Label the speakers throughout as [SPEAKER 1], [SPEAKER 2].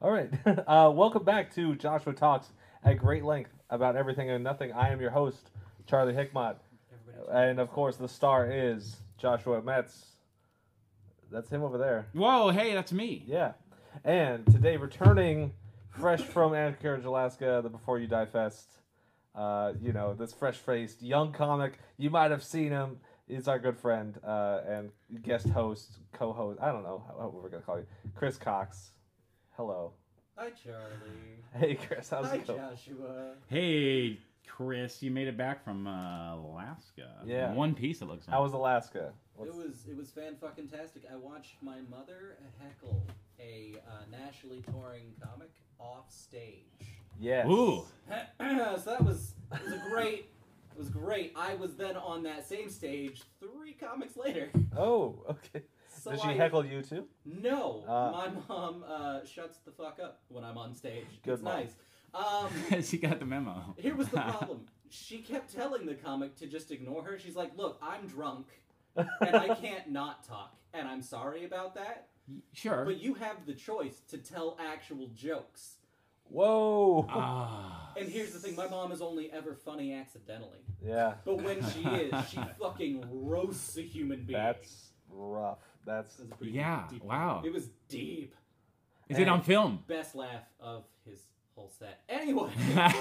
[SPEAKER 1] All right. Uh, welcome back to Joshua Talks at great length about everything and nothing. I am your host, Charlie Hickmott. And of course, the star is Joshua Metz. That's him over there.
[SPEAKER 2] Whoa, hey, that's me.
[SPEAKER 1] Yeah. And today, returning fresh from Anchorage, Alaska, the Before You Die Fest, uh, you know, this fresh faced young comic, you might have seen him, is our good friend uh, and guest host, co host, I don't know how, what we're going to call you, Chris Cox. Hello.
[SPEAKER 3] Hi, Charlie.
[SPEAKER 1] Hey, Chris, how's
[SPEAKER 3] Hi,
[SPEAKER 1] it going?
[SPEAKER 3] Joshua.
[SPEAKER 2] Hey, Chris, you made it back from uh, Alaska.
[SPEAKER 1] Yeah.
[SPEAKER 2] One piece, it looks like.
[SPEAKER 1] How was Alaska? What's-
[SPEAKER 3] It was it was fan fucking tastic. I watched my mother heckle a uh, nationally touring comic off stage.
[SPEAKER 1] Yes.
[SPEAKER 2] Ooh.
[SPEAKER 3] so that was it was a great it was great. I was then on that same stage three comics later.
[SPEAKER 1] Oh, okay.
[SPEAKER 3] So
[SPEAKER 1] Did
[SPEAKER 3] I,
[SPEAKER 1] she heckle you too?
[SPEAKER 3] No,
[SPEAKER 1] Ah.
[SPEAKER 3] my mom uh, shuts the fuck up when I'm on stage.
[SPEAKER 1] Good
[SPEAKER 3] it's
[SPEAKER 1] mom.
[SPEAKER 3] nice. Um,
[SPEAKER 2] she got the memo.
[SPEAKER 3] Here was the problem. She kept telling the comic to just ignore her. She's like, "Look, I'm drunk and I can't not talk, and I'm sorry about that,
[SPEAKER 2] sure.
[SPEAKER 3] but you have the choice to tell actual jokes."
[SPEAKER 1] Whoa.
[SPEAKER 2] Ah.
[SPEAKER 3] And here's the thing, my mom is only ever funny accidentally.
[SPEAKER 1] yeah.
[SPEAKER 3] But when she is, she fucking roasts a human being.
[SPEAKER 1] That's rough. That's
[SPEAKER 3] That's a pretty
[SPEAKER 2] yeah,
[SPEAKER 3] deep-
[SPEAKER 2] wow.
[SPEAKER 3] It was deep.
[SPEAKER 2] Is it on film?
[SPEAKER 3] Best laugh of his whole set. Anyway,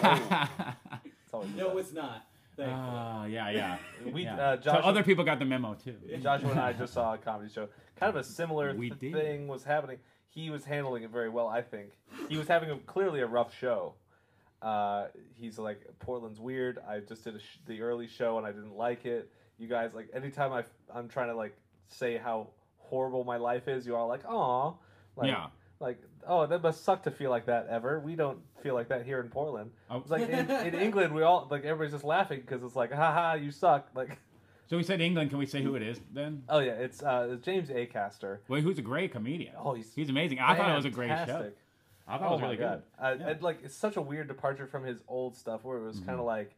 [SPEAKER 2] Ah,
[SPEAKER 1] it's always the
[SPEAKER 3] no,
[SPEAKER 1] best.
[SPEAKER 3] it's not. Thankfully.
[SPEAKER 2] yeah, yeah.
[SPEAKER 1] We,
[SPEAKER 2] yeah.
[SPEAKER 1] uh,
[SPEAKER 2] so
[SPEAKER 1] Joshua-
[SPEAKER 2] other people got the memo, too.
[SPEAKER 1] Joshua and I just saw a comedy show. Kind of a similar
[SPEAKER 2] We
[SPEAKER 1] th-
[SPEAKER 2] did.
[SPEAKER 1] thing was happening. He was handling it very well, I think. He was having a, clearly a rough show. Uh, he's like, Portland's weird. I just did a sh- the early show and I didn't like it. You guys, like, anytime I, I'm trying to like say how horrible my life is, you are like, aw. Like,
[SPEAKER 2] yeah.
[SPEAKER 1] Like, oh, that must suck to feel like that ever. We don't feel like that here in Portland.
[SPEAKER 2] Oh,
[SPEAKER 1] It's like in, in England, we all like everybody's just laughing because it's like, haha, you suck. Like,
[SPEAKER 2] so we said England. Can we say who it is then?
[SPEAKER 1] oh yeah, it's uh, James Acaster.
[SPEAKER 2] Wait, who's a great comedian?
[SPEAKER 1] Oh, he's
[SPEAKER 2] He's amazing. I thought it was a great show.
[SPEAKER 1] fantastic.
[SPEAKER 2] I thought
[SPEAKER 1] Oh
[SPEAKER 2] it was
[SPEAKER 1] my
[SPEAKER 2] really
[SPEAKER 1] god, Uh,
[SPEAKER 2] Yeah. Mm-hmm.
[SPEAKER 1] and, like it's such a weird departure from his old stuff, where it was kind of like,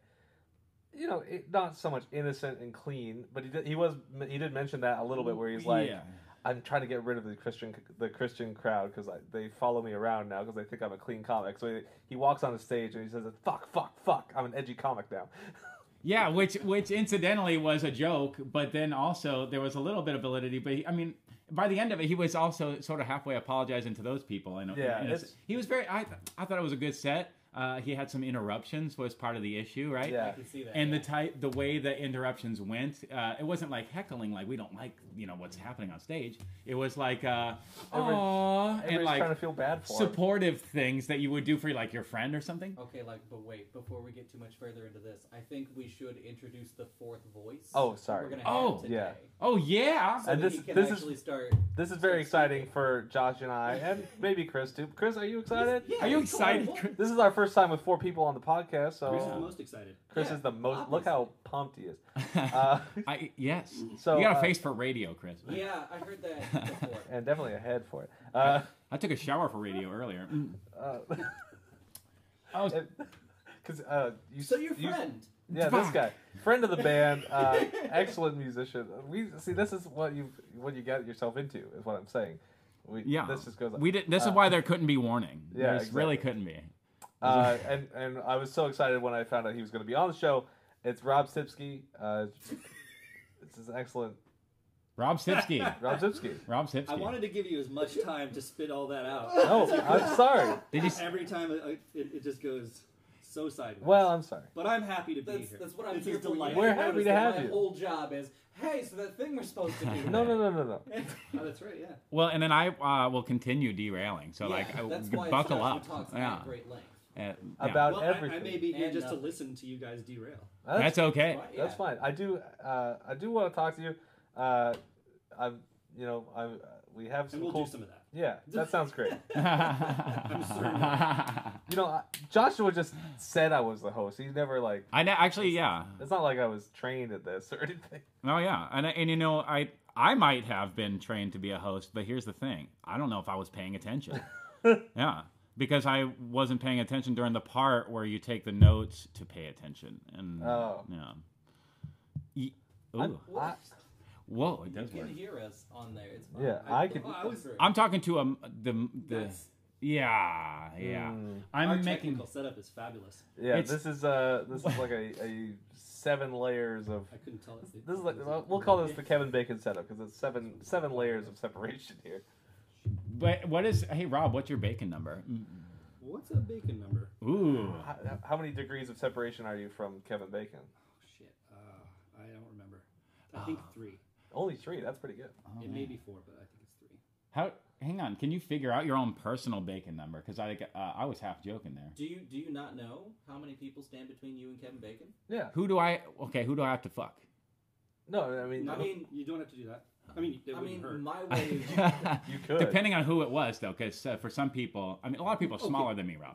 [SPEAKER 1] you know, it, not so much innocent and clean, but he did, he was he did mention that a little bit, where
[SPEAKER 2] good.
[SPEAKER 1] he's like,
[SPEAKER 2] yeah.
[SPEAKER 1] I'm trying to get rid of the Christian the Christian crowd because they follow me around now because they think I'm a clean comic. So he, he walks on the stage and he says, "Fuck, fuck, fuck! I'm an edgy comic now."
[SPEAKER 2] Yeah, which which incidentally was a joke, but then also there was a little bit of validity. But he, I mean, by the end of it, he was also sort of halfway apologizing to those people. And
[SPEAKER 1] Yeah,
[SPEAKER 2] and
[SPEAKER 1] it's-
[SPEAKER 2] he was very. I th- I thought it was a good set. Uh, he had some interruptions was part of the issue, right?
[SPEAKER 1] Yeah.
[SPEAKER 3] I can see that.
[SPEAKER 2] And the
[SPEAKER 3] yeah.
[SPEAKER 2] type, the way the interruptions went, uh, it wasn't like heckling, like we don't like you know what's happening on stage. It was like, uh,
[SPEAKER 1] Everybody-
[SPEAKER 2] "Aw," and
[SPEAKER 1] Everybody's trying
[SPEAKER 2] like
[SPEAKER 1] to feel bad for him.
[SPEAKER 2] supportive things that you would do for like your friend or something.
[SPEAKER 3] Okay, like, but wait, before we get too much further into this, I think we should introduce the fourth voice.
[SPEAKER 1] Oh,
[SPEAKER 3] that
[SPEAKER 1] sorry.
[SPEAKER 3] We're gonna
[SPEAKER 2] Oh,
[SPEAKER 3] have today,
[SPEAKER 1] yeah.
[SPEAKER 2] Oh yeah,
[SPEAKER 3] So
[SPEAKER 1] And
[SPEAKER 3] that
[SPEAKER 1] this-
[SPEAKER 3] he can
[SPEAKER 1] this is-
[SPEAKER 3] actually start.
[SPEAKER 1] This is very exciting for Josh and I, and maybe Chris too. Chris, are you excited?
[SPEAKER 3] Yeah,
[SPEAKER 2] are you
[SPEAKER 3] it's the whole
[SPEAKER 2] excited?
[SPEAKER 3] point.
[SPEAKER 2] Chris?
[SPEAKER 1] This is our first time with four people on the podcast, so Chris,
[SPEAKER 2] Chris is the most
[SPEAKER 3] excited.
[SPEAKER 1] is the most. Look
[SPEAKER 3] obviously.
[SPEAKER 1] how pumped he is. Uh,
[SPEAKER 2] I yes.
[SPEAKER 1] so
[SPEAKER 2] you got a
[SPEAKER 1] uh,
[SPEAKER 2] face for radio, Chris.
[SPEAKER 3] Yeah, I heard that before.
[SPEAKER 1] and definitely a head for it. Uh,
[SPEAKER 2] I took a shower for radio earlier. Mm, I was-
[SPEAKER 1] Because uh, you,
[SPEAKER 3] so your
[SPEAKER 1] you-
[SPEAKER 3] friend.
[SPEAKER 1] yeah, this
[SPEAKER 2] Fuck.
[SPEAKER 1] guy, friend of the band, uh, excellent musician. We see this is what you what you get yourself into is what I'm saying. We,
[SPEAKER 2] yeah,
[SPEAKER 1] this just goes. on.
[SPEAKER 2] We did. This
[SPEAKER 1] Uh,
[SPEAKER 2] is why there couldn't be warning.
[SPEAKER 1] Yeah,
[SPEAKER 2] Yeah, really
[SPEAKER 1] exactly.
[SPEAKER 2] couldn't be.
[SPEAKER 1] Uh, and and I was so excited when I found out he was going to be on the show. It's Rob Sipsky. Uh, this is excellent.
[SPEAKER 2] Rob Sipsky.
[SPEAKER 1] Rob Sipsky.
[SPEAKER 2] Rob Sipsky.
[SPEAKER 4] I wanted to give you as much time to spit all that out.
[SPEAKER 1] No, I'm sorry.
[SPEAKER 2] Did you? s-
[SPEAKER 4] Every time it, it, it just goes so sideways.
[SPEAKER 1] Well, I'm sorry.
[SPEAKER 4] but I'm happy to be
[SPEAKER 3] That's,
[SPEAKER 4] here.
[SPEAKER 3] that's what I'm
[SPEAKER 4] This
[SPEAKER 3] here
[SPEAKER 4] is
[SPEAKER 3] for. You
[SPEAKER 4] delightful.
[SPEAKER 1] We're
[SPEAKER 3] guys
[SPEAKER 1] happy
[SPEAKER 3] notice
[SPEAKER 1] to
[SPEAKER 3] that
[SPEAKER 1] have
[SPEAKER 3] my
[SPEAKER 1] you.
[SPEAKER 3] whole job is, hey, so that thing we're supposed to do.
[SPEAKER 1] No, no, no, no, no.
[SPEAKER 4] Oh, that's right. Yeah.
[SPEAKER 2] Well, and then I uh, will continue derailing. So
[SPEAKER 3] Yeah,
[SPEAKER 2] like, I,
[SPEAKER 3] that's why
[SPEAKER 2] buckle
[SPEAKER 3] Joshua
[SPEAKER 2] up.
[SPEAKER 3] Talks at
[SPEAKER 2] Yeah.
[SPEAKER 3] Great length.
[SPEAKER 2] Uh, yeah.
[SPEAKER 1] About
[SPEAKER 4] Well, I, I
[SPEAKER 1] everything.
[SPEAKER 4] may be here
[SPEAKER 3] And uh,
[SPEAKER 4] just
[SPEAKER 3] nothing.
[SPEAKER 4] to listen to you guys derail.
[SPEAKER 1] that's,
[SPEAKER 2] that's okay.
[SPEAKER 3] Right?
[SPEAKER 1] that's
[SPEAKER 3] Yeah.
[SPEAKER 1] fine. I do. Uh, I do want to talk to you. Uh, I'm. You know. I'm. We have some
[SPEAKER 4] And we'll
[SPEAKER 1] cool.
[SPEAKER 4] do some of that.
[SPEAKER 1] Yeah, that sounds great.
[SPEAKER 2] I
[SPEAKER 1] You know, I, Joshua just said I was the host. He never like.
[SPEAKER 2] know, actually, yeah.
[SPEAKER 1] It's not like I was trained at this or anything.
[SPEAKER 2] Oh yeah, and and you know, I I might have been trained to be a host, but here's the thing: I don't know if I was paying attention. yeah, because I wasn't paying attention during the part where you take the notes to pay attention, and
[SPEAKER 1] Oh.
[SPEAKER 2] yeah. Ye-
[SPEAKER 1] I'm-
[SPEAKER 2] Ooh.
[SPEAKER 3] Well,
[SPEAKER 2] whoa, it
[SPEAKER 3] you
[SPEAKER 2] does
[SPEAKER 3] can
[SPEAKER 2] work.
[SPEAKER 3] hear us on there. It's fine.
[SPEAKER 1] Yeah, I can-
[SPEAKER 4] I was-
[SPEAKER 3] through.
[SPEAKER 2] I'm talking to um the the
[SPEAKER 4] That's Hmm.
[SPEAKER 2] Yeah, yeah.
[SPEAKER 1] Mm.
[SPEAKER 2] I'm
[SPEAKER 4] Our
[SPEAKER 2] making
[SPEAKER 4] technical setup is fabulous.
[SPEAKER 1] Yeah,
[SPEAKER 2] It's-
[SPEAKER 1] this is uh this is like a, a seven layers of
[SPEAKER 4] I couldn't tell it's the.
[SPEAKER 1] this is like well, we'll call this the Kevin Bacon setup because it's seven seven layers of separation here.
[SPEAKER 2] But what is? Hey, Rob, what's your bacon number?
[SPEAKER 4] Mm. What's a bacon number? Oh,
[SPEAKER 2] Ooh,
[SPEAKER 1] How, how many degrees of separation are you from Kevin Bacon?
[SPEAKER 4] Oh, shit. Uh, I don't remember. I think
[SPEAKER 1] Ah.
[SPEAKER 4] three.
[SPEAKER 1] Only three. That's pretty good.
[SPEAKER 2] Oh,
[SPEAKER 4] it
[SPEAKER 2] man.
[SPEAKER 4] may be four, but I think it's three.
[SPEAKER 2] how? Hang on, can you figure out your own personal bacon number? Because I uh, I was half joking there.
[SPEAKER 3] Do you do you not know how many people stand between you and Kevin Bacon?
[SPEAKER 1] Yeah.
[SPEAKER 2] Who do I? Okay, who do I have to fuck?
[SPEAKER 1] No, I mean,
[SPEAKER 3] I mean,
[SPEAKER 4] you don't have to do that. I mean, it
[SPEAKER 3] I mean,
[SPEAKER 4] wouldn't hurt.
[SPEAKER 3] my way.
[SPEAKER 1] you could.
[SPEAKER 2] Depending on who it was, though, because uh, for some people, I mean, a lot of people are
[SPEAKER 4] Okay.
[SPEAKER 2] smaller than me, Rob.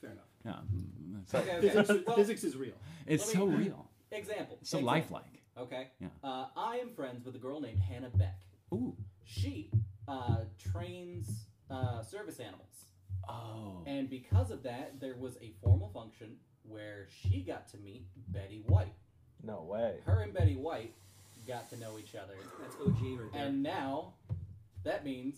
[SPEAKER 4] Fair enough.
[SPEAKER 2] Yeah, mm, it's,
[SPEAKER 3] okay, okay.
[SPEAKER 4] Physics,
[SPEAKER 3] Well,
[SPEAKER 4] physics is real.
[SPEAKER 2] it's
[SPEAKER 3] Let
[SPEAKER 2] so
[SPEAKER 3] me-
[SPEAKER 2] real,
[SPEAKER 3] example.
[SPEAKER 2] so
[SPEAKER 3] example.
[SPEAKER 2] lifelike.
[SPEAKER 3] Okay.
[SPEAKER 2] Yeah.
[SPEAKER 3] Uh, I am friends with a girl named Hannah Beck.
[SPEAKER 2] Ooh,
[SPEAKER 3] She uh, trains uh, service animals.
[SPEAKER 2] oh,
[SPEAKER 3] And because of that, there was a formal function where she got to meet Betty White.
[SPEAKER 1] no way.
[SPEAKER 3] Her and Betty White got to know each other.
[SPEAKER 4] That's OG right there.
[SPEAKER 3] And now, that means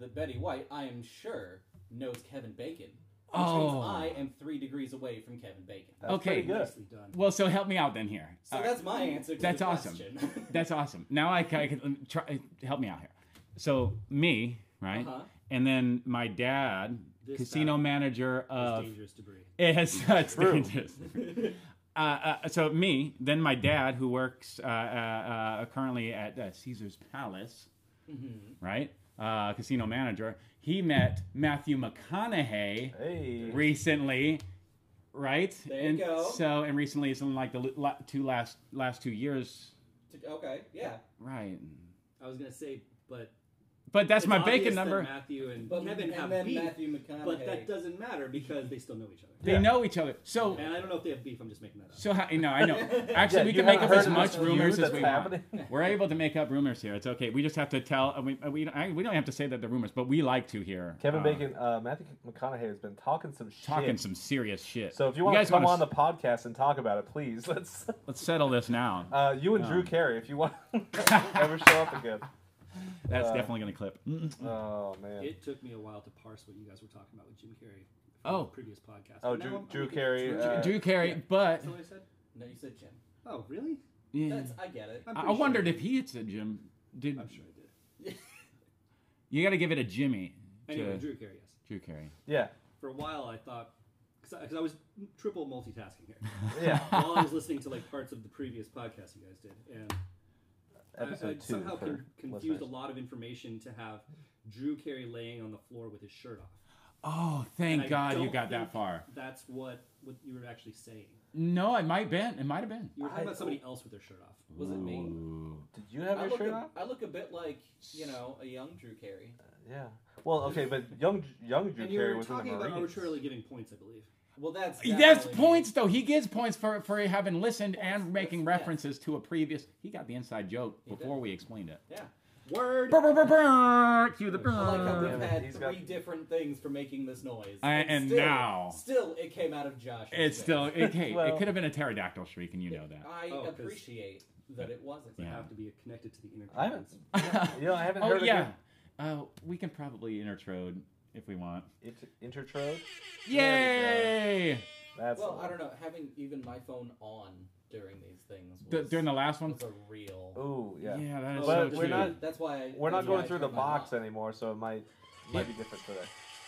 [SPEAKER 3] that Betty White, I am sure, knows Kevin Bacon. Which
[SPEAKER 2] Oh.
[SPEAKER 3] means I am three degrees away from Kevin Bacon.
[SPEAKER 1] That's
[SPEAKER 2] Okay.
[SPEAKER 1] Pretty good.
[SPEAKER 4] Nicely done.
[SPEAKER 2] well, so help me out then here.
[SPEAKER 3] So
[SPEAKER 2] All right.
[SPEAKER 3] that's my answer to
[SPEAKER 2] That's
[SPEAKER 3] the
[SPEAKER 2] awesome.
[SPEAKER 3] question.
[SPEAKER 2] That's awesome. Now I, can- I can um, try help me out here. So me, right,
[SPEAKER 3] Uh-huh.
[SPEAKER 2] and then my dad,
[SPEAKER 4] This
[SPEAKER 2] casino
[SPEAKER 4] guy
[SPEAKER 2] manager
[SPEAKER 4] It's
[SPEAKER 2] of
[SPEAKER 4] dangerous debris.
[SPEAKER 2] it has it's
[SPEAKER 1] True.
[SPEAKER 2] dangerous. Uh, uh, so me, then my dad, who works uh, uh, uh, currently at uh, Caesar's Palace,
[SPEAKER 3] Mm-hmm.
[SPEAKER 2] right, uh, casino manager. He met Matthew McConaughey
[SPEAKER 1] Hey.
[SPEAKER 2] recently, right?
[SPEAKER 3] There you
[SPEAKER 2] and
[SPEAKER 3] go.
[SPEAKER 2] So and recently, it's in like the l- la- two last last two years,
[SPEAKER 3] To- okay, yeah.
[SPEAKER 2] right?
[SPEAKER 4] I was gonna say, but
[SPEAKER 2] But that's
[SPEAKER 4] it's
[SPEAKER 2] my
[SPEAKER 4] obvious
[SPEAKER 2] bacon
[SPEAKER 4] that
[SPEAKER 2] number.
[SPEAKER 4] Matthew and
[SPEAKER 3] But
[SPEAKER 4] Kevin
[SPEAKER 3] and
[SPEAKER 4] have
[SPEAKER 3] then
[SPEAKER 4] beef,
[SPEAKER 3] Matthew McConaughey.
[SPEAKER 4] but that doesn't matter because they still know each other.
[SPEAKER 2] They
[SPEAKER 1] Yeah.
[SPEAKER 2] know each other. So,
[SPEAKER 4] And I don't know if they have beef. I'm just making that up.
[SPEAKER 2] so how, no, I know. Actually,
[SPEAKER 1] Yeah,
[SPEAKER 2] we
[SPEAKER 1] you
[SPEAKER 2] can make
[SPEAKER 1] haven't
[SPEAKER 2] up
[SPEAKER 1] heard
[SPEAKER 2] as
[SPEAKER 1] of
[SPEAKER 2] much
[SPEAKER 1] this feud
[SPEAKER 2] rumors as
[SPEAKER 1] that's
[SPEAKER 2] we
[SPEAKER 1] happening?
[SPEAKER 2] want. We're able to make up rumors here. It's okay. We just have to tell. and We we don't, I- we don't have to say that they're rumors, but we like to hear
[SPEAKER 1] Kevin
[SPEAKER 2] uh,
[SPEAKER 1] Bacon, uh, Matthew McConaughey has been talking some shit.
[SPEAKER 2] talking some serious shit.
[SPEAKER 1] So if you want to
[SPEAKER 2] guys
[SPEAKER 1] come
[SPEAKER 2] wanna
[SPEAKER 1] on the
[SPEAKER 2] s-
[SPEAKER 1] podcast and talk about it, please let's.
[SPEAKER 2] let's settle this now.
[SPEAKER 1] Uh, you and Drew Carey, if you want to ever show up again.
[SPEAKER 2] That's
[SPEAKER 1] uh,
[SPEAKER 2] definitely gonna clip. Mm.
[SPEAKER 1] Oh man.
[SPEAKER 4] It took me a while to parse what you guys were talking about with Jim Carrey. from
[SPEAKER 2] Oh.
[SPEAKER 4] the previous podcast.
[SPEAKER 1] Oh,
[SPEAKER 4] But
[SPEAKER 1] Drew-
[SPEAKER 4] now I'm-
[SPEAKER 1] Drew
[SPEAKER 4] I'm good.
[SPEAKER 1] Carrey,
[SPEAKER 4] Drew-
[SPEAKER 1] uh,
[SPEAKER 2] Drew Carey, but
[SPEAKER 4] That's what I said.
[SPEAKER 3] No, you said Jim.
[SPEAKER 4] Oh, really?
[SPEAKER 2] yeah.
[SPEAKER 3] That's, I get it.
[SPEAKER 4] I'm
[SPEAKER 2] I, I
[SPEAKER 4] pretty sure
[SPEAKER 2] wondered
[SPEAKER 4] I
[SPEAKER 2] if he had said Jim. Did
[SPEAKER 4] I'm sure I did.
[SPEAKER 2] you got to give it a Jimmy to
[SPEAKER 4] Anyway,
[SPEAKER 2] Drew.
[SPEAKER 4] Drew Carey. Yes.
[SPEAKER 2] Carey?
[SPEAKER 1] Yeah.
[SPEAKER 4] For a while, I thought because I, was triple multitasking here.
[SPEAKER 1] Yeah.
[SPEAKER 4] While I was listening to like parts of the previous podcast you guys did, and I- I,
[SPEAKER 1] Episode two.
[SPEAKER 4] somehow
[SPEAKER 1] for
[SPEAKER 4] con- confused
[SPEAKER 1] listeners.
[SPEAKER 4] a lot of information to have Drew Carey laying on the floor with his shirt off.
[SPEAKER 2] Oh,
[SPEAKER 4] And
[SPEAKER 2] thank
[SPEAKER 4] I
[SPEAKER 2] God you
[SPEAKER 4] don't
[SPEAKER 2] got that
[SPEAKER 4] think
[SPEAKER 2] far.
[SPEAKER 4] That's what what you were actually saying.
[SPEAKER 2] No, it might been. It might have been.
[SPEAKER 4] You were talking
[SPEAKER 1] I-
[SPEAKER 4] about somebody else with their shirt off.
[SPEAKER 3] Was it me?
[SPEAKER 2] Ooh.
[SPEAKER 1] Did you have
[SPEAKER 3] I
[SPEAKER 1] your
[SPEAKER 3] look,
[SPEAKER 1] shirt
[SPEAKER 3] a,
[SPEAKER 1] on?
[SPEAKER 3] I look a bit like, you know, a young Drew Carey.
[SPEAKER 1] Yeah. Well, okay, but young young Drew
[SPEAKER 4] and you
[SPEAKER 1] Carey
[SPEAKER 4] were
[SPEAKER 1] was in the
[SPEAKER 4] talking
[SPEAKER 1] Marines.
[SPEAKER 4] about arbitrarily giving points, I believe.
[SPEAKER 3] Well, that's
[SPEAKER 2] That's
[SPEAKER 3] definitely me.
[SPEAKER 2] points, though. He gets points for, for having listened and making
[SPEAKER 3] Yes.
[SPEAKER 2] references to a previous. He got the inside joke
[SPEAKER 3] did.
[SPEAKER 2] before we explained it.
[SPEAKER 3] Yeah.
[SPEAKER 4] Word.
[SPEAKER 2] Brr, brr, brr, brr. Cue the brr.
[SPEAKER 3] I like
[SPEAKER 1] Yeah,
[SPEAKER 3] how we've
[SPEAKER 1] but
[SPEAKER 3] had
[SPEAKER 1] he's
[SPEAKER 3] three
[SPEAKER 1] got-
[SPEAKER 3] different things for making this noise.
[SPEAKER 2] I- and
[SPEAKER 3] still,
[SPEAKER 2] now-
[SPEAKER 3] Still, it came out of Josh.
[SPEAKER 2] It's still it, hey,
[SPEAKER 1] Well-
[SPEAKER 2] it could have been a pterodactyl shriek, and you know that.
[SPEAKER 3] I
[SPEAKER 4] Oh, 'cause-
[SPEAKER 3] appreciate that it wasn't.
[SPEAKER 4] I
[SPEAKER 2] Yeah.
[SPEAKER 4] have to be connected to the internet.
[SPEAKER 1] I haven't. yeah, You know, I haven't
[SPEAKER 2] oh
[SPEAKER 1] heard
[SPEAKER 2] yeah,
[SPEAKER 1] of
[SPEAKER 2] uh, we can probably intertrode if we want.
[SPEAKER 1] it. Inter- Intertrode.
[SPEAKER 2] Yay!
[SPEAKER 1] That's
[SPEAKER 3] Well, I don't know. Having even my phone on during these things
[SPEAKER 2] D-
[SPEAKER 3] was,
[SPEAKER 2] during the last one.
[SPEAKER 3] was a real.
[SPEAKER 1] Ooh, yeah.
[SPEAKER 2] that is
[SPEAKER 1] But
[SPEAKER 2] so
[SPEAKER 1] we're
[SPEAKER 2] true.
[SPEAKER 1] not-
[SPEAKER 3] That's why I,
[SPEAKER 1] We're not
[SPEAKER 3] that's why
[SPEAKER 1] going
[SPEAKER 3] I
[SPEAKER 1] through the
[SPEAKER 3] turned mine
[SPEAKER 1] box
[SPEAKER 3] off.
[SPEAKER 1] anymore, so it might might be different today.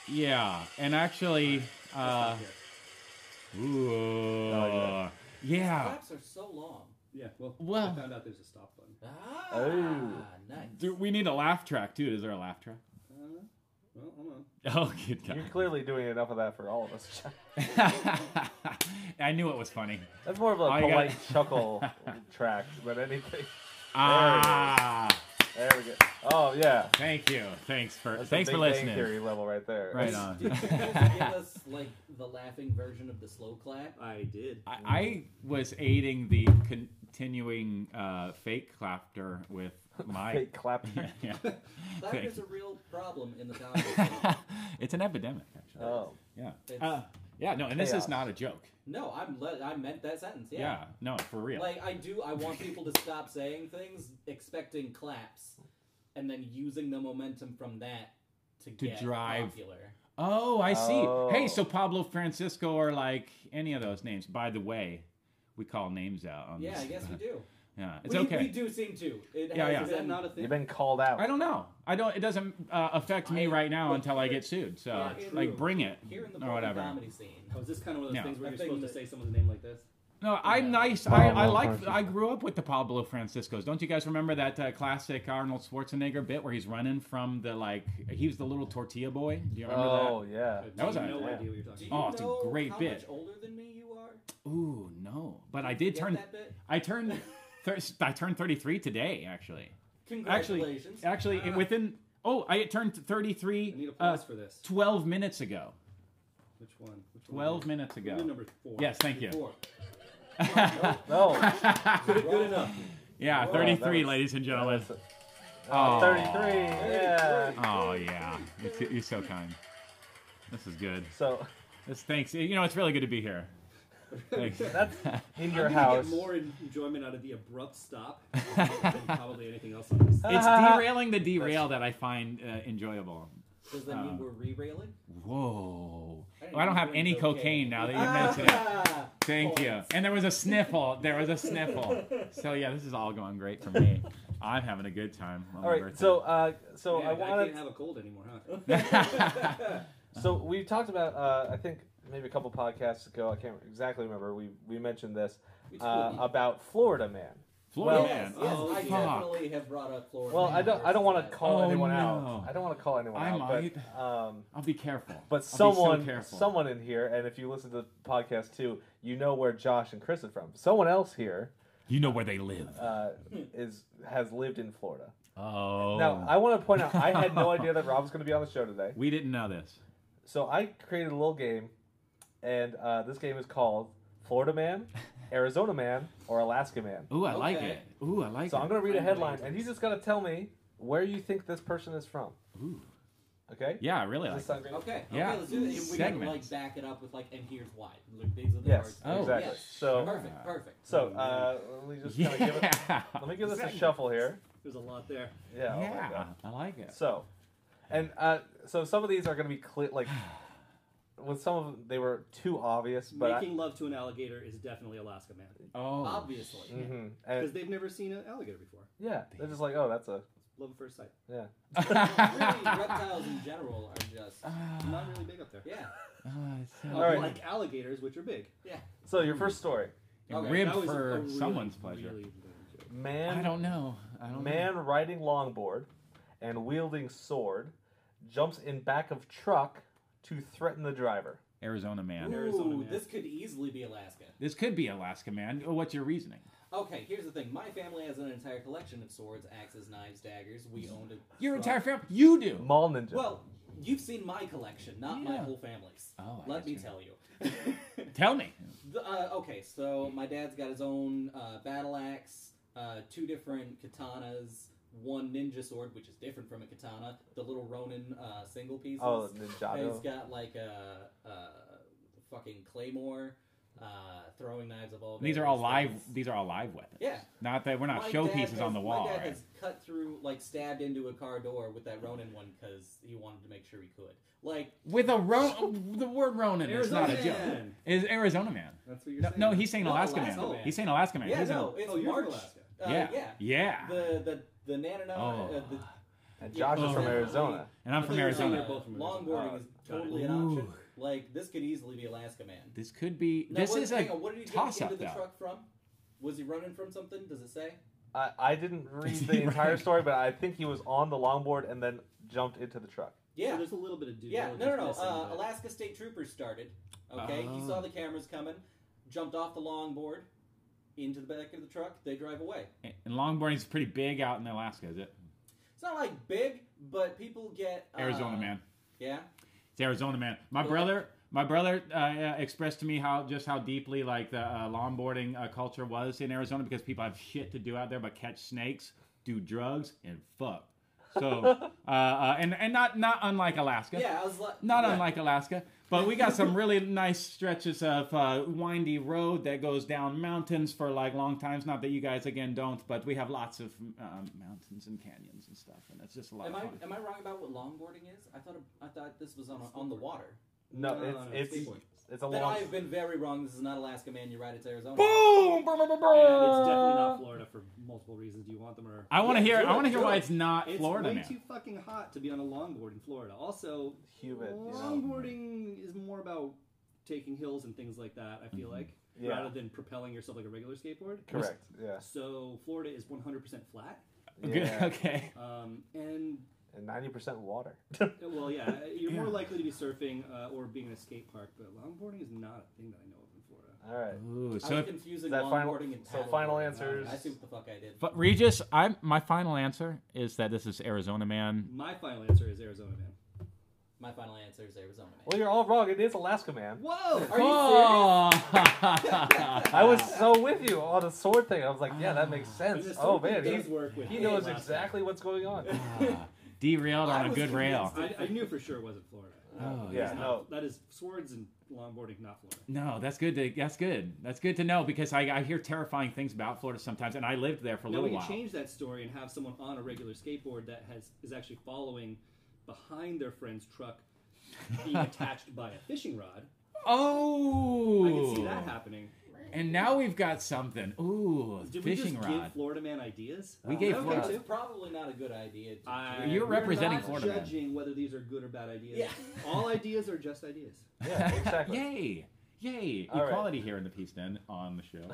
[SPEAKER 2] Yeah, and actually, uh, ooh,
[SPEAKER 1] yeah.
[SPEAKER 2] yeah.
[SPEAKER 3] Claps are so long.
[SPEAKER 4] Yeah. Well,
[SPEAKER 2] Well-
[SPEAKER 4] I found out there's a stop button.
[SPEAKER 3] Ah,
[SPEAKER 1] Oh.
[SPEAKER 3] nice.
[SPEAKER 2] Do we need a laugh track too? Is there a laugh track?
[SPEAKER 4] Uh, well, hold on.
[SPEAKER 2] Oh, good
[SPEAKER 1] You're clearly doing enough of that for all of us.
[SPEAKER 2] God. I knew it was funny.
[SPEAKER 1] That's more of a
[SPEAKER 2] I got-
[SPEAKER 1] polite chuckle track than anything.
[SPEAKER 2] Ah,
[SPEAKER 1] There we go. Oh yeah.
[SPEAKER 2] thank you. Thanks for
[SPEAKER 1] That's a
[SPEAKER 2] thanks for
[SPEAKER 1] Big Bang
[SPEAKER 2] listening.
[SPEAKER 1] Theory level right there.
[SPEAKER 2] Right
[SPEAKER 1] That's-
[SPEAKER 2] on.
[SPEAKER 3] Did you guys give us like the laughing version of the slow clap?
[SPEAKER 4] I did.
[SPEAKER 2] I, I was aiding the continuing uh, fake laughter with my.
[SPEAKER 1] Fake clap.
[SPEAKER 2] yeah.
[SPEAKER 3] Clap
[SPEAKER 2] Thank
[SPEAKER 3] is a
[SPEAKER 2] you.
[SPEAKER 3] real problem in the comedy.
[SPEAKER 2] it's an epidemic, actually.
[SPEAKER 1] Oh.
[SPEAKER 2] yeah.
[SPEAKER 3] It's-
[SPEAKER 2] Uh, yeah. No, and this
[SPEAKER 1] Chaos.
[SPEAKER 2] is not a joke.
[SPEAKER 3] no, I'm le- I meant that sentence.
[SPEAKER 2] Yeah. No, for real.
[SPEAKER 3] Like I do, I want people to stop saying things, expecting claps, and then using the momentum from that to,
[SPEAKER 2] To
[SPEAKER 3] get
[SPEAKER 2] drive-
[SPEAKER 3] popular.
[SPEAKER 2] Oh, I see.
[SPEAKER 1] Oh.
[SPEAKER 2] Hey, so Pablo Francisco or like any of those names. By the way, we call names out on
[SPEAKER 3] Yeah,
[SPEAKER 2] this.
[SPEAKER 3] I guess we do.
[SPEAKER 2] Yeah, it's
[SPEAKER 3] we,
[SPEAKER 2] okay.
[SPEAKER 3] we do seem to. It
[SPEAKER 2] Yeah,
[SPEAKER 3] has
[SPEAKER 2] yeah.
[SPEAKER 3] Is that not a thing?
[SPEAKER 1] You've been called out.
[SPEAKER 2] I don't know. I don't. It doesn't uh, affect me
[SPEAKER 3] I-
[SPEAKER 2] right now
[SPEAKER 3] look,
[SPEAKER 2] until I get sued. So,
[SPEAKER 3] yeah,
[SPEAKER 2] like,
[SPEAKER 4] true.
[SPEAKER 2] bring it
[SPEAKER 3] Here in the
[SPEAKER 2] or
[SPEAKER 3] Portland
[SPEAKER 2] whatever.
[SPEAKER 3] comedy scene.
[SPEAKER 4] Oh, is this kind of one of those
[SPEAKER 2] Yeah.
[SPEAKER 4] things where
[SPEAKER 3] I
[SPEAKER 4] you're
[SPEAKER 3] think
[SPEAKER 4] supposed to
[SPEAKER 3] that-
[SPEAKER 4] say someone's name like this?
[SPEAKER 2] No, I'm
[SPEAKER 3] Yeah.
[SPEAKER 2] nice. I, I
[SPEAKER 1] Pablo
[SPEAKER 2] like.
[SPEAKER 1] Francisco.
[SPEAKER 2] I grew up with the Pablo Franciscos. Don't you guys remember that uh, classic Arnold Schwarzenegger bit where he's running from the like? He was the little tortilla boy. Do you remember
[SPEAKER 1] Oh yeah.
[SPEAKER 4] I have
[SPEAKER 2] That was
[SPEAKER 4] no
[SPEAKER 2] a-
[SPEAKER 1] yeah.
[SPEAKER 4] idea what you're
[SPEAKER 3] Do
[SPEAKER 4] talking
[SPEAKER 3] you
[SPEAKER 2] Oh,
[SPEAKER 4] about.
[SPEAKER 2] it's a
[SPEAKER 3] know
[SPEAKER 2] great
[SPEAKER 3] how
[SPEAKER 2] bit.
[SPEAKER 3] much older than me you are?
[SPEAKER 2] that? Ooh, no. But I did
[SPEAKER 3] Get
[SPEAKER 2] turn.
[SPEAKER 3] that bit?
[SPEAKER 2] I turned. Thir- I turned 33 today. Actually, actually,
[SPEAKER 3] Congratulations.
[SPEAKER 2] actually,
[SPEAKER 3] Ah.
[SPEAKER 2] within. Oh, I turned
[SPEAKER 4] I need
[SPEAKER 2] 33.
[SPEAKER 4] applause
[SPEAKER 2] Uh,
[SPEAKER 4] for this.
[SPEAKER 2] 12 minutes ago.
[SPEAKER 4] Which one? Which one
[SPEAKER 2] 12
[SPEAKER 4] are we-
[SPEAKER 2] minutes
[SPEAKER 4] We're doing
[SPEAKER 2] ago.
[SPEAKER 4] number four.
[SPEAKER 2] Yes, thank you.
[SPEAKER 4] Four.
[SPEAKER 1] No.
[SPEAKER 4] Good, good enough.
[SPEAKER 2] Yeah,
[SPEAKER 1] Wow,
[SPEAKER 2] 33,
[SPEAKER 1] that was-
[SPEAKER 2] ladies and gentlemen.
[SPEAKER 1] Oh,
[SPEAKER 2] Aw.
[SPEAKER 1] 33. Yeah.
[SPEAKER 2] Oh yeah, you're, too- you're so kind. This is good.
[SPEAKER 1] So
[SPEAKER 2] This thanks. You know, it's really good to be here. Thanks.
[SPEAKER 1] that's in your
[SPEAKER 4] I'm gonna
[SPEAKER 1] house.
[SPEAKER 4] Get more en- enjoyment out of the abrupt stop than probably anything else on this.
[SPEAKER 2] It's derailing the derail that I find uh, enjoyable.
[SPEAKER 3] Does that mean
[SPEAKER 2] Um,
[SPEAKER 3] we're re-railing?
[SPEAKER 2] Whoa.
[SPEAKER 3] I didn't
[SPEAKER 2] Well, I don't
[SPEAKER 3] know
[SPEAKER 2] have
[SPEAKER 3] you
[SPEAKER 2] any
[SPEAKER 3] were okay.
[SPEAKER 2] cocaine now that you
[SPEAKER 3] Ah,
[SPEAKER 2] mention it. Thank
[SPEAKER 3] points.
[SPEAKER 2] you. And there was a sniffle. There was a sniffle. So yeah, this is all going great for me. I'm having a good time. on my
[SPEAKER 1] All right.
[SPEAKER 2] birthday.
[SPEAKER 1] So uh, so
[SPEAKER 4] Man,
[SPEAKER 1] I
[SPEAKER 4] I
[SPEAKER 1] wanted.
[SPEAKER 4] can't have a cold anymore, huh?
[SPEAKER 1] So we talked about uh, I think maybe a couple podcasts ago. I can't exactly remember. We we mentioned this
[SPEAKER 3] We told
[SPEAKER 1] uh,
[SPEAKER 3] you.
[SPEAKER 1] about Florida Man.
[SPEAKER 2] Florida
[SPEAKER 1] well,
[SPEAKER 2] man.
[SPEAKER 3] yes, yes,
[SPEAKER 2] oh,
[SPEAKER 3] I
[SPEAKER 2] fuck.
[SPEAKER 3] definitely have brought up Florida.
[SPEAKER 1] Well, I don't I don't want to call
[SPEAKER 2] Oh,
[SPEAKER 1] anyone
[SPEAKER 2] no.
[SPEAKER 1] out. I don't want to call anyone
[SPEAKER 2] I
[SPEAKER 1] out.
[SPEAKER 2] might.
[SPEAKER 1] But, um,
[SPEAKER 2] I'll be careful. I'll
[SPEAKER 1] but
[SPEAKER 2] be so
[SPEAKER 1] someone
[SPEAKER 2] careful.
[SPEAKER 1] someone in here, and if you listen to the podcast too, you know where Josh and Chris are from. Someone else here
[SPEAKER 2] You know where they live.
[SPEAKER 1] uh, is has lived in Florida.
[SPEAKER 2] oh.
[SPEAKER 1] Now, I want to point out, I had no idea that Rob was going to be on the show today.
[SPEAKER 2] we didn't know this.
[SPEAKER 1] So I created a little game, and uh, this game is called Florida Man, Arizona Man, or Alaska Man.
[SPEAKER 2] Ooh, I like
[SPEAKER 3] Okay.
[SPEAKER 2] it. Ooh, I like
[SPEAKER 1] So
[SPEAKER 2] it.
[SPEAKER 1] I'm going to read a
[SPEAKER 4] I'm
[SPEAKER 1] headline,
[SPEAKER 4] waiting.
[SPEAKER 1] and you just got to tell me where you think this person is from.
[SPEAKER 2] Ooh.
[SPEAKER 1] Okay?
[SPEAKER 2] Yeah, I really
[SPEAKER 1] Does
[SPEAKER 2] like
[SPEAKER 1] this
[SPEAKER 2] it.
[SPEAKER 1] sound good?
[SPEAKER 3] Okay.
[SPEAKER 2] Yeah.
[SPEAKER 3] Okay, let's do that. And we can like
[SPEAKER 2] Segments.
[SPEAKER 3] back it up with like, and here's why. Like, these are the
[SPEAKER 1] Yes,
[SPEAKER 3] words.
[SPEAKER 2] Oh,
[SPEAKER 1] exactly.
[SPEAKER 3] yes.
[SPEAKER 1] So,
[SPEAKER 3] Perfect. Perfect.
[SPEAKER 1] so uh, let me just kind of give it.
[SPEAKER 2] Yeah.
[SPEAKER 1] Let me give this a
[SPEAKER 2] Segments.
[SPEAKER 1] shuffle here.
[SPEAKER 4] There's a lot there.
[SPEAKER 1] Yeah. oh my
[SPEAKER 2] yeah,
[SPEAKER 1] God.
[SPEAKER 2] I like it.
[SPEAKER 1] So, and uh, so some of these are going to be clear, like with some of them they were too obvious, but I-
[SPEAKER 4] Making love to an alligator is definitely Alaska, man.
[SPEAKER 2] Oh,
[SPEAKER 3] Obviously.
[SPEAKER 1] Mhm.
[SPEAKER 4] Because
[SPEAKER 1] and
[SPEAKER 4] they've never seen an alligator before.
[SPEAKER 1] yeah, they're just like, oh, that's a
[SPEAKER 4] Love at first sight.
[SPEAKER 1] yeah.
[SPEAKER 3] really, reptiles in general are just.
[SPEAKER 2] Ah,
[SPEAKER 4] I'm not really big up there. Uh,
[SPEAKER 3] Yeah. Oh,
[SPEAKER 1] All right.
[SPEAKER 4] Like alligators, which are big.
[SPEAKER 1] So your first story,
[SPEAKER 3] Okay,
[SPEAKER 2] Rib
[SPEAKER 4] That was a
[SPEAKER 2] for
[SPEAKER 4] really,
[SPEAKER 2] someone's pleasure.
[SPEAKER 4] really good joke.
[SPEAKER 1] man.
[SPEAKER 2] I don't know. I don't
[SPEAKER 1] Man riding longboard and wielding sword jumps in back of truck to threaten the driver.
[SPEAKER 2] know. Arizona man.
[SPEAKER 4] Ooh. Arizona
[SPEAKER 3] Ooh,
[SPEAKER 4] man.
[SPEAKER 3] this could easily be Alaska.
[SPEAKER 2] This could be Alaska man. Oh, What's your reasoning?
[SPEAKER 3] Okay, here's the thing. My family has an entire collection of swords, axes, knives, daggers. We owned a.
[SPEAKER 2] Your
[SPEAKER 3] truck.
[SPEAKER 2] entire family. You do.
[SPEAKER 1] Mall ninja.
[SPEAKER 3] Well, you've seen my collection, not my
[SPEAKER 2] Yeah.
[SPEAKER 3] whole family's.
[SPEAKER 2] Oh, I
[SPEAKER 3] Let
[SPEAKER 2] get
[SPEAKER 3] me
[SPEAKER 2] you.
[SPEAKER 3] tell you.
[SPEAKER 2] Tell me.
[SPEAKER 3] The- uh, okay, so my dad's got his own uh, battle axe, uh, two different katanas, one ninja sword, which is different from a katana, the little Ronin uh, single pieces.
[SPEAKER 1] oh,
[SPEAKER 3] And he's
[SPEAKER 1] ninjado.
[SPEAKER 3] got like a, a fucking claymore, uh, throwing knives of all.
[SPEAKER 2] These are
[SPEAKER 3] various
[SPEAKER 2] all live.
[SPEAKER 3] kinds.
[SPEAKER 2] These are all live weapons.
[SPEAKER 3] Yeah.
[SPEAKER 2] Not that we're
[SPEAKER 3] My
[SPEAKER 2] not
[SPEAKER 3] dad
[SPEAKER 2] showpieces
[SPEAKER 3] has-
[SPEAKER 2] on the wall,
[SPEAKER 3] My dad
[SPEAKER 2] right?
[SPEAKER 3] has cut through, like, stabbed into a car door with that Ronin one because he wanted to make sure he could. Like,
[SPEAKER 2] With a Ron, the word Ronin is not a
[SPEAKER 4] Arizona
[SPEAKER 2] joke.
[SPEAKER 4] man.
[SPEAKER 2] Is Arizona man?
[SPEAKER 4] That's what you're
[SPEAKER 2] No,
[SPEAKER 4] saying.
[SPEAKER 2] no, he's saying
[SPEAKER 3] No,
[SPEAKER 2] Alaska,
[SPEAKER 3] Alaska
[SPEAKER 2] man.
[SPEAKER 4] man.
[SPEAKER 2] He's saying Alaska man.
[SPEAKER 3] yeah,
[SPEAKER 2] He's in-
[SPEAKER 3] no, it's
[SPEAKER 4] Oh, you're from
[SPEAKER 3] March.
[SPEAKER 4] Alaska.
[SPEAKER 3] Uh,
[SPEAKER 2] yeah,
[SPEAKER 3] yeah.
[SPEAKER 2] yeah.
[SPEAKER 3] The the the Nanana,
[SPEAKER 2] Oh.
[SPEAKER 3] uh, the
[SPEAKER 1] And Josh is
[SPEAKER 2] Oh.
[SPEAKER 1] from Arizona.
[SPEAKER 2] and I'm
[SPEAKER 4] I
[SPEAKER 2] from
[SPEAKER 4] thought you were saying
[SPEAKER 2] Arizona.
[SPEAKER 4] they're both from Arizona.
[SPEAKER 3] Longboarding
[SPEAKER 1] Oh,
[SPEAKER 3] is
[SPEAKER 4] got it.
[SPEAKER 3] totally an option.
[SPEAKER 2] Ooh.
[SPEAKER 3] Like this could easily be Alaska Man.
[SPEAKER 2] This could be.
[SPEAKER 3] Now,
[SPEAKER 2] this
[SPEAKER 3] what,
[SPEAKER 2] is
[SPEAKER 3] hang
[SPEAKER 2] a
[SPEAKER 3] on, what did he get
[SPEAKER 2] toss
[SPEAKER 3] into
[SPEAKER 2] up
[SPEAKER 3] the
[SPEAKER 2] though.
[SPEAKER 3] truck from? Was he running from something? Does it say?
[SPEAKER 1] I, I didn't read the
[SPEAKER 2] Right.
[SPEAKER 1] entire story, but I think he was on the longboard and then jumped into the truck.
[SPEAKER 4] So
[SPEAKER 3] Yeah,
[SPEAKER 4] there's a little bit of due
[SPEAKER 3] yeah. No, no, no.
[SPEAKER 4] diligence missing,
[SPEAKER 3] Uh,
[SPEAKER 4] but-
[SPEAKER 3] Alaska State Troopers started. Okay, he
[SPEAKER 2] Oh.
[SPEAKER 3] saw the cameras coming, jumped off the longboard, into the back of the truck. They drive away.
[SPEAKER 2] And longboarding's pretty big out in Alaska, is it?
[SPEAKER 3] It's not like big, but people get uh,
[SPEAKER 2] Arizona man.
[SPEAKER 3] Yeah.
[SPEAKER 2] It's Arizona man. My
[SPEAKER 3] Okay.
[SPEAKER 2] brother, my brother uh, uh, expressed to me how just how deeply like the uh, longboarding uh, culture was in Arizona because people have shit to do out there but catch snakes, do drugs, and fuck. So, uh, uh, and and not not unlike Alaska.
[SPEAKER 3] Yeah, I was like,
[SPEAKER 2] Not
[SPEAKER 3] yeah.
[SPEAKER 2] unlike Alaska, but we got some really nice stretches of uh, windy road that goes down mountains for like long times. Not that you guys again don't, but we have lots of um, mountains and canyons and stuff, and it's just a lot
[SPEAKER 3] Am
[SPEAKER 2] of
[SPEAKER 3] I
[SPEAKER 2] fun.
[SPEAKER 3] am I wrong about what longboarding is? I thought I thought this was on on the water.
[SPEAKER 1] No,
[SPEAKER 4] No, no, no,
[SPEAKER 1] it's it's
[SPEAKER 4] skateboard.
[SPEAKER 1] it's a
[SPEAKER 3] Then
[SPEAKER 1] long.
[SPEAKER 3] I have been very wrong. This is not Alaska, man. You're right. It's Arizona.
[SPEAKER 2] Boom! Brr, brr, brr, brr.
[SPEAKER 4] And it's definitely not Florida for multiple reasons. Do you want them or?
[SPEAKER 2] I want to
[SPEAKER 3] Yeah,
[SPEAKER 2] hear.
[SPEAKER 3] do
[SPEAKER 2] I
[SPEAKER 3] it,
[SPEAKER 2] want to hear
[SPEAKER 3] do
[SPEAKER 2] why
[SPEAKER 3] it.
[SPEAKER 2] it's not
[SPEAKER 4] It's
[SPEAKER 2] Florida,
[SPEAKER 4] way
[SPEAKER 2] man.
[SPEAKER 4] too fucking hot to be on a longboard in Florida. Also,
[SPEAKER 1] Humid, you know.
[SPEAKER 4] Longboarding is more about taking hills and things like that. I feel like
[SPEAKER 1] Mm-hmm. Yeah.
[SPEAKER 4] rather than propelling yourself like a regular skateboard.
[SPEAKER 1] Correct. Yeah.
[SPEAKER 4] So Florida is 100% flat,
[SPEAKER 2] Good.
[SPEAKER 1] yeah.
[SPEAKER 2] Okay.
[SPEAKER 4] um, and
[SPEAKER 1] And ninety percent water.
[SPEAKER 4] well, yeah, you're more
[SPEAKER 2] Yeah.
[SPEAKER 4] likely to be surfing uh, or being in a skate park. But longboarding is not a thing that I know of in Florida.
[SPEAKER 1] All right.
[SPEAKER 2] Ooh,
[SPEAKER 3] I
[SPEAKER 2] so
[SPEAKER 3] was
[SPEAKER 2] if,
[SPEAKER 3] confusing
[SPEAKER 1] that final-
[SPEAKER 3] longboarding and
[SPEAKER 1] so
[SPEAKER 3] paddleboarding.
[SPEAKER 1] final
[SPEAKER 3] Alright,
[SPEAKER 1] answers-
[SPEAKER 3] I see what the fuck I did.
[SPEAKER 2] but Regis, I my final answer is that this is Arizona man.
[SPEAKER 4] My final answer is Arizona, man.
[SPEAKER 3] My final answer is Arizona. Man.
[SPEAKER 1] Well, you're all wrong. It is Alaska, man.
[SPEAKER 4] Whoa!
[SPEAKER 3] Are you
[SPEAKER 1] I was so with you on the sword thing. I was like, yeah, that makes sense.
[SPEAKER 4] Minnesota
[SPEAKER 1] Oh man,
[SPEAKER 4] does
[SPEAKER 1] he,
[SPEAKER 4] work with
[SPEAKER 1] he
[SPEAKER 4] it.
[SPEAKER 1] knows
[SPEAKER 4] Alaska.
[SPEAKER 1] exactly what's going on.
[SPEAKER 2] Ah, derailed
[SPEAKER 3] I
[SPEAKER 2] on a
[SPEAKER 3] was
[SPEAKER 2] good rail.
[SPEAKER 4] I, I knew for sure it wasn't Florida.
[SPEAKER 2] Oh,
[SPEAKER 1] yeah.
[SPEAKER 4] It's not-
[SPEAKER 1] no.
[SPEAKER 4] that is swords and longboarding, not Florida.
[SPEAKER 2] No, that's good. To, that's good. That's good to know because I, I hear terrifying things about Florida sometimes, and I lived there for a
[SPEAKER 4] Now
[SPEAKER 2] little
[SPEAKER 4] we can
[SPEAKER 2] while.
[SPEAKER 4] change that story and have someone on a regular skateboard that has is actually following behind their friend's truck, being attached by a fishing rod.
[SPEAKER 2] Oh,
[SPEAKER 4] I can see that happening.
[SPEAKER 2] And now we've got something. Ooh,
[SPEAKER 4] Did
[SPEAKER 2] fishing
[SPEAKER 4] we just
[SPEAKER 2] rod.
[SPEAKER 4] give Florida man ideas?
[SPEAKER 2] We gave
[SPEAKER 4] Okay,
[SPEAKER 2] Florida-
[SPEAKER 3] It's
[SPEAKER 4] too.
[SPEAKER 3] probably not a good idea. To,
[SPEAKER 4] I-
[SPEAKER 2] You're
[SPEAKER 4] we're
[SPEAKER 2] representing
[SPEAKER 4] not
[SPEAKER 2] Florida man.
[SPEAKER 4] judging whether these are good or bad ideas.
[SPEAKER 3] Yeah.
[SPEAKER 4] All ideas are just ideas.
[SPEAKER 1] Yeah, exactly.
[SPEAKER 2] Yay! Yay!
[SPEAKER 1] All right.
[SPEAKER 2] Equality here in the Peace Den on the show.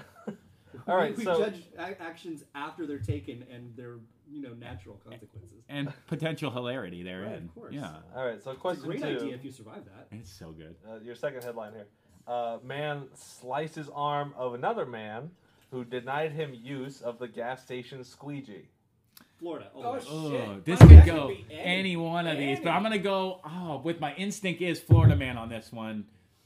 [SPEAKER 1] All right,
[SPEAKER 4] we, we
[SPEAKER 1] so-
[SPEAKER 4] judge a- actions after they're taken and their you know natural consequences.
[SPEAKER 2] and potential hilarity therein.
[SPEAKER 4] Right, of course.
[SPEAKER 2] Yeah,
[SPEAKER 1] All right. So
[SPEAKER 4] It's a
[SPEAKER 1] question
[SPEAKER 4] great
[SPEAKER 1] two.
[SPEAKER 4] idea if you survive that.
[SPEAKER 2] it's so good.
[SPEAKER 1] uh, your second headline here. Uh, man slices arm of another man who denied him use of the gas station squeegee.
[SPEAKER 4] Florida.
[SPEAKER 3] Oh,
[SPEAKER 4] always.
[SPEAKER 3] shit.
[SPEAKER 2] Oh,
[SPEAKER 3] Shit.
[SPEAKER 2] this
[SPEAKER 3] Oh,
[SPEAKER 2] could
[SPEAKER 3] that
[SPEAKER 2] go
[SPEAKER 3] could be any-
[SPEAKER 2] any one of these, but
[SPEAKER 3] any.
[SPEAKER 2] I'm gonna go. Oh, with my instinct is Florida man on this one,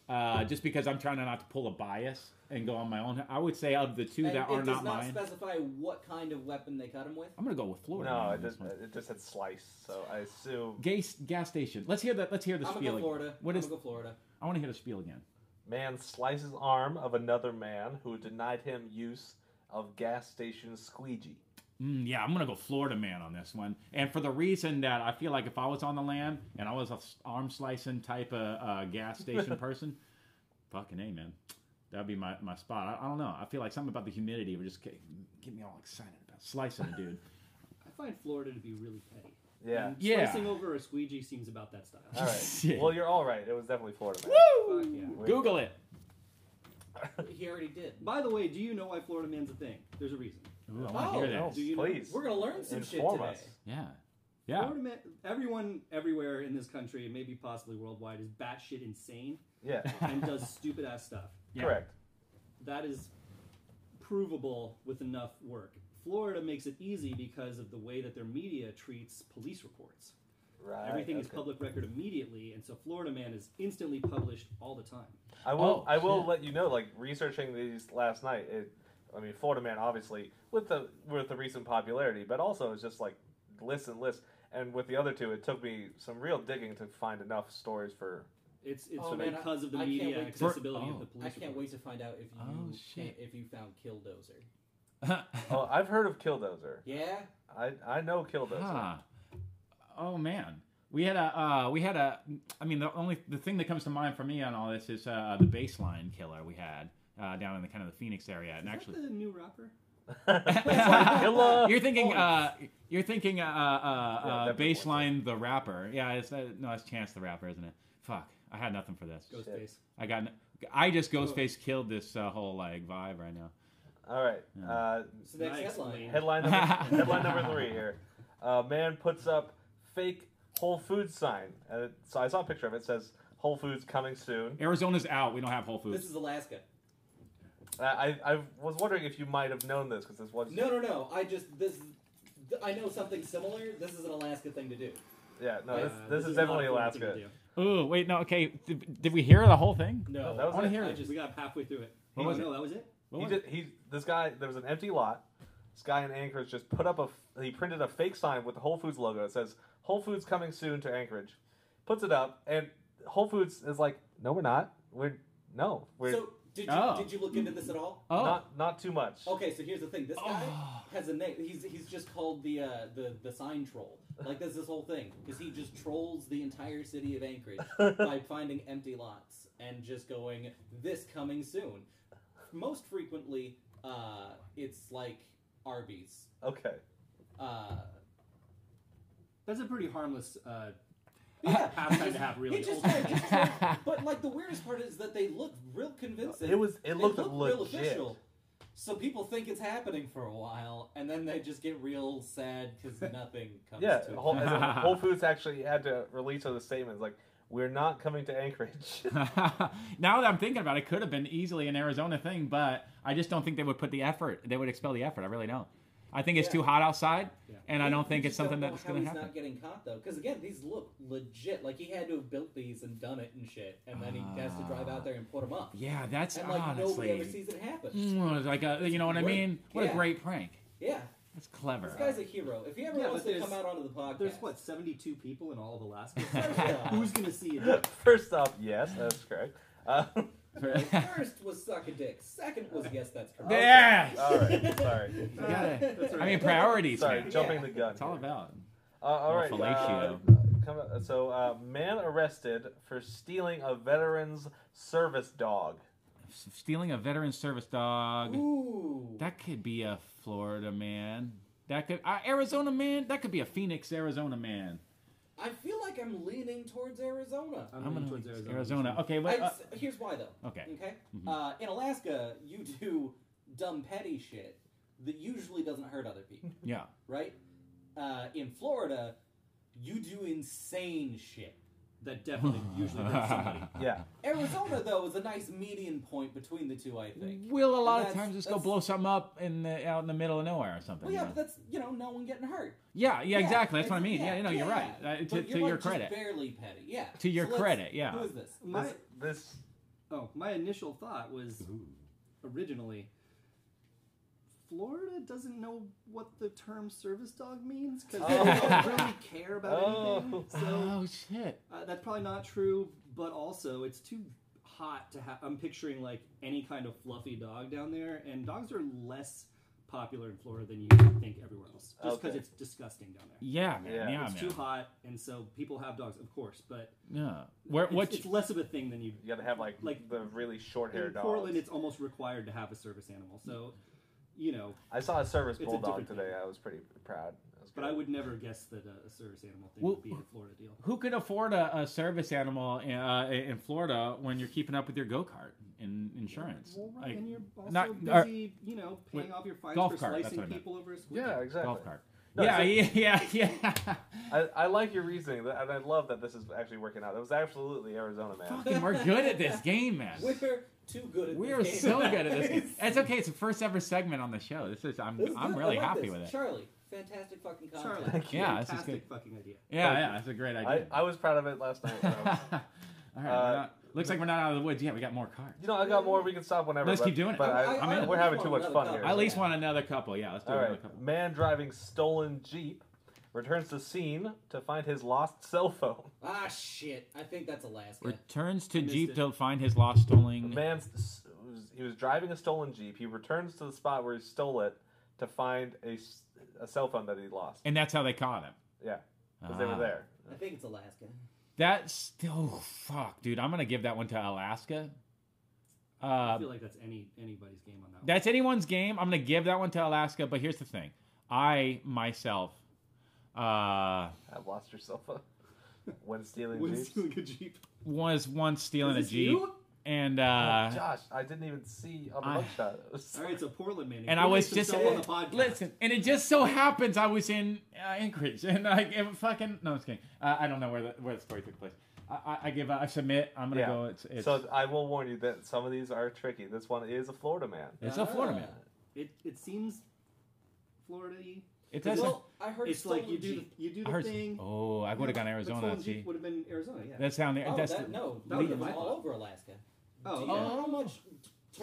[SPEAKER 2] uh, just because I'm trying to not to pull a bias and go on my own. I would say of the two
[SPEAKER 3] And
[SPEAKER 2] that
[SPEAKER 3] it
[SPEAKER 2] are
[SPEAKER 3] does
[SPEAKER 2] not
[SPEAKER 3] not
[SPEAKER 2] mine,
[SPEAKER 3] specify what kind of weapon they cut him with.
[SPEAKER 2] I'm gonna go with Florida. man
[SPEAKER 1] No,
[SPEAKER 2] on
[SPEAKER 4] Mm-hmm.
[SPEAKER 1] it
[SPEAKER 2] this
[SPEAKER 1] just
[SPEAKER 2] one.
[SPEAKER 1] it just said slice. So I assume
[SPEAKER 2] Gas, gas station. Let's hear that. Let's hear the
[SPEAKER 3] I'm gonna
[SPEAKER 2] spiel.
[SPEAKER 3] go
[SPEAKER 2] ag-
[SPEAKER 3] Florida.
[SPEAKER 2] What
[SPEAKER 3] I'm
[SPEAKER 2] is?
[SPEAKER 3] gonna go Florida?
[SPEAKER 2] I want to hear the spiel again.
[SPEAKER 1] man slices arm of another man who denied him use of gas station squeegee.
[SPEAKER 2] Mm, yeah, I'm gonna go Florida man on this one, and for the reason that I feel like if I was on the land and I was a s- arm slicing type of uh, gas station person, fucking a man, that'd be my, my spot. I, I don't know. I feel like something about the humidity would just get, get me all excited about slicing a dude.
[SPEAKER 4] I find Florida to be really petty.
[SPEAKER 1] Yeah.
[SPEAKER 4] And
[SPEAKER 2] Yeah.
[SPEAKER 4] Slicing over a squeegee seems about that style.
[SPEAKER 1] All right.
[SPEAKER 2] Yeah.
[SPEAKER 1] Well, you're all right. It was definitely Florida. Man.
[SPEAKER 2] Woo!
[SPEAKER 4] Fuck yeah.
[SPEAKER 1] Way to
[SPEAKER 2] Google it.
[SPEAKER 3] He already did.
[SPEAKER 4] By the way, do you know why Florida man's a thing? There's a reason.
[SPEAKER 2] Ooh, I want to
[SPEAKER 3] Oh,
[SPEAKER 2] hear that.
[SPEAKER 1] No,
[SPEAKER 4] Do you know-
[SPEAKER 1] please.
[SPEAKER 3] We're gonna learn some
[SPEAKER 1] Inform
[SPEAKER 3] shit today.
[SPEAKER 1] us.
[SPEAKER 2] Yeah, yeah.
[SPEAKER 4] Florida man, everyone everywhere in this country, and maybe possibly worldwide, is batshit insane
[SPEAKER 1] Yeah.
[SPEAKER 4] and does stupid ass stuff.
[SPEAKER 2] Yeah.
[SPEAKER 1] Correct.
[SPEAKER 4] That is provable with enough work. Florida makes it easy because of the way that their media treats police reports.
[SPEAKER 1] Right.
[SPEAKER 4] Everything is
[SPEAKER 1] okay.
[SPEAKER 4] public record immediately, and so Florida Man is instantly published all the time.
[SPEAKER 1] I will.
[SPEAKER 2] Oh,
[SPEAKER 1] I will
[SPEAKER 2] shit.
[SPEAKER 1] let you know. Like researching these last night. It, I mean, Florida Man, obviously, with the with the recent popularity, but also it's just like list and list. And with the other two, it took me some real digging to find enough stories for.
[SPEAKER 4] It's it's
[SPEAKER 3] Oh, man,
[SPEAKER 4] because
[SPEAKER 3] I-
[SPEAKER 4] of the
[SPEAKER 3] I can't
[SPEAKER 4] media
[SPEAKER 3] wait
[SPEAKER 4] and
[SPEAKER 3] to-
[SPEAKER 4] accessibility
[SPEAKER 2] Oh.
[SPEAKER 4] of the police.
[SPEAKER 3] I can't wait
[SPEAKER 4] reports.
[SPEAKER 3] to find out if you
[SPEAKER 2] Oh, shit.
[SPEAKER 3] if you found Killdozer.
[SPEAKER 1] Oh, I've heard of Killdozer.
[SPEAKER 3] Yeah.
[SPEAKER 1] I I know Killdozer.
[SPEAKER 2] Huh. Oh man, we had a uh, we had a. I mean, the only the thing that comes to mind for me on all this is uh, the baseline killer we had uh, down in the kind of the Phoenix area, and
[SPEAKER 4] Is
[SPEAKER 2] actually.
[SPEAKER 4] that the new rapper?
[SPEAKER 1] Baseline Killer.
[SPEAKER 2] You're thinking, uh, you're thinking, uh, uh, uh,
[SPEAKER 1] Yeah,
[SPEAKER 2] uh,
[SPEAKER 1] that makes more
[SPEAKER 2] baseline the rapper. Yeah, it's uh, no, it's Chance the rapper, isn't it? Fuck, I had nothing for this.
[SPEAKER 4] Ghostface.
[SPEAKER 2] I got, n- I just Ghostface killed this uh, whole like vibe right now.
[SPEAKER 1] All right. Uh,
[SPEAKER 3] So next
[SPEAKER 4] Nice,
[SPEAKER 3] headline.
[SPEAKER 4] Wayne.
[SPEAKER 1] headline number, headline number three here. Uh, man puts up fake Whole Foods sign. And it, so I saw a picture of it. it. Says Whole Foods coming soon.
[SPEAKER 2] Arizona's out. We don't have Whole
[SPEAKER 3] This
[SPEAKER 2] Foods.
[SPEAKER 3] is Alaska.
[SPEAKER 1] Uh, I I was wondering if you might have known this because this was
[SPEAKER 3] No, no, no. I just this. th- I know something similar. This is an Alaska thing to do.
[SPEAKER 1] Yeah, no,
[SPEAKER 3] Uh,
[SPEAKER 1] this,
[SPEAKER 4] Uh,
[SPEAKER 1] this, is,
[SPEAKER 4] not a
[SPEAKER 1] definitely
[SPEAKER 4] Florida thing
[SPEAKER 1] Alaska.
[SPEAKER 4] to do.
[SPEAKER 2] Ooh, wait, no, okay. Did, did we hear the whole thing?
[SPEAKER 4] Oh,
[SPEAKER 1] No, that was
[SPEAKER 2] I wanna
[SPEAKER 1] it.
[SPEAKER 2] hear
[SPEAKER 4] I
[SPEAKER 2] it.
[SPEAKER 4] just we got halfway through it.
[SPEAKER 2] What
[SPEAKER 4] Hang
[SPEAKER 2] was
[SPEAKER 4] on,
[SPEAKER 2] it?
[SPEAKER 4] No, that was it.
[SPEAKER 2] What
[SPEAKER 1] he
[SPEAKER 2] was
[SPEAKER 1] did, he this guy there was an empty lot This guy in Anchorage just put up a f- he printed a fake sign with the Whole Foods logo. It says Whole Foods coming soon to Anchorage. Puts it up, and Whole Foods is like, no, we're not. We're no, we're
[SPEAKER 3] So did you
[SPEAKER 2] Oh.
[SPEAKER 3] did you look into this at all?
[SPEAKER 2] Oh,
[SPEAKER 1] not not too much.
[SPEAKER 3] Okay, so here's the thing. This guy has a name. He's he's just called the uh, the the sign troll. Like there's this whole thing because he just trolls the entire city of Anchorage by finding empty lots and just going this coming soon. Most frequently, uh, it's like Arby's.
[SPEAKER 1] okay.
[SPEAKER 3] Uh,
[SPEAKER 4] That's a pretty harmless uh,
[SPEAKER 3] yeah,
[SPEAKER 4] pastime to have, really.
[SPEAKER 3] He just,
[SPEAKER 4] Old-
[SPEAKER 3] just trolls- but like the weirdest part is that they look real convincing.
[SPEAKER 1] It was it
[SPEAKER 3] They
[SPEAKER 1] looked
[SPEAKER 3] look
[SPEAKER 1] legit.
[SPEAKER 3] real official. So people think it's happening for a while, and then they just get real sad because nothing comes
[SPEAKER 1] Yeah,
[SPEAKER 3] to
[SPEAKER 1] Whole,
[SPEAKER 3] it.
[SPEAKER 1] as in, Whole Foods actually had to release a statement like, "We're not coming to Anchorage."
[SPEAKER 2] now that I'm thinking about it, could have been easily an Arizona thing, but I just don't think they would put the effort. They would expel the effort. I really don't. I think it's
[SPEAKER 3] Yeah.
[SPEAKER 2] too hot outside,
[SPEAKER 4] Yeah.
[SPEAKER 2] and I don't
[SPEAKER 3] We
[SPEAKER 2] think it's
[SPEAKER 3] just
[SPEAKER 2] something
[SPEAKER 3] don't know
[SPEAKER 2] that's
[SPEAKER 3] how
[SPEAKER 2] going to
[SPEAKER 3] he's
[SPEAKER 2] happen.
[SPEAKER 3] not getting caught though, because again, these look legit. Like he had to have built these and done it and shit, and then he has to drive out there and put them up.
[SPEAKER 2] Yeah, that's
[SPEAKER 3] and like
[SPEAKER 2] Ah. honestly
[SPEAKER 3] nobody ever sees it happen.
[SPEAKER 2] Mm, like a, you know what I
[SPEAKER 3] Great.
[SPEAKER 2] mean. What a
[SPEAKER 3] Yeah.
[SPEAKER 2] great prank.
[SPEAKER 3] Yeah,
[SPEAKER 2] That's clever.
[SPEAKER 3] this guy's a hero. If he ever
[SPEAKER 4] Yeah,
[SPEAKER 3] wants
[SPEAKER 4] but
[SPEAKER 3] to come
[SPEAKER 4] there's-
[SPEAKER 3] out onto the podcast,
[SPEAKER 4] There's what 72 people in all of Alaska.
[SPEAKER 3] Yeah.
[SPEAKER 4] Who's gonna see it?
[SPEAKER 1] First off, yes, that's correct. Uh,
[SPEAKER 3] First was suck a dick. Second was yes, that's correct.
[SPEAKER 2] Yes!
[SPEAKER 1] all right, sorry,
[SPEAKER 2] You gotta-
[SPEAKER 4] That's
[SPEAKER 2] I mean
[SPEAKER 4] right.
[SPEAKER 2] priorities.
[SPEAKER 1] sorry,
[SPEAKER 2] man.
[SPEAKER 1] jumping the gun.
[SPEAKER 2] It's all
[SPEAKER 1] here.
[SPEAKER 2] about.
[SPEAKER 1] Uh, all right.
[SPEAKER 2] Little
[SPEAKER 1] Uh, come, so, uh, man arrested for stealing a veteran's service dog.
[SPEAKER 2] S- Stealing a veteran service dog.
[SPEAKER 3] Ooh.
[SPEAKER 2] That could be a Florida man. That could uh, Arizona man. That could be a Phoenix, Arizona man.
[SPEAKER 3] I feel like I'm leaning towards Arizona.
[SPEAKER 4] I'm,
[SPEAKER 2] I'm
[SPEAKER 4] leaning
[SPEAKER 2] gonna
[SPEAKER 4] towards
[SPEAKER 2] Arizona.
[SPEAKER 4] Arizona.
[SPEAKER 2] Okay,
[SPEAKER 3] I-
[SPEAKER 2] but uh,
[SPEAKER 3] s- here's why though.
[SPEAKER 2] okay.
[SPEAKER 3] Okay.
[SPEAKER 2] Mhm.
[SPEAKER 3] Uh, in Alaska, you do dumb petty shit that usually doesn't hurt other people,
[SPEAKER 2] Yeah.
[SPEAKER 3] right? Uh, in Florida, you do insane shit.
[SPEAKER 4] That definitely usually hurts somebody.
[SPEAKER 1] Yeah.
[SPEAKER 3] Arizona though is a nice median point between the two, I think.
[SPEAKER 2] Will a lot of
[SPEAKER 3] That's-
[SPEAKER 2] times just go
[SPEAKER 3] that's-
[SPEAKER 2] blow something up in the, out in the middle of nowhere or something.
[SPEAKER 3] Well, yeah,
[SPEAKER 2] you know?
[SPEAKER 3] but that's you know no one getting hurt.
[SPEAKER 2] yeah, yeah,
[SPEAKER 3] Yeah,
[SPEAKER 2] exactly. That's what I
[SPEAKER 3] it's-
[SPEAKER 2] mean. Yeah, you know, you're right. Uh, to
[SPEAKER 3] But
[SPEAKER 2] to
[SPEAKER 3] you're,
[SPEAKER 2] your
[SPEAKER 3] like, just
[SPEAKER 2] credit.
[SPEAKER 3] barely petty. Yeah.
[SPEAKER 2] To your
[SPEAKER 3] So let's-
[SPEAKER 2] credit, yeah.
[SPEAKER 3] Who is this?
[SPEAKER 4] My
[SPEAKER 1] This, this
[SPEAKER 4] oh, my initial thought was originally Florida doesn't know what the term service dog means because they don't really care about anything. So
[SPEAKER 2] Oh shit.
[SPEAKER 4] uh, that's probably not true. But also, it's too hot to have. I'm picturing like any kind of fluffy dog down there, and dogs are less popular in Florida than you think everywhere else, just because
[SPEAKER 1] Okay.
[SPEAKER 4] it's disgusting down there.
[SPEAKER 2] Yeah, man. Yeah,
[SPEAKER 1] Yeah,
[SPEAKER 4] it's
[SPEAKER 2] man.
[SPEAKER 4] too hot, and so people have dogs, of course. But
[SPEAKER 2] Yeah. Where
[SPEAKER 4] it's,
[SPEAKER 2] what?
[SPEAKER 4] it's less of a thing than you
[SPEAKER 1] you got to have like,
[SPEAKER 4] Like-
[SPEAKER 1] the really short
[SPEAKER 4] in
[SPEAKER 1] haired dogs.
[SPEAKER 4] Portland, it's almost required to have a service animal. So, you know,
[SPEAKER 1] I saw a service
[SPEAKER 4] it's a
[SPEAKER 1] bulldog
[SPEAKER 4] different
[SPEAKER 1] today.
[SPEAKER 4] thing.
[SPEAKER 1] I was pretty proud. That was
[SPEAKER 4] but
[SPEAKER 1] good.
[SPEAKER 4] I would never guess that a, a service animal thing
[SPEAKER 2] Well-
[SPEAKER 4] would be a Florida deal.
[SPEAKER 2] Who can afford a, a service animal in, uh, in Florida when you're keeping up with your go kart in insurance?
[SPEAKER 4] Well, right,
[SPEAKER 2] Like,
[SPEAKER 4] and you're also
[SPEAKER 2] not- or-
[SPEAKER 4] busy, you know, paying off your fines
[SPEAKER 2] golf
[SPEAKER 4] for
[SPEAKER 2] cart, that's
[SPEAKER 4] slicing
[SPEAKER 2] what I meant.
[SPEAKER 4] people over a squid.
[SPEAKER 1] Yeah, exactly.
[SPEAKER 2] golf cart.
[SPEAKER 1] No,
[SPEAKER 2] yeah,
[SPEAKER 1] so-
[SPEAKER 2] yeah, yeah, yeah,
[SPEAKER 1] I, I like your reasoning, th- and I love that this is actually working out. That was absolutely Arizona man.
[SPEAKER 2] Fucking, we're good at this game, man.
[SPEAKER 3] We're too good at
[SPEAKER 2] We
[SPEAKER 3] this
[SPEAKER 2] are
[SPEAKER 3] game.
[SPEAKER 2] so good at this. game. It's okay. It's the first ever segment on the show. This is I'm
[SPEAKER 3] This is
[SPEAKER 2] I'm
[SPEAKER 3] good.
[SPEAKER 2] really
[SPEAKER 3] I like
[SPEAKER 2] happy
[SPEAKER 3] this.
[SPEAKER 2] with it.
[SPEAKER 3] Charlie, fantastic fucking content.
[SPEAKER 4] Charlie,
[SPEAKER 1] Thank
[SPEAKER 4] fantastic
[SPEAKER 1] you.
[SPEAKER 2] Yeah, this is good.
[SPEAKER 4] fucking idea.
[SPEAKER 2] Yeah,
[SPEAKER 1] Thank
[SPEAKER 2] yeah, that's a great
[SPEAKER 1] I,
[SPEAKER 2] idea.
[SPEAKER 1] I was proud of it last night.
[SPEAKER 2] All right,
[SPEAKER 1] So.
[SPEAKER 2] we're
[SPEAKER 1] uh,
[SPEAKER 2] not- looks like we're not out of the woods yet. We got more cards.
[SPEAKER 1] you know, I got more. We can stop whenever.
[SPEAKER 2] Let's
[SPEAKER 1] but,
[SPEAKER 2] keep doing it.
[SPEAKER 1] But I,
[SPEAKER 3] I- I-
[SPEAKER 2] I'm in.
[SPEAKER 1] we're having too much
[SPEAKER 3] Another
[SPEAKER 1] fun
[SPEAKER 3] cup.
[SPEAKER 1] here.
[SPEAKER 2] I at least
[SPEAKER 3] yeah.
[SPEAKER 2] want another couple. Yeah, let's do
[SPEAKER 1] All
[SPEAKER 2] another
[SPEAKER 1] right.
[SPEAKER 2] couple.
[SPEAKER 1] Man driving stolen Jeep returns to scene to find his lost cell phone.
[SPEAKER 3] Ah, shit. I think that's Alaska.
[SPEAKER 2] Returns to
[SPEAKER 4] I missed
[SPEAKER 2] Jeep
[SPEAKER 4] it.
[SPEAKER 2] to find his lost
[SPEAKER 1] The
[SPEAKER 2] stolen.
[SPEAKER 1] man, s- was- he was driving a stolen Jeep. He returns to the spot where he stole it to find a, s- a cell phone that he lost
[SPEAKER 2] And that's how they caught him.
[SPEAKER 1] Yeah, because they
[SPEAKER 2] Ah.
[SPEAKER 1] were there.
[SPEAKER 3] I think it's Alaska.
[SPEAKER 2] That's still oh, fuck, dude. I'm gonna give that one to Alaska. Uh,
[SPEAKER 4] I feel like that's any anybody's game on that.
[SPEAKER 2] that's anyone's game. I'm gonna give that one to Alaska. But here's the thing, I myself, uh,
[SPEAKER 1] I've lost your cell phone when stealing
[SPEAKER 4] one. When
[SPEAKER 1] Jeeps.
[SPEAKER 4] stealing a Jeep.
[SPEAKER 2] was once stealing
[SPEAKER 4] Is
[SPEAKER 2] a
[SPEAKER 4] this
[SPEAKER 2] Jeep,
[SPEAKER 4] you?
[SPEAKER 2] and
[SPEAKER 1] Oh,
[SPEAKER 2] uh,
[SPEAKER 1] Josh, I didn't even see um, on the
[SPEAKER 2] I-
[SPEAKER 1] mugshot. It was-
[SPEAKER 4] All right, so Portland man.
[SPEAKER 2] and I was
[SPEAKER 4] Including
[SPEAKER 2] just
[SPEAKER 4] some sell on the podcast.
[SPEAKER 2] listen, and it just so happens I was in uh, Anchorage, and I it fucking no, I'm just kidding. Uh, I don't know where the where the story took place. I, I, I give up. I submit. I'm gonna
[SPEAKER 1] Yeah.
[SPEAKER 2] go. It's, it's
[SPEAKER 1] So I will warn you that some of these are tricky. This one is a Florida man.
[SPEAKER 2] it's a Florida
[SPEAKER 3] Ah.
[SPEAKER 2] man.
[SPEAKER 4] It it seems Florida-y.
[SPEAKER 2] It doesn't.
[SPEAKER 3] Well, I heard
[SPEAKER 4] It's like you do the,
[SPEAKER 3] Jeep.
[SPEAKER 4] you do
[SPEAKER 2] I
[SPEAKER 4] the
[SPEAKER 2] heard-
[SPEAKER 4] thing.
[SPEAKER 2] oh, I would have gone Arizona. See,
[SPEAKER 4] Would have been Arizona, yeah.
[SPEAKER 2] that's down there.
[SPEAKER 3] Oh,
[SPEAKER 2] that's
[SPEAKER 3] that,
[SPEAKER 2] the-
[SPEAKER 3] no,
[SPEAKER 4] that
[SPEAKER 3] that
[SPEAKER 4] was
[SPEAKER 3] was
[SPEAKER 4] my
[SPEAKER 3] all
[SPEAKER 4] thought.
[SPEAKER 3] over Alaska.
[SPEAKER 4] Oh,
[SPEAKER 3] Do you
[SPEAKER 4] okay.
[SPEAKER 3] know how much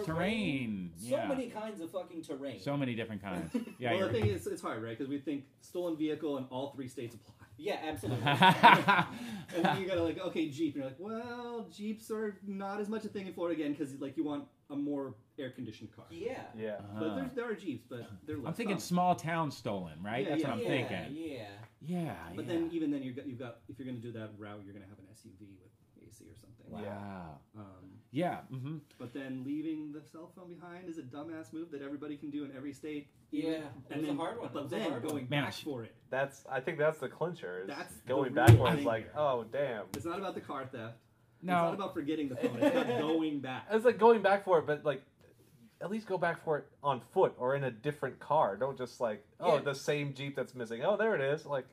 [SPEAKER 2] terrain.
[SPEAKER 3] So
[SPEAKER 2] yeah.
[SPEAKER 3] many kinds of fucking terrain.
[SPEAKER 2] So many different kinds. Yeah.
[SPEAKER 4] well, the
[SPEAKER 2] you're-
[SPEAKER 4] thing is, it's hard, right? Because we think stolen vehicle and all three states apply.
[SPEAKER 3] yeah, absolutely.
[SPEAKER 4] And then you gotta like, okay, Jeep, and you're like, well, Jeeps are not as much a thing in Florida again because like you want a more air conditioned car.
[SPEAKER 3] yeah.
[SPEAKER 1] Yeah.
[SPEAKER 4] But there's, there are Jeeps, but they're less
[SPEAKER 2] Uh, I'm thinking
[SPEAKER 4] common.
[SPEAKER 2] small town stolen, right?
[SPEAKER 4] Yeah,
[SPEAKER 2] That's
[SPEAKER 4] yeah.
[SPEAKER 2] what I'm
[SPEAKER 3] yeah,
[SPEAKER 2] thinking.
[SPEAKER 3] Yeah.
[SPEAKER 2] Yeah.
[SPEAKER 4] But
[SPEAKER 2] yeah.
[SPEAKER 4] then even then you've got, you've got if you're gonna do that route, you're gonna have an SUV with AC or something.
[SPEAKER 1] Wow.
[SPEAKER 2] Wow.
[SPEAKER 4] Um,
[SPEAKER 2] Yeah. hmm
[SPEAKER 4] but then leaving the cell phone behind is a dumbass move that everybody can do in every state.
[SPEAKER 3] Yeah.
[SPEAKER 4] even-
[SPEAKER 3] It
[SPEAKER 4] and
[SPEAKER 3] was a
[SPEAKER 4] then,
[SPEAKER 3] hard one. It
[SPEAKER 4] But
[SPEAKER 3] was a
[SPEAKER 4] then
[SPEAKER 3] hard
[SPEAKER 4] going
[SPEAKER 3] one.
[SPEAKER 2] Man, I
[SPEAKER 4] back
[SPEAKER 2] sh-
[SPEAKER 4] for it.
[SPEAKER 1] That's. I think that's the clincher. Is
[SPEAKER 4] That's the
[SPEAKER 1] going
[SPEAKER 4] real
[SPEAKER 1] backwards.
[SPEAKER 4] thing
[SPEAKER 1] Like,
[SPEAKER 4] here.
[SPEAKER 1] oh damn.
[SPEAKER 4] It's not about the car theft. It's not
[SPEAKER 2] No.
[SPEAKER 4] about forgetting the phone. It's about going back.
[SPEAKER 1] It's like going back for it, but like, at least go back for it on foot or in a different car. Don't just like, oh,
[SPEAKER 3] Yeah.
[SPEAKER 1] the same Jeep that's missing. Oh, there it is. Like,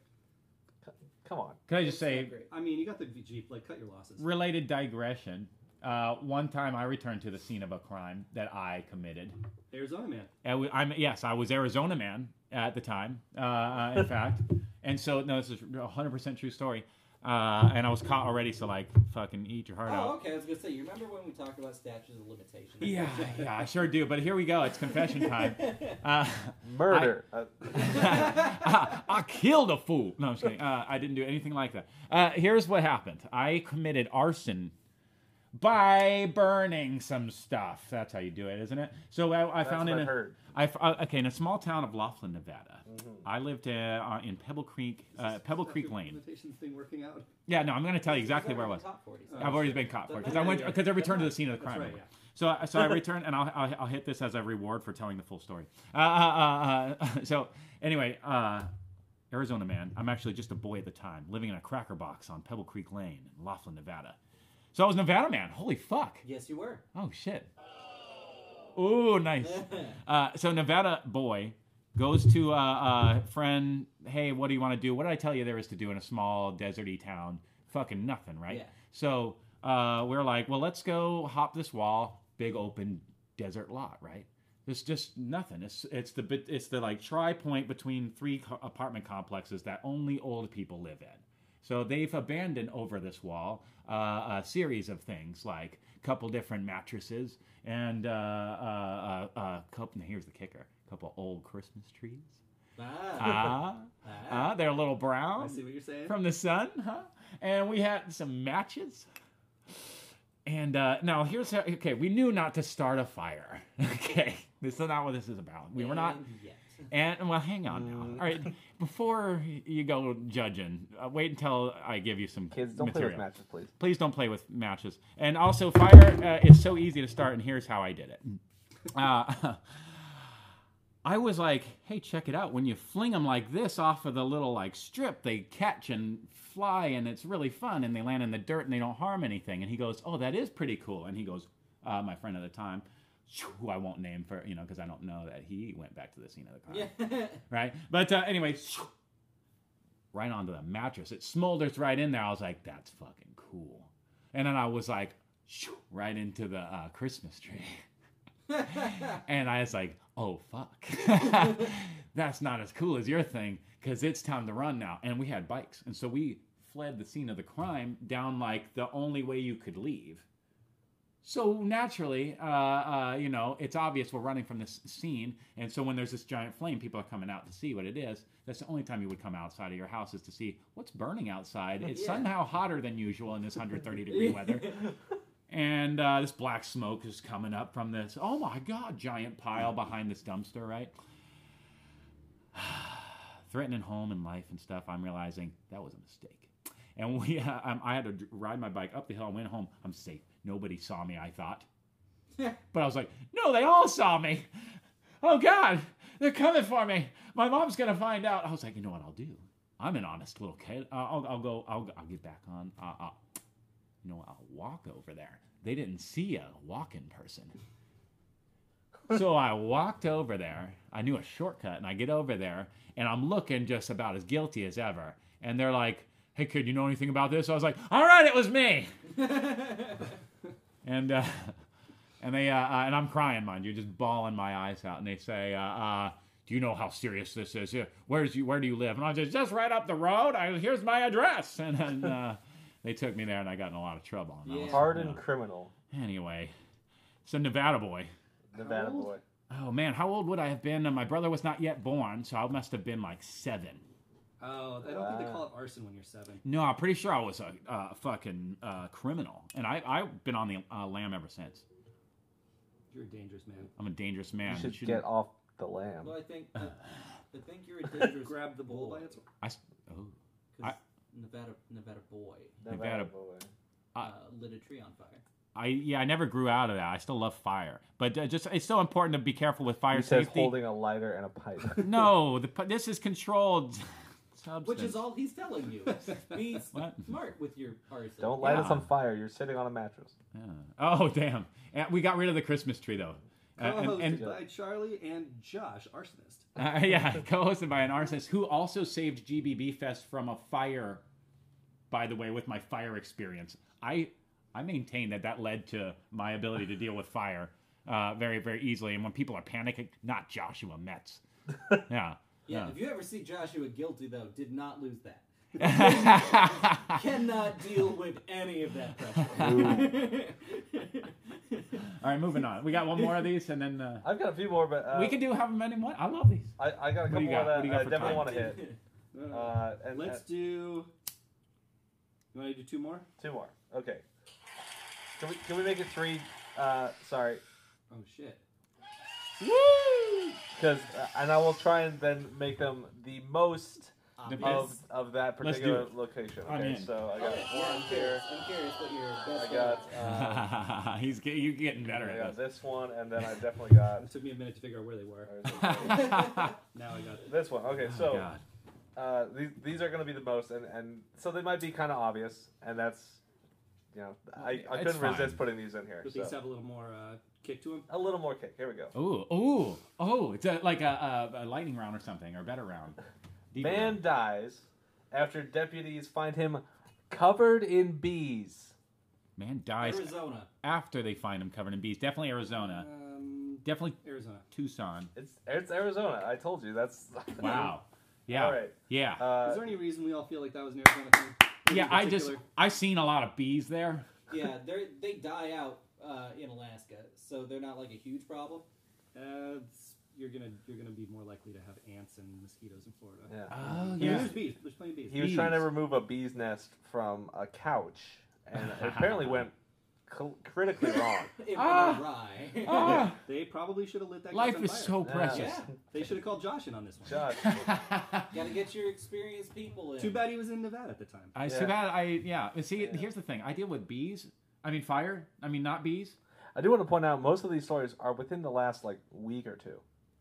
[SPEAKER 1] c- come on.
[SPEAKER 2] Can I just say,
[SPEAKER 4] I mean, you got the Jeep. Like, cut your losses.
[SPEAKER 2] related digression. Uh, one time I returned to the scene of a crime that I committed.
[SPEAKER 4] Arizona man.
[SPEAKER 2] I w- I'm yes, I was Arizona man at the time. Uh, Uh, in fact, and so no, this is a hundred percent true story. Uh, and I was caught already, so like fucking eat your heart out.
[SPEAKER 3] Oh, okay. I was gonna say, you remember when we talked about statutes of limitations?
[SPEAKER 2] Yeah, yeah, I sure do. But here we go. It's confession time. Uh,
[SPEAKER 1] Murder. uh,
[SPEAKER 2] I, I killed a fool. No, I'm just kidding. Uh, I didn't do anything like that. Uh, here's what happened. I committed arson by burning some stuff. That's how you do it, isn't it? So I, I
[SPEAKER 1] that's
[SPEAKER 2] found
[SPEAKER 1] what
[SPEAKER 2] in
[SPEAKER 1] I
[SPEAKER 2] a,
[SPEAKER 1] heard. Mm-hmm.
[SPEAKER 2] I f- uh, okay in a small town of Laughlin, Nevada. I lived uh, uh, in Pebble Creek, uh, Pebble
[SPEAKER 4] Is
[SPEAKER 2] Creek
[SPEAKER 4] your
[SPEAKER 2] Lane.
[SPEAKER 4] Limitations thing working out.
[SPEAKER 2] Yeah, no, I'm going to tell you
[SPEAKER 3] He's already
[SPEAKER 2] exactly where I
[SPEAKER 3] in
[SPEAKER 2] was.
[SPEAKER 3] Top 40s.
[SPEAKER 4] Uh,
[SPEAKER 2] I've already been caught for it because I went because I returned to the scene of the
[SPEAKER 4] That's
[SPEAKER 2] crime.
[SPEAKER 4] right. Yeah.
[SPEAKER 2] So, I- so I return, and I'll, I'll, I'll hit this as a reward for telling the full story. Uh, uh, uh, uh, so, anyway, uh, Arizona man, I'm actually just a boy at the time, living in a cracker box on Pebble Creek Lane in Laughlin, Nevada. So I was Nevada man. Holy fuck!
[SPEAKER 3] Yes, you were.
[SPEAKER 2] Oh shit! Ooh, nice. Uh, so Nevada boy goes to a uh, uh, friend. Hey, what do you want to do? What did I tell you there is to do in a small deserty town? Fucking nothing, right?
[SPEAKER 3] Yeah.
[SPEAKER 2] So uh, we're like, well, let's go hop this wall, big open desert lot, right? There's just nothing. It's it's the bit it's the like tri point between three co- apartment complexes that only old people live in. So they've abandoned over this wall uh, a series of things like couple different mattresses and uh, uh, uh, uh, couple. Here's the kicker: couple old Christmas trees.
[SPEAKER 3] Ah.
[SPEAKER 2] Ah, ah, they're a little
[SPEAKER 4] I
[SPEAKER 2] brown
[SPEAKER 4] see what you're saying.
[SPEAKER 2] from the sun, huh? And we had some matches. And uh, now here's how, okay. We knew not to start a fire. Okay, this is not what this is about. We were not.
[SPEAKER 3] And Yet.
[SPEAKER 2] And well, hang on now. All right, before you go judging, uh, wait until I give you some
[SPEAKER 1] Kids, don't play
[SPEAKER 2] material
[SPEAKER 1] with matches, please.
[SPEAKER 2] please don't play with matches. And also, fire uh, is so easy to start, and here's how I did it. Uh, I was like, hey, check it out. When you fling them like this off of the little like strip, they catch and fly, and it's really fun, and they land in the dirt, and they don't harm anything. And he goes, oh, that is pretty cool. And he goes, uh, my friend at the time, who I won't name for, you know, because I don't know that he went back to the scene of the crime
[SPEAKER 3] Yeah.
[SPEAKER 2] right? But uh, anyway, shoo, right onto the mattress. It smolders right in there. I was like, that's fucking cool. And then I was like, shoo, right into the uh, Christmas tree. and I was like, oh, fuck. that's not as cool as your thing because it's time to run now. And we had bikes. And so we fled the scene of the crime down like the only way you could leave. So naturally, uh, uh, you know, it's obvious we're running from this scene, and so when there's this giant flame, people are coming out to see what it is. That's the only time you would come outside of your house is to see what's burning outside. It's
[SPEAKER 3] Yeah.
[SPEAKER 2] somehow hotter than usual in this 130 degree weather, and uh, this black smoke is coming up from this. Oh my god, giant pile behind this dumpster, right? Threatening home and life and stuff. I'm realizing that was a mistake. And we, uh, um, I had to dr- ride my bike up the hill. I went home. I'm safe. Nobody saw me. I thought, but I was like, no, they all saw me. Oh God, they're coming for me. My mom's gonna find out. I was like, you know what I'll do? I'm an honest little kid. Uh, I'll, I'll go. I'll, I'll get back on. Uh, uh, you know, what? I'll walk over there. They didn't see a walking person. so I walked over there. I knew a shortcut, and I get over there, and I'm looking just about as guilty as ever. And they're like, "Hey, kid, you know anything about this?" I was like, "All right, it was me." and uh, and they uh, uh, and I'm crying, mind you, just bawling my eyes out. And they say, uh, uh, "Do you know how serious this is? Yeah, Where's you? Where do you live?" And I was just, just right up the road. I here's my address. And then uh, they took me there, and I got in a lot of trouble. And I was-
[SPEAKER 3] Yeah.
[SPEAKER 1] Hardened
[SPEAKER 2] yeah.
[SPEAKER 1] criminal.
[SPEAKER 2] Anyway, So Nevada boy.
[SPEAKER 1] Nevada
[SPEAKER 4] old?
[SPEAKER 1] boy.
[SPEAKER 2] Oh man, how old would I have been? Uh, my brother was not yet born, so I must have been like seven.
[SPEAKER 4] Oh, I don't think they
[SPEAKER 1] Wow.
[SPEAKER 4] call it arson when you're seven.
[SPEAKER 2] No, I'm pretty sure I was a uh, fucking uh, criminal, and I, I've been on the uh, lamb ever since.
[SPEAKER 4] You're a dangerous man.
[SPEAKER 2] I'm a dangerous man.
[SPEAKER 1] You should
[SPEAKER 2] Shouldn't-
[SPEAKER 1] get off the lamb.
[SPEAKER 3] Well, I think I, I think you're a dangerous.
[SPEAKER 4] Grab the bull by its.
[SPEAKER 2] I s- oh.
[SPEAKER 3] 'cause
[SPEAKER 2] I-
[SPEAKER 3] Nevada Nevada boy
[SPEAKER 1] Nevada,
[SPEAKER 2] Nevada.
[SPEAKER 1] boy.
[SPEAKER 2] I-
[SPEAKER 3] uh, lit a tree on fire.
[SPEAKER 2] I yeah, I never grew out of that. I still love fire, but uh, just it's so important to be careful with fire
[SPEAKER 1] He says
[SPEAKER 2] safety.
[SPEAKER 1] holding a lighter and a pipe.
[SPEAKER 2] no, the, pu- this is controlled.
[SPEAKER 3] Which
[SPEAKER 2] substance.
[SPEAKER 3] is all he's telling you. Be
[SPEAKER 2] What?
[SPEAKER 3] smart with your arson.
[SPEAKER 1] Don't light us
[SPEAKER 2] Yeah.
[SPEAKER 1] on fire. You're sitting on a mattress.
[SPEAKER 2] Yeah. Oh damn! Uh, we got rid of the Christmas tree though. Uh,
[SPEAKER 4] Co-hosted
[SPEAKER 2] and,
[SPEAKER 3] Oh,
[SPEAKER 2] and-
[SPEAKER 4] by Oh, Charlie and Josh, arsonist.
[SPEAKER 2] uh, yeah, co-hosted by an arsonist who also saved GBB Fest from a fire. By the way, with my fire experience, I I maintain that that led to my ability to deal with fire uh, very very easily. And when people are panicking, not Joshua Metz. Yeah.
[SPEAKER 3] Yeah,
[SPEAKER 2] Yeah.
[SPEAKER 3] if you ever see Joshua guilty though, did not lose that.
[SPEAKER 2] All
[SPEAKER 3] Cannot deal with any of that pressure.
[SPEAKER 2] right, moving on. We got one more of these, and then uh,
[SPEAKER 1] I've got a few more, but uh,
[SPEAKER 2] we can do however many one. I love these.
[SPEAKER 1] I, I got a
[SPEAKER 2] What do
[SPEAKER 1] couple
[SPEAKER 2] you
[SPEAKER 1] more
[SPEAKER 2] got? What
[SPEAKER 1] that
[SPEAKER 2] do you
[SPEAKER 1] I
[SPEAKER 2] got for
[SPEAKER 1] definitely
[SPEAKER 2] time?
[SPEAKER 1] want to hit. Uh, and,
[SPEAKER 4] Let's do. You want to do two more?
[SPEAKER 1] and two more. Okay. Can we can we make it three? Uh, sorry,
[SPEAKER 4] Oh shit!
[SPEAKER 1] because uh, and I will try and then make them the most of
[SPEAKER 3] Obvious.
[SPEAKER 1] of that
[SPEAKER 2] Let's do
[SPEAKER 1] particular
[SPEAKER 2] it.
[SPEAKER 1] location.
[SPEAKER 2] I'm
[SPEAKER 1] Okay,
[SPEAKER 2] in.
[SPEAKER 1] so I got
[SPEAKER 3] Okay, yeah, I'm
[SPEAKER 1] one here.
[SPEAKER 3] curious. I'm curious what your best
[SPEAKER 1] I got
[SPEAKER 3] one
[SPEAKER 1] uh,
[SPEAKER 2] He's get, you getting better
[SPEAKER 1] I
[SPEAKER 2] at
[SPEAKER 1] got
[SPEAKER 2] this.
[SPEAKER 1] this one, and then I definitely got
[SPEAKER 4] It took me a minute to figure out where they were. Now I got it.
[SPEAKER 1] this one. Okay,
[SPEAKER 2] Oh,
[SPEAKER 1] so.
[SPEAKER 2] God.
[SPEAKER 1] uh, these, these are going to be the most, and, and so they might be kind of obvious, and that's, you know, I, I
[SPEAKER 2] It's
[SPEAKER 1] couldn't
[SPEAKER 2] fine.
[SPEAKER 1] resist putting these in here.
[SPEAKER 4] But these
[SPEAKER 1] So.
[SPEAKER 4] have a little more uh, kick to them.
[SPEAKER 1] A little more kick. Here we go.
[SPEAKER 2] Ooh, ooh, oh! It's a, like a, a, a lightning round or something, or a better round. Deeper
[SPEAKER 1] Man dies after deputies find him covered in bees.
[SPEAKER 2] round. man dies
[SPEAKER 3] Arizona.
[SPEAKER 2] after they find him covered in bees. Definitely Arizona.
[SPEAKER 4] Um,
[SPEAKER 2] Definitely
[SPEAKER 4] Arizona.
[SPEAKER 2] Tucson.
[SPEAKER 1] It's it's Arizona. I told you. That's
[SPEAKER 2] Wow. Yeah.
[SPEAKER 1] All right.
[SPEAKER 2] Yeah.
[SPEAKER 1] Uh,
[SPEAKER 4] Is there any reason we all feel like that was an Arizona thing? Anything
[SPEAKER 2] yeah. I just
[SPEAKER 4] particular?
[SPEAKER 2] I've seen a lot of bees there.
[SPEAKER 3] Yeah, they are they die out uh, in Alaska, so they're not like a huge problem.
[SPEAKER 4] Uh, it's- you're gonna you're gonna be more likely to have ants and mosquitoes in Florida.
[SPEAKER 1] yeah.
[SPEAKER 2] Oh
[SPEAKER 4] I mean,
[SPEAKER 2] yeah.
[SPEAKER 4] there's bees. There's plenty of bees.
[SPEAKER 1] He was trying to remove a bee's nest from a couch, and it apparently went cl- critically wrong.
[SPEAKER 3] It
[SPEAKER 2] Ah!
[SPEAKER 3] went awry.
[SPEAKER 2] Ah,
[SPEAKER 4] They probably should have lit that.
[SPEAKER 2] life
[SPEAKER 4] house on
[SPEAKER 2] is
[SPEAKER 4] fire.
[SPEAKER 2] so precious.
[SPEAKER 3] yeah,
[SPEAKER 4] They should have called Josh in on this one.
[SPEAKER 1] Josh,
[SPEAKER 3] gotta get your experienced people in.
[SPEAKER 4] Too bad he was in Nevada at the time.
[SPEAKER 2] I see
[SPEAKER 1] Yeah.
[SPEAKER 2] that. I yeah. But See,
[SPEAKER 1] Yeah.
[SPEAKER 2] here's the thing. I deal with bees. I mean, fire. I mean, not bees.
[SPEAKER 1] I do want to point out most of these stories are within the last like week or two.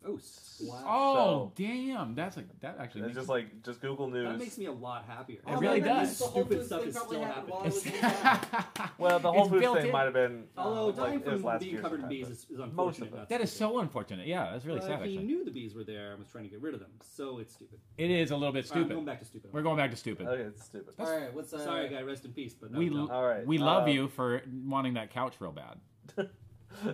[SPEAKER 4] Oh, s-
[SPEAKER 3] Wow.
[SPEAKER 2] Oh damn! That's like that actually.
[SPEAKER 1] It's
[SPEAKER 2] Makes
[SPEAKER 1] just like just Google News.
[SPEAKER 4] that makes me a lot happier.
[SPEAKER 2] It really
[SPEAKER 3] that means
[SPEAKER 2] does.
[SPEAKER 3] the Whole
[SPEAKER 4] Stupid
[SPEAKER 3] Foods
[SPEAKER 4] stuff
[SPEAKER 3] thing
[SPEAKER 4] is
[SPEAKER 3] probably
[SPEAKER 4] still
[SPEAKER 3] happened while I
[SPEAKER 2] It's-
[SPEAKER 3] was in Nevada.
[SPEAKER 1] well, the Whole
[SPEAKER 2] It's
[SPEAKER 1] Foods
[SPEAKER 2] built
[SPEAKER 1] thing
[SPEAKER 2] in.
[SPEAKER 1] might have been.
[SPEAKER 4] Although
[SPEAKER 1] uh,
[SPEAKER 4] dying
[SPEAKER 1] like, it was
[SPEAKER 4] from
[SPEAKER 1] last
[SPEAKER 4] being
[SPEAKER 1] year's
[SPEAKER 4] covered in
[SPEAKER 1] time,
[SPEAKER 4] bees
[SPEAKER 1] but-
[SPEAKER 4] is, is unfortunate.
[SPEAKER 1] them.
[SPEAKER 4] not
[SPEAKER 2] That is
[SPEAKER 4] stupid.
[SPEAKER 2] so unfortunate. Yeah, that's really
[SPEAKER 4] But
[SPEAKER 2] sad.
[SPEAKER 4] he
[SPEAKER 2] Actually,
[SPEAKER 4] knew the bees were there and was trying to get rid of them, so it's stupid.
[SPEAKER 2] it is a little bit
[SPEAKER 4] Alright, I'm
[SPEAKER 2] stupid.
[SPEAKER 4] going back to stupid.
[SPEAKER 2] We're going back to stupid.
[SPEAKER 1] Okay, it's stupid.
[SPEAKER 3] All right, what's uh,
[SPEAKER 4] Sorry, guy. Rest in peace. But that
[SPEAKER 2] we
[SPEAKER 4] was-
[SPEAKER 1] All right.
[SPEAKER 2] we love
[SPEAKER 4] Um,
[SPEAKER 1] uh,
[SPEAKER 2] you for wanting that couch real bad.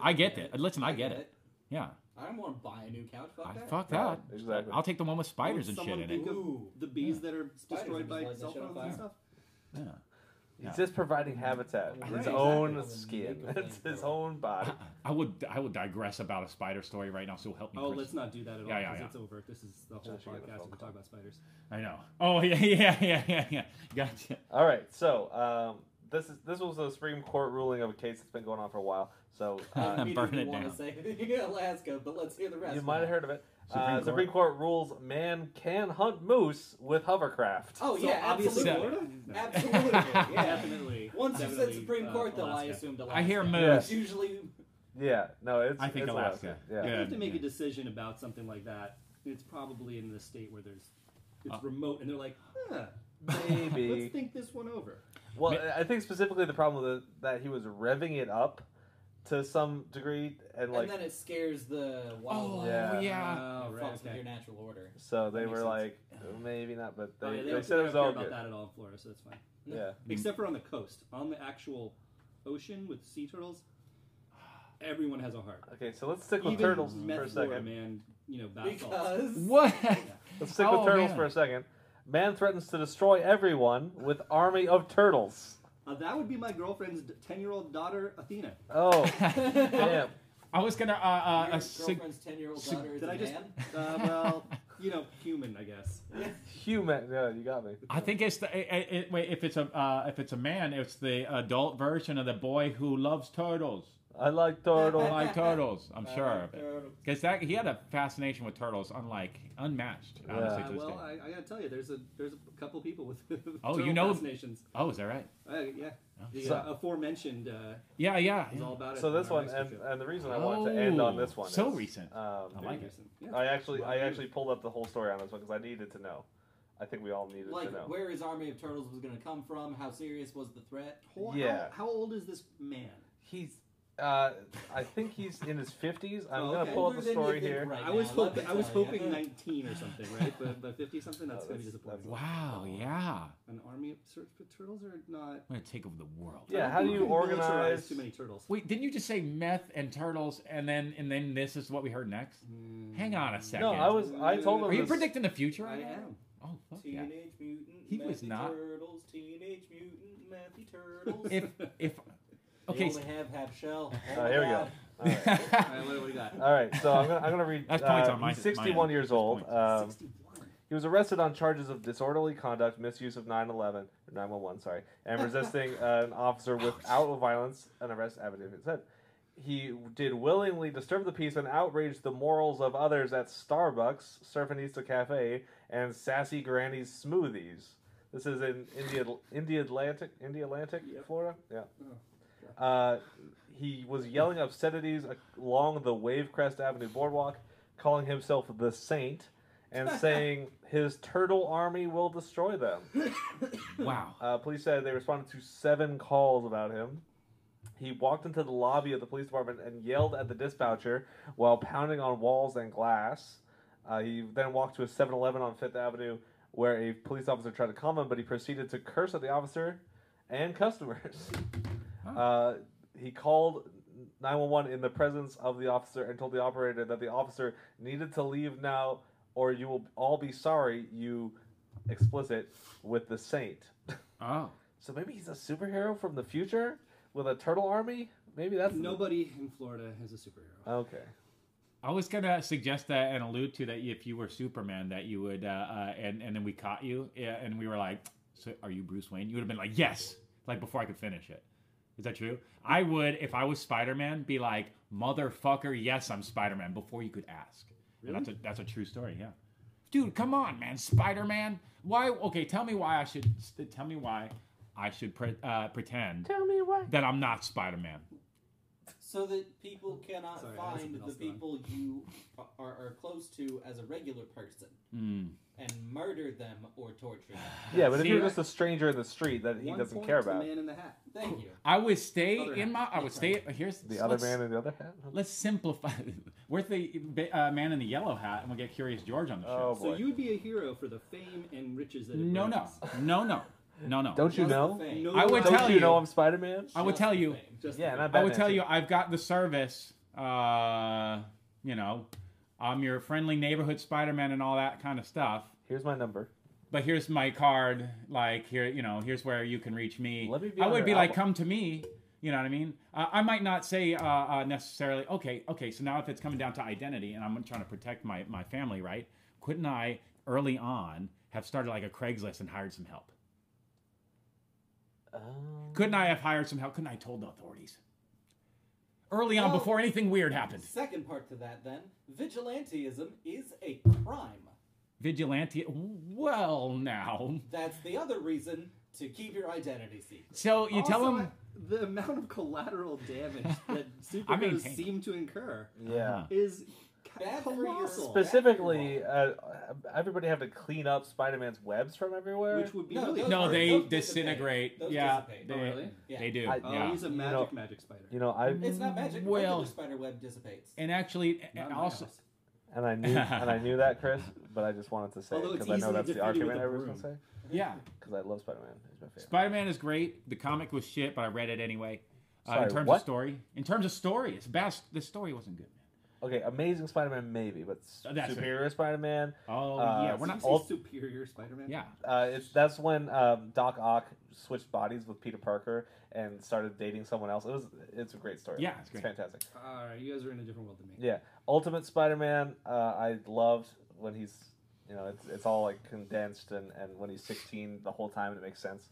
[SPEAKER 2] I get it. Listen, I get it. Yeah,
[SPEAKER 3] I don't want to buy a new couch. Fuck
[SPEAKER 2] I,
[SPEAKER 3] that.
[SPEAKER 2] fuck
[SPEAKER 1] Yeah,
[SPEAKER 2] that.
[SPEAKER 1] exactly.
[SPEAKER 2] I'll take the one with spiders and shit
[SPEAKER 4] Someone
[SPEAKER 2] in it.
[SPEAKER 4] think of
[SPEAKER 3] Ooh.
[SPEAKER 4] the bees that are destroyed
[SPEAKER 3] just
[SPEAKER 4] by
[SPEAKER 3] light that
[SPEAKER 4] cell
[SPEAKER 3] shit on
[SPEAKER 4] phones
[SPEAKER 3] fire.
[SPEAKER 4] and stuff.
[SPEAKER 2] Yeah.
[SPEAKER 1] He's just providing habitat.
[SPEAKER 3] Right,
[SPEAKER 1] His
[SPEAKER 4] exactly.
[SPEAKER 1] own
[SPEAKER 3] Doesn't
[SPEAKER 1] skin.
[SPEAKER 3] make a
[SPEAKER 1] It's his
[SPEAKER 3] flamethrower.
[SPEAKER 1] own body.
[SPEAKER 2] I would I would digress about a spider story right now. So help me.
[SPEAKER 4] Oh,
[SPEAKER 2] Chris.
[SPEAKER 4] let's not do that at all
[SPEAKER 2] Yeah, yeah,
[SPEAKER 4] because
[SPEAKER 2] yeah.
[SPEAKER 4] it's over. This is the whole
[SPEAKER 1] Josh, you got a
[SPEAKER 4] podcast.
[SPEAKER 1] phone
[SPEAKER 4] if We
[SPEAKER 1] call.
[SPEAKER 4] talk about spiders.
[SPEAKER 2] I know. Oh yeah yeah yeah yeah yeah. Gotcha.
[SPEAKER 1] All right. So um, this is this was a Supreme Court ruling of a case that's been going on for a while. So
[SPEAKER 3] I
[SPEAKER 1] uh,
[SPEAKER 2] I'm burning it down.
[SPEAKER 3] want to say anything in Alaska, but let's hear the rest.
[SPEAKER 1] you might have heard of it.
[SPEAKER 2] Supreme
[SPEAKER 1] uh,
[SPEAKER 2] Court.
[SPEAKER 1] Supreme Court rules man can hunt moose with hovercraft.
[SPEAKER 3] Oh
[SPEAKER 4] so
[SPEAKER 3] yeah,
[SPEAKER 4] obviously
[SPEAKER 3] absolutely.
[SPEAKER 4] Florida. No.
[SPEAKER 3] Absolutely, yeah.
[SPEAKER 4] Definitely.
[SPEAKER 3] Once you said
[SPEAKER 4] Definitely,
[SPEAKER 3] Supreme
[SPEAKER 4] uh,
[SPEAKER 3] Court, though, I
[SPEAKER 4] Alaska.
[SPEAKER 3] assumed Alaska.
[SPEAKER 2] I hear
[SPEAKER 1] Yeah.
[SPEAKER 2] moose.
[SPEAKER 3] Usually,
[SPEAKER 1] Yeah. No, it's.
[SPEAKER 2] I think
[SPEAKER 1] it's
[SPEAKER 2] Alaska.
[SPEAKER 1] Yeah.
[SPEAKER 4] If you have to make
[SPEAKER 2] yeah.
[SPEAKER 4] a decision about something like that, it's probably in the state where there's it's
[SPEAKER 2] Uh,
[SPEAKER 4] remote, and they're like, huh,
[SPEAKER 1] Maybe.
[SPEAKER 4] let's think this one over.
[SPEAKER 1] Well,
[SPEAKER 2] Ma-
[SPEAKER 1] I think specifically the problem with it, that he was revving it up to some degree, and like
[SPEAKER 3] and then it scares the
[SPEAKER 2] Oh
[SPEAKER 3] wildlife.
[SPEAKER 1] Yeah.
[SPEAKER 2] yeah.
[SPEAKER 4] Oh,
[SPEAKER 3] It
[SPEAKER 4] right,
[SPEAKER 3] falls with
[SPEAKER 4] okay.
[SPEAKER 3] your natural order.
[SPEAKER 1] so they
[SPEAKER 4] That makes
[SPEAKER 1] were
[SPEAKER 4] sense.
[SPEAKER 1] like "Oh, maybe not, but they,
[SPEAKER 4] Oh, yeah,
[SPEAKER 1] they,
[SPEAKER 4] they, don't-
[SPEAKER 1] said
[SPEAKER 4] they
[SPEAKER 1] it was
[SPEAKER 4] don't care
[SPEAKER 1] all
[SPEAKER 4] about
[SPEAKER 1] good.
[SPEAKER 4] that at all in Florida, so it's fine.
[SPEAKER 2] Mm-hmm.
[SPEAKER 1] Yeah,
[SPEAKER 4] Except for on the coast, on the actual ocean with sea turtles, everyone has a heart.
[SPEAKER 1] okay, so let's stick with
[SPEAKER 4] Even
[SPEAKER 1] turtles for
[SPEAKER 4] meth
[SPEAKER 1] a
[SPEAKER 4] lord,
[SPEAKER 1] second.
[SPEAKER 4] man, you know, bath salts.
[SPEAKER 3] Because
[SPEAKER 2] What?
[SPEAKER 1] Let's stick
[SPEAKER 2] Oh,
[SPEAKER 1] with turtles
[SPEAKER 2] man.
[SPEAKER 1] for a second. Man threatens to destroy everyone with army of turtles.
[SPEAKER 4] Uh, that would be my girlfriend's ten-year-old daughter, Athena.
[SPEAKER 1] Oh, damn.
[SPEAKER 2] I was gonna uh, uh,
[SPEAKER 3] Your
[SPEAKER 2] a sig-
[SPEAKER 3] girlfriend's ten-year-old
[SPEAKER 2] sig-
[SPEAKER 3] daughter is
[SPEAKER 4] Did
[SPEAKER 3] a
[SPEAKER 4] I just?
[SPEAKER 3] man.
[SPEAKER 4] Uh, well, you know, human, I guess.
[SPEAKER 1] Human. Yeah, you got me.
[SPEAKER 2] I think it's the it, it, wait if it's a uh, if it's a man it's the adult version of the boy who loves turtles.
[SPEAKER 1] I like
[SPEAKER 2] Don't
[SPEAKER 1] turtle.
[SPEAKER 2] like turtles, I'm sure of it.
[SPEAKER 4] Uh,
[SPEAKER 2] Because that he had a fascination with turtles, unlike unmatched, honestly.
[SPEAKER 1] Yeah.
[SPEAKER 2] to this
[SPEAKER 4] Uh, well,
[SPEAKER 2] day.
[SPEAKER 4] I, I gotta tell you, there's a there's a couple people with
[SPEAKER 2] Oh,
[SPEAKER 4] turtle
[SPEAKER 2] you know-
[SPEAKER 4] fascinations.
[SPEAKER 2] oh, is that right?
[SPEAKER 4] Uh, yeah, the
[SPEAKER 1] So-
[SPEAKER 4] uh, aforementioned uh,
[SPEAKER 2] Yeah, yeah.
[SPEAKER 4] is all about it.
[SPEAKER 1] So this
[SPEAKER 4] Our
[SPEAKER 1] one,
[SPEAKER 4] next
[SPEAKER 1] and,
[SPEAKER 4] trip.
[SPEAKER 1] and the reason I wanted to end on this one.
[SPEAKER 2] Oh, So
[SPEAKER 1] is,
[SPEAKER 2] recent.
[SPEAKER 1] Um,
[SPEAKER 2] I like it.
[SPEAKER 4] Yeah.
[SPEAKER 1] I actually, I
[SPEAKER 4] Wow.
[SPEAKER 1] actually pulled up the whole story on this one because I needed to know. I think we all needed
[SPEAKER 3] Like,
[SPEAKER 1] to know.
[SPEAKER 3] where his army of turtles was going to come from? How serious was the threat?
[SPEAKER 4] How-
[SPEAKER 1] yeah.
[SPEAKER 4] How, old is this man?
[SPEAKER 1] He's, uh, I think he's in his fifties. I'm
[SPEAKER 4] Oh,
[SPEAKER 1] gonna
[SPEAKER 4] okay.
[SPEAKER 1] pull up
[SPEAKER 3] Older
[SPEAKER 1] the
[SPEAKER 3] than you
[SPEAKER 1] story
[SPEAKER 3] think
[SPEAKER 1] here.
[SPEAKER 3] right
[SPEAKER 4] I was
[SPEAKER 3] now, let me
[SPEAKER 4] hoping I was
[SPEAKER 3] tell ya.
[SPEAKER 4] hoping 19 or something, right? But but 50 something that's
[SPEAKER 1] No,
[SPEAKER 4] gonna be
[SPEAKER 1] Oh, that's-
[SPEAKER 4] disappointing.
[SPEAKER 1] that's-
[SPEAKER 2] Wow, yeah.
[SPEAKER 4] An army of sur- turtles are not.
[SPEAKER 2] I'm gonna take over the world.
[SPEAKER 1] Yeah,
[SPEAKER 4] I don't
[SPEAKER 1] how
[SPEAKER 4] think
[SPEAKER 1] do
[SPEAKER 4] we
[SPEAKER 1] you
[SPEAKER 4] can militarize
[SPEAKER 1] organize-
[SPEAKER 4] too many turtles?
[SPEAKER 2] Wait, didn't you just say meth and turtles, and then and then this is what we heard next? Hang on a second.
[SPEAKER 1] No, I was, I told him.
[SPEAKER 2] Are you
[SPEAKER 1] this-
[SPEAKER 2] predicting the future?
[SPEAKER 4] Hmm. I
[SPEAKER 2] right now?
[SPEAKER 4] am.
[SPEAKER 2] Oh fuck yeah.
[SPEAKER 3] Teenage mutant.
[SPEAKER 2] He was
[SPEAKER 3] Mathy
[SPEAKER 2] not-
[SPEAKER 3] Turtles. Teenage mutant. Mathy turtles.
[SPEAKER 2] If if
[SPEAKER 3] They
[SPEAKER 2] okay,
[SPEAKER 3] only have half shell. Oh
[SPEAKER 1] Uh, here we go. All right.
[SPEAKER 4] All right, what do we got?
[SPEAKER 1] All right, so I'm gonna, I'm gonna read.
[SPEAKER 2] That's points
[SPEAKER 1] uh,
[SPEAKER 2] on my-
[SPEAKER 1] he's 61
[SPEAKER 2] my-
[SPEAKER 1] years old.
[SPEAKER 2] points.
[SPEAKER 1] Um,
[SPEAKER 4] 61.
[SPEAKER 1] He was arrested on charges of disorderly conduct, misuse of 9/11 or 911, sorry, and resisting uh, an officer without violence. An arrest affidavit said he did willingly disturb the peace and outrage the morals of others at Starbucks, Surfinista Cafe, and Sassy Granny's smoothies. This is in India, India Atlantic, India Atlantic,
[SPEAKER 4] Yep.
[SPEAKER 1] Florida. Yeah. Uh, he was yelling obscenities along the Wavecrest Avenue boardwalk, calling himself the Saint, and saying his turtle army will destroy them.
[SPEAKER 2] wow.
[SPEAKER 1] Uh, police said they responded to seven calls about him. He walked into the lobby of the police department and yelled at the dispatcher while pounding on walls and glass. Uh, he then walked to a 7 Eleven on Fifth Avenue where a police officer tried to calm him, but he proceeded to curse at the officer and customers. Uh, he called 911 in the presence of the officer and told the operator that the officer needed to leave now or you will all be sorry, you explicit, with the saint.
[SPEAKER 2] Oh.
[SPEAKER 1] So maybe he's a superhero from the future with a turtle army. Maybe that's
[SPEAKER 4] Nobody in Florida has a superhero.
[SPEAKER 1] Okay.
[SPEAKER 2] I was gonna suggest that and allude to that if you were Superman, that you would, uh, uh, and and then we caught you, yeah, and we were like, "So are you Bruce Wayne?" You would have been like, "Yes!" Like before I could finish it. Is that true? I would, if I was Spider Man, be like, "Motherfucker, yes, I'm Spider Man," before you could ask. And that's a that's a true story. Yeah, dude, come on, man, Spider Man. Why? Okay, tell me why I should. Tell me why I should pre- uh, pretend
[SPEAKER 1] Tell me why.
[SPEAKER 2] that I'm not Spider Man.
[SPEAKER 3] So that people cannot
[SPEAKER 4] Sorry, I had
[SPEAKER 3] find
[SPEAKER 4] something
[SPEAKER 3] the
[SPEAKER 4] else going.
[SPEAKER 3] people you are, are close to as a regular person
[SPEAKER 2] Hmm.
[SPEAKER 3] and murder them or torture them.
[SPEAKER 1] Yeah, but if
[SPEAKER 2] See,
[SPEAKER 1] you're
[SPEAKER 2] I-
[SPEAKER 1] just a stranger in the street that he
[SPEAKER 4] One
[SPEAKER 1] doesn't
[SPEAKER 4] point
[SPEAKER 1] care
[SPEAKER 4] to the
[SPEAKER 1] about,
[SPEAKER 4] man in the hat.
[SPEAKER 3] Thank you.
[SPEAKER 2] I would stay
[SPEAKER 4] Other
[SPEAKER 2] in my. I would stay. Here's
[SPEAKER 1] the
[SPEAKER 2] so
[SPEAKER 1] other
[SPEAKER 2] let's-
[SPEAKER 1] man in the other hat.
[SPEAKER 2] Let's simplify. Where's the uh, man in the yellow hat? And we'll get Curious George on the
[SPEAKER 1] Oh
[SPEAKER 2] show.
[SPEAKER 1] boy.
[SPEAKER 4] So you would be a hero for the fame and riches that. It
[SPEAKER 2] no, no,
[SPEAKER 4] brings.
[SPEAKER 2] no, no, no, no.
[SPEAKER 1] Don't you
[SPEAKER 3] Just the
[SPEAKER 1] know?
[SPEAKER 3] fame.
[SPEAKER 4] No,
[SPEAKER 2] I would
[SPEAKER 4] no,
[SPEAKER 1] Don't
[SPEAKER 2] tell
[SPEAKER 1] you,
[SPEAKER 2] you-
[SPEAKER 1] know I'm Spider Man?
[SPEAKER 2] I would
[SPEAKER 3] Just
[SPEAKER 2] tell
[SPEAKER 3] the
[SPEAKER 2] you.
[SPEAKER 3] fame.
[SPEAKER 4] Just
[SPEAKER 1] Yeah,
[SPEAKER 4] the
[SPEAKER 1] and I
[SPEAKER 4] fame.
[SPEAKER 2] I
[SPEAKER 1] bet
[SPEAKER 2] would tell you, I've got the service. Uh, you know, I'm your friendly neighborhood Spider-Man and all that kind of stuff.
[SPEAKER 1] Here's my number.
[SPEAKER 2] But here's my card. Like here, you know, here's where you can reach me.
[SPEAKER 1] Let me be
[SPEAKER 2] I
[SPEAKER 1] on
[SPEAKER 2] would
[SPEAKER 1] your
[SPEAKER 2] be like,
[SPEAKER 1] album.
[SPEAKER 2] come to me. You know what I mean? Uh, I might not say uh, uh, necessarily. Okay, okay. So now if it's coming down to identity, and I'm trying to protect my my family, right? Couldn't I early on have started like a Craigslist and hired some help?
[SPEAKER 4] Oh,
[SPEAKER 1] Um,
[SPEAKER 2] Couldn't I have hired some help? Couldn't I have told the authorities early on
[SPEAKER 3] Well-
[SPEAKER 2] before anything weird happened?
[SPEAKER 3] Second part to that, then vigilantism is a crime.
[SPEAKER 2] Vigilante. Well, now.
[SPEAKER 3] That's the other reason to keep your identity secret.
[SPEAKER 2] So you tell
[SPEAKER 4] Also,
[SPEAKER 2] them.
[SPEAKER 4] I- the amount of collateral damage that
[SPEAKER 2] I
[SPEAKER 4] superheroes
[SPEAKER 2] maintain.
[SPEAKER 4] seem to incur
[SPEAKER 1] yeah.
[SPEAKER 4] is
[SPEAKER 3] Bad
[SPEAKER 4] ca-
[SPEAKER 3] for your
[SPEAKER 4] colossal,
[SPEAKER 3] spec-
[SPEAKER 1] Specifically, uh, everybody have to clean up Spider Man's webs from everywhere.
[SPEAKER 4] which would be
[SPEAKER 3] No,
[SPEAKER 4] really
[SPEAKER 3] those
[SPEAKER 2] No,
[SPEAKER 3] are-
[SPEAKER 4] hard.
[SPEAKER 2] they
[SPEAKER 3] those dissipate.
[SPEAKER 2] disintegrate.
[SPEAKER 3] Those
[SPEAKER 2] yeah,
[SPEAKER 3] dissipate.
[SPEAKER 2] they,
[SPEAKER 4] Oh, really?
[SPEAKER 2] they do.
[SPEAKER 1] I-
[SPEAKER 4] Oh,
[SPEAKER 2] yeah.
[SPEAKER 4] he's a
[SPEAKER 1] You
[SPEAKER 4] magic
[SPEAKER 1] know-
[SPEAKER 4] magic spider.
[SPEAKER 1] you know, I
[SPEAKER 3] It's not magic.
[SPEAKER 2] Well-
[SPEAKER 3] Regular spider web dissipates.
[SPEAKER 2] And actually,
[SPEAKER 4] Not
[SPEAKER 2] and
[SPEAKER 4] in my
[SPEAKER 2] also,
[SPEAKER 4] house.
[SPEAKER 1] and I knew and I knew that, Chris, but I just wanted to say
[SPEAKER 4] Although it's
[SPEAKER 1] because I know
[SPEAKER 4] easily
[SPEAKER 1] that's the
[SPEAKER 4] defeated with
[SPEAKER 1] argument
[SPEAKER 4] a
[SPEAKER 1] everyone's gonna
[SPEAKER 4] broom.
[SPEAKER 1] say
[SPEAKER 2] yeah,
[SPEAKER 1] because I love Spider Man. He's my favorite.
[SPEAKER 2] Spider Man is great. The comic was shit, but I read it anyway. Uh,
[SPEAKER 1] Sorry,
[SPEAKER 2] in terms
[SPEAKER 1] what?
[SPEAKER 2] of story, in terms of story, it's best. The story wasn't good, man.
[SPEAKER 1] Okay, Amazing Spider-Man maybe, but s-
[SPEAKER 2] Oh, that's it.
[SPEAKER 1] Superior Spider-Man.
[SPEAKER 2] Oh
[SPEAKER 1] Uh,
[SPEAKER 2] yeah,
[SPEAKER 1] it's
[SPEAKER 2] we're not.
[SPEAKER 1] all- ult-
[SPEAKER 4] superior Spider-Man.
[SPEAKER 2] Yeah,
[SPEAKER 1] Uh, it's that's when um, Doc Ock switched bodies with Peter Parker and started dating someone else. It was it's a great story.
[SPEAKER 2] Yeah, it's great.
[SPEAKER 1] fantastic.
[SPEAKER 4] All right, you guys are in a different world than me.
[SPEAKER 1] Yeah, Ultimate Spider-Man. Uh, I loved when he's you know it's it's all like condensed and and when he's 16 the whole time and it makes sense.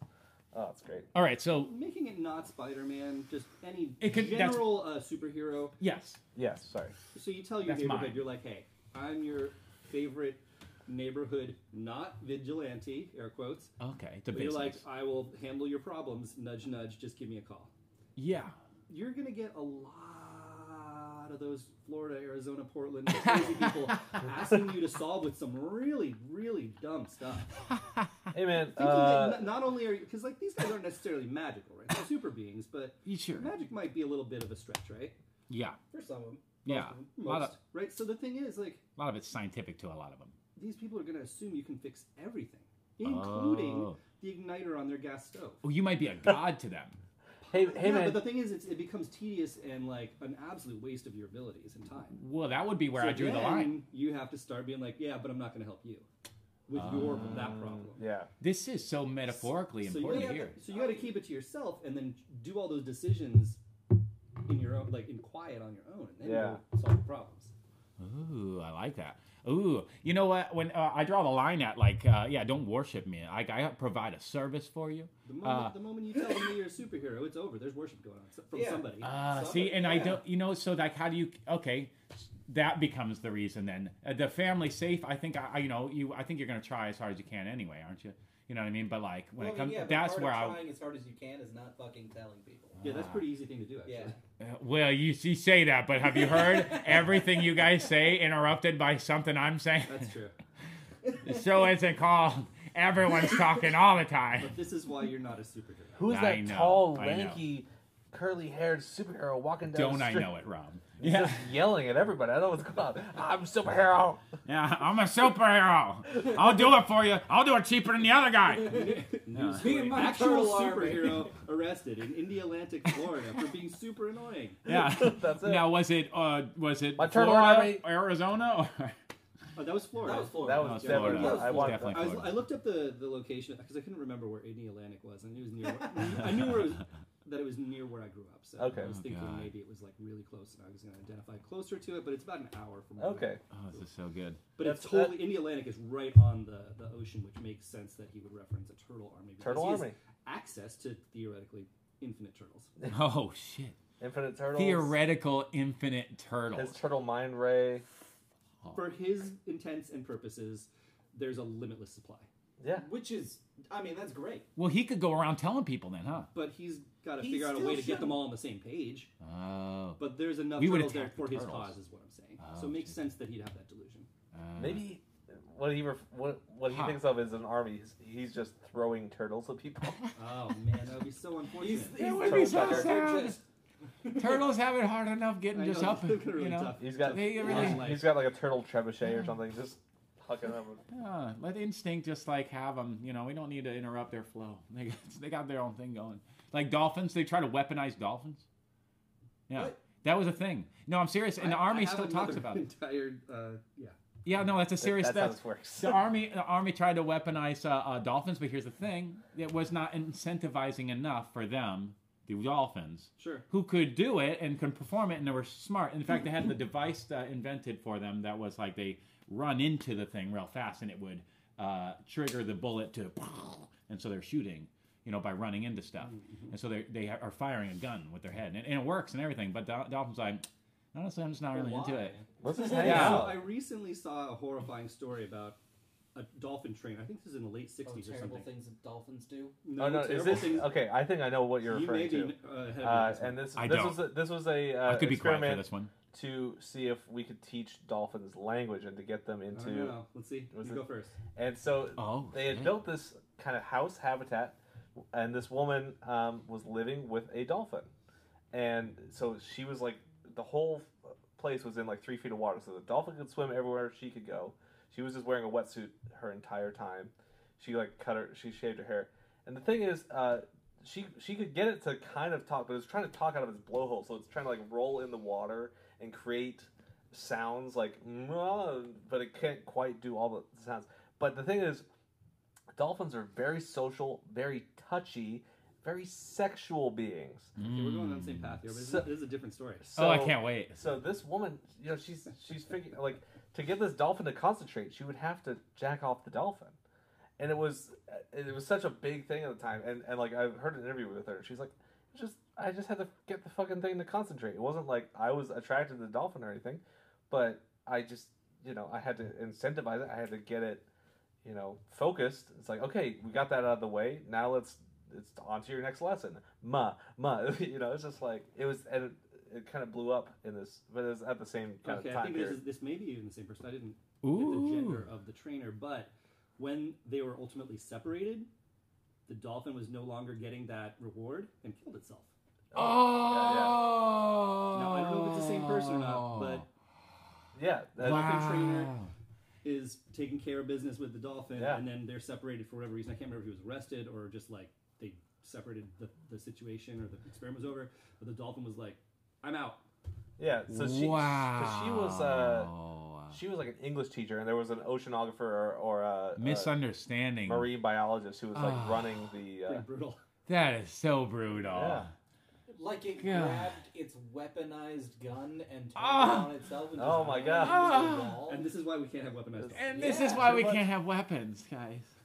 [SPEAKER 1] Oh, it's great.
[SPEAKER 2] All right, so
[SPEAKER 4] Making it not Spider-Man, just any
[SPEAKER 2] It could- that's-
[SPEAKER 4] general uh, superhero.
[SPEAKER 2] yes,
[SPEAKER 1] Yes, sorry.
[SPEAKER 4] So you tell your
[SPEAKER 2] That's
[SPEAKER 4] neighborhood,
[SPEAKER 2] mine.
[SPEAKER 4] you're like, hey, I'm your favorite neighborhood, not vigilante, air quotes.
[SPEAKER 2] okay, it's a
[SPEAKER 4] But you're
[SPEAKER 2] business.
[SPEAKER 4] like, I will handle your problems. Nudge, nudge. Just give me a call.
[SPEAKER 2] yeah,
[SPEAKER 4] You're gonna get a lot of those Florida, Arizona, Portland crazy people asking you to solve with some really, really dumb stuff.
[SPEAKER 1] Hey man,
[SPEAKER 4] Thinking
[SPEAKER 1] uh,
[SPEAKER 4] that n- not only are you because like these guys aren't necessarily magical, right? They're super beings, but
[SPEAKER 2] you sure?
[SPEAKER 4] magic might be a little bit of a stretch, right?
[SPEAKER 2] Yeah,
[SPEAKER 3] For some of them.
[SPEAKER 2] yeah. A lot, of,
[SPEAKER 4] Most, right? So the thing is, like,
[SPEAKER 2] a lot of it's scientific to a lot of them.
[SPEAKER 4] these people are gonna assume you can fix everything, including
[SPEAKER 2] Oh.
[SPEAKER 4] the igniter on their gas stove.
[SPEAKER 2] Oh, you might be a god to them.
[SPEAKER 1] hey hey
[SPEAKER 4] yeah,
[SPEAKER 1] man.
[SPEAKER 4] but the thing is, it's, it becomes tedious and like an absolute waste of your abilities and time.
[SPEAKER 2] Well, that would be where
[SPEAKER 4] So
[SPEAKER 2] I drew the
[SPEAKER 4] then
[SPEAKER 2] line.
[SPEAKER 4] You have to start being like, yeah, but I'm not going to help you with
[SPEAKER 2] Ah,
[SPEAKER 4] your that problem.
[SPEAKER 1] yeah.
[SPEAKER 2] This is so metaphorically
[SPEAKER 4] So you,
[SPEAKER 2] important
[SPEAKER 4] gotta,
[SPEAKER 2] here.
[SPEAKER 4] so you got to keep it to yourself and then do all those decisions in your own, like in quiet on your own, and then
[SPEAKER 1] Yeah.
[SPEAKER 4] you'll solve problems.
[SPEAKER 2] Ooh, I like that. Ooh, you know what? When uh, I draw the line at like, uh, yeah, don't worship me. I, I provide a service for you.
[SPEAKER 4] The moment,
[SPEAKER 2] Uh,
[SPEAKER 4] the moment you tell them that you're a superhero, it's over. There's worship going on so- from
[SPEAKER 3] Yeah.
[SPEAKER 4] somebody.
[SPEAKER 1] Uh,
[SPEAKER 2] Ah,
[SPEAKER 3] Some-
[SPEAKER 2] see, and I
[SPEAKER 3] yeah.
[SPEAKER 2] don't, you know, so like, how do you? Okay, that becomes the reason then. Uh, the family safe. I think I, I, you know, you. I think you're gonna try as hard as you can anyway, aren't you? You know what I mean? But like when
[SPEAKER 3] Well,
[SPEAKER 2] it
[SPEAKER 3] I
[SPEAKER 2] comes,
[SPEAKER 3] mean, yeah, but
[SPEAKER 2] that's
[SPEAKER 3] part
[SPEAKER 2] where
[SPEAKER 3] of
[SPEAKER 2] I.
[SPEAKER 3] trying as hard as you can is not fucking telling people.
[SPEAKER 4] yeah, that's a pretty easy thing to do. Actually,
[SPEAKER 3] Yeah.
[SPEAKER 2] Uh, well, you, you say that, but have you heard everything you guys say interrupted by something I'm saying?
[SPEAKER 4] that's true.
[SPEAKER 2] so it's a call. Everyone's talking all the time.
[SPEAKER 4] But this is why you're not a superhero.
[SPEAKER 1] Who's
[SPEAKER 2] I
[SPEAKER 1] that
[SPEAKER 2] know,
[SPEAKER 1] tall,
[SPEAKER 2] I know.
[SPEAKER 1] lanky, curly-haired superhero walking down
[SPEAKER 2] Don't
[SPEAKER 1] the
[SPEAKER 2] I
[SPEAKER 1] street?
[SPEAKER 2] know it, Rob?
[SPEAKER 1] He's
[SPEAKER 2] Yeah,
[SPEAKER 1] just yelling at everybody. I don't know what's going on. I'm superhero.
[SPEAKER 2] yeah. I'm a superhero. I'll do it for you. I'll do it cheaper than the other guy.
[SPEAKER 4] News
[SPEAKER 3] Me
[SPEAKER 4] story.
[SPEAKER 3] and my
[SPEAKER 4] Actual
[SPEAKER 3] turtle army.
[SPEAKER 4] superhero arrested in India Atlantic, Florida for being super annoying.
[SPEAKER 2] Yeah.
[SPEAKER 1] That's it.
[SPEAKER 2] Now was it uh was it
[SPEAKER 1] My turtle
[SPEAKER 2] Florida,
[SPEAKER 1] army.
[SPEAKER 2] Arizona? Or...
[SPEAKER 4] Oh, that was Florida.
[SPEAKER 3] That was Florida.
[SPEAKER 1] That was
[SPEAKER 2] it's
[SPEAKER 1] definitely.
[SPEAKER 2] Florida.
[SPEAKER 1] I wanted
[SPEAKER 2] Definitely.
[SPEAKER 1] that.
[SPEAKER 4] I, was,
[SPEAKER 2] Florida.
[SPEAKER 4] I looked up the, the location because I couldn't remember where Indian Atlantic was. I knew it was near. I knew where it was, that it was near where I grew up. So
[SPEAKER 1] Okay.
[SPEAKER 4] I was
[SPEAKER 2] Oh,
[SPEAKER 4] thinking
[SPEAKER 2] God.
[SPEAKER 4] maybe it was like really close, and I was going to identify closer to it. But it's about an hour from. Where I
[SPEAKER 1] Okay.
[SPEAKER 4] am.
[SPEAKER 2] Oh, this is so good.
[SPEAKER 4] But it's
[SPEAKER 1] That's- that-
[SPEAKER 4] totally Indian Atlantic is right on the, the ocean, which makes sense that he would reference a turtle army. because
[SPEAKER 1] Turtle
[SPEAKER 4] he has
[SPEAKER 1] army.
[SPEAKER 4] Access to theoretically infinite turtles.
[SPEAKER 2] Oh shit.
[SPEAKER 1] Infinite turtles.
[SPEAKER 2] Theoretical infinite
[SPEAKER 1] His
[SPEAKER 2] turtles.
[SPEAKER 1] turtle mind ray.
[SPEAKER 4] For his intents and purposes, there's a limitless supply.
[SPEAKER 1] Yeah.
[SPEAKER 3] Which is, I mean, that's great.
[SPEAKER 2] Well, he could go around telling people then, huh?
[SPEAKER 4] But he's got to
[SPEAKER 3] He
[SPEAKER 4] figure out a
[SPEAKER 3] still
[SPEAKER 4] way to get
[SPEAKER 3] shouldn't.
[SPEAKER 4] them all on the same page.
[SPEAKER 2] Oh.
[SPEAKER 4] But there's enough
[SPEAKER 2] We would
[SPEAKER 4] turtles there
[SPEAKER 2] attack the
[SPEAKER 4] for his
[SPEAKER 2] turtles.
[SPEAKER 4] cause, is what I'm saying.
[SPEAKER 2] Oh,
[SPEAKER 4] so it makes
[SPEAKER 2] geez.
[SPEAKER 4] sense that he'd have that delusion.
[SPEAKER 2] Uh,
[SPEAKER 1] Maybe what he ref- what what he
[SPEAKER 2] Huh.
[SPEAKER 1] thinks of is an army. He's, he's just throwing turtles at people.
[SPEAKER 4] Oh man, that would be so
[SPEAKER 3] He's,
[SPEAKER 4] unfortunate.
[SPEAKER 3] he's
[SPEAKER 2] That
[SPEAKER 1] would be so
[SPEAKER 3] Turtle Tucker.
[SPEAKER 2] sad.
[SPEAKER 3] Just-
[SPEAKER 2] turtles have it hard enough
[SPEAKER 4] I
[SPEAKER 2] getting
[SPEAKER 4] know,
[SPEAKER 2] just
[SPEAKER 4] they've
[SPEAKER 2] up.
[SPEAKER 4] got a
[SPEAKER 2] you
[SPEAKER 4] really
[SPEAKER 2] know.
[SPEAKER 4] tough-
[SPEAKER 1] He's got
[SPEAKER 2] They
[SPEAKER 1] he's-
[SPEAKER 2] really-
[SPEAKER 1] he's got like a turtle trebuchet or something. Just hucking up.
[SPEAKER 2] Yeah, Uh, let instinct just like have them. You know, we don't need to interrupt their flow. They got, they got their own thing going. Like dolphins, they try to weaponize dolphins. Yeah,
[SPEAKER 3] What?
[SPEAKER 2] that was a thing. No, I'm serious. And the
[SPEAKER 4] I- I
[SPEAKER 2] army
[SPEAKER 4] have
[SPEAKER 2] still talks
[SPEAKER 4] another
[SPEAKER 2] about it.
[SPEAKER 4] Entire, uh, yeah.
[SPEAKER 2] Yeah, no, that's a serious.
[SPEAKER 1] That's,
[SPEAKER 2] that's-
[SPEAKER 1] how this works.
[SPEAKER 2] the army the army tried to weaponize uh, uh, dolphins, but here's the thing: it was not incentivizing enough for them, the dolphins,
[SPEAKER 4] Sure.
[SPEAKER 2] who could do it and could perform it, and they were smart. In fact, they had the device uh, invented for them that was like they run into the thing real fast, and it would uh, trigger the bullet to, and so they're shooting. You know, by running into stuff, and so they they are firing a gun with their head, and, and it works and everything. But dol- dolphins, like, honestly, I'm just not
[SPEAKER 3] Well,
[SPEAKER 2] really into
[SPEAKER 3] why?
[SPEAKER 2] it.
[SPEAKER 1] Let's just hang
[SPEAKER 2] Yeah.
[SPEAKER 4] So
[SPEAKER 1] out.
[SPEAKER 4] I recently saw a horrifying story about a dolphin trainer. I think this is in the late
[SPEAKER 3] Oh,
[SPEAKER 4] '60s or
[SPEAKER 3] terrible
[SPEAKER 4] something.
[SPEAKER 3] things that dolphins do.
[SPEAKER 4] No,
[SPEAKER 1] Oh no! Is
[SPEAKER 4] terrible
[SPEAKER 1] this
[SPEAKER 4] things.
[SPEAKER 1] okay? I think I know what you're
[SPEAKER 4] you may
[SPEAKER 1] referring
[SPEAKER 4] be
[SPEAKER 1] to.
[SPEAKER 4] uh, ahead of me on
[SPEAKER 1] Uh,
[SPEAKER 4] this one.
[SPEAKER 1] and this
[SPEAKER 2] I
[SPEAKER 1] this
[SPEAKER 2] don't.
[SPEAKER 1] was a, this was a uh,
[SPEAKER 2] I could be quiet for
[SPEAKER 1] experiment
[SPEAKER 2] this one.
[SPEAKER 1] to see if we could teach dolphins language and to get them
[SPEAKER 4] I
[SPEAKER 1] into
[SPEAKER 4] don't know. Let's see.
[SPEAKER 1] was
[SPEAKER 4] you
[SPEAKER 1] it-
[SPEAKER 4] go first.
[SPEAKER 1] and so
[SPEAKER 2] Oh,
[SPEAKER 1] they had
[SPEAKER 2] shit.
[SPEAKER 1] built this kind of house habitat and this woman um, was living with a dolphin and so she was like the whole place was in like three feet of water so the dolphin could swim everywhere she could go she was just wearing a wetsuit her entire time she like cut her she shaved her hair and the thing is uh, she she could get it to kind of talk but it was trying to talk out of its blowhole so it's trying to like roll in the water and create sounds like, "Mwah," but it can't quite do all the sounds. But the thing is, dolphins are very social, very touchy, very sexual beings.
[SPEAKER 4] Okay, we're going on the same path here, but this,
[SPEAKER 1] So-
[SPEAKER 4] is, this is a different story.
[SPEAKER 1] So,
[SPEAKER 2] Mm. oh, I can't wait.
[SPEAKER 1] So this woman, you know, she's she's figuring like to get this dolphin to concentrate, she would have to jack off the dolphin, and it was uh, it was such a big thing at the time. And and like I've heard an interview with her, and she's like, just I just had to get the fucking thing to concentrate. It wasn't like I was attracted to the dolphin or anything, but I just you know I had to incentivize it. I had to get it, you know, focused. It's like okay, we got that out of the way. Now let's it's on to your next lesson. Ma, ma, you know, it's just like it was, and it, it kind of blew up in this, but it was at the same kind
[SPEAKER 4] Okay,
[SPEAKER 1] of
[SPEAKER 4] I
[SPEAKER 1] time
[SPEAKER 4] think this
[SPEAKER 1] period.
[SPEAKER 4] is this may be even the same person. I didn't get the
[SPEAKER 2] Ooh.
[SPEAKER 4] gender of the trainer, but when they were ultimately separated, the dolphin was no longer getting that reward and killed itself.
[SPEAKER 2] Oh.
[SPEAKER 4] Now I don't know if it's the same person or not, but
[SPEAKER 1] yeah, that-
[SPEAKER 4] Dolphin
[SPEAKER 2] wow.
[SPEAKER 4] trainer. is taking care of business with the dolphin,
[SPEAKER 1] Yeah.
[SPEAKER 4] and then they're separated for whatever reason. I can't remember if he was arrested or just like they separated the, the situation or the experiment was over. But the dolphin was like, "I'm out."
[SPEAKER 1] yeah. So she, 'cause
[SPEAKER 2] wow.
[SPEAKER 1] she was, uh, she was like an English teacher, and there was an oceanographer or, or a, a
[SPEAKER 2] misunderstanding.
[SPEAKER 1] marine biologist who was like
[SPEAKER 2] Ah.
[SPEAKER 1] running the. Uh,
[SPEAKER 4] Pretty brutal.
[SPEAKER 2] That is so brutal.
[SPEAKER 1] Yeah.
[SPEAKER 3] Like it
[SPEAKER 2] God.
[SPEAKER 3] grabbed its weaponized gun and turned
[SPEAKER 2] Ah.
[SPEAKER 3] it on itself. And
[SPEAKER 1] Oh
[SPEAKER 3] just
[SPEAKER 1] my
[SPEAKER 3] ran
[SPEAKER 1] God.
[SPEAKER 3] into the
[SPEAKER 2] Ah.
[SPEAKER 3] wall.
[SPEAKER 4] And this is why we can't have weaponized. dolphins.
[SPEAKER 2] And this
[SPEAKER 3] Yeah,
[SPEAKER 2] is why
[SPEAKER 1] too
[SPEAKER 2] we
[SPEAKER 1] much.
[SPEAKER 2] can't have weapons, guys.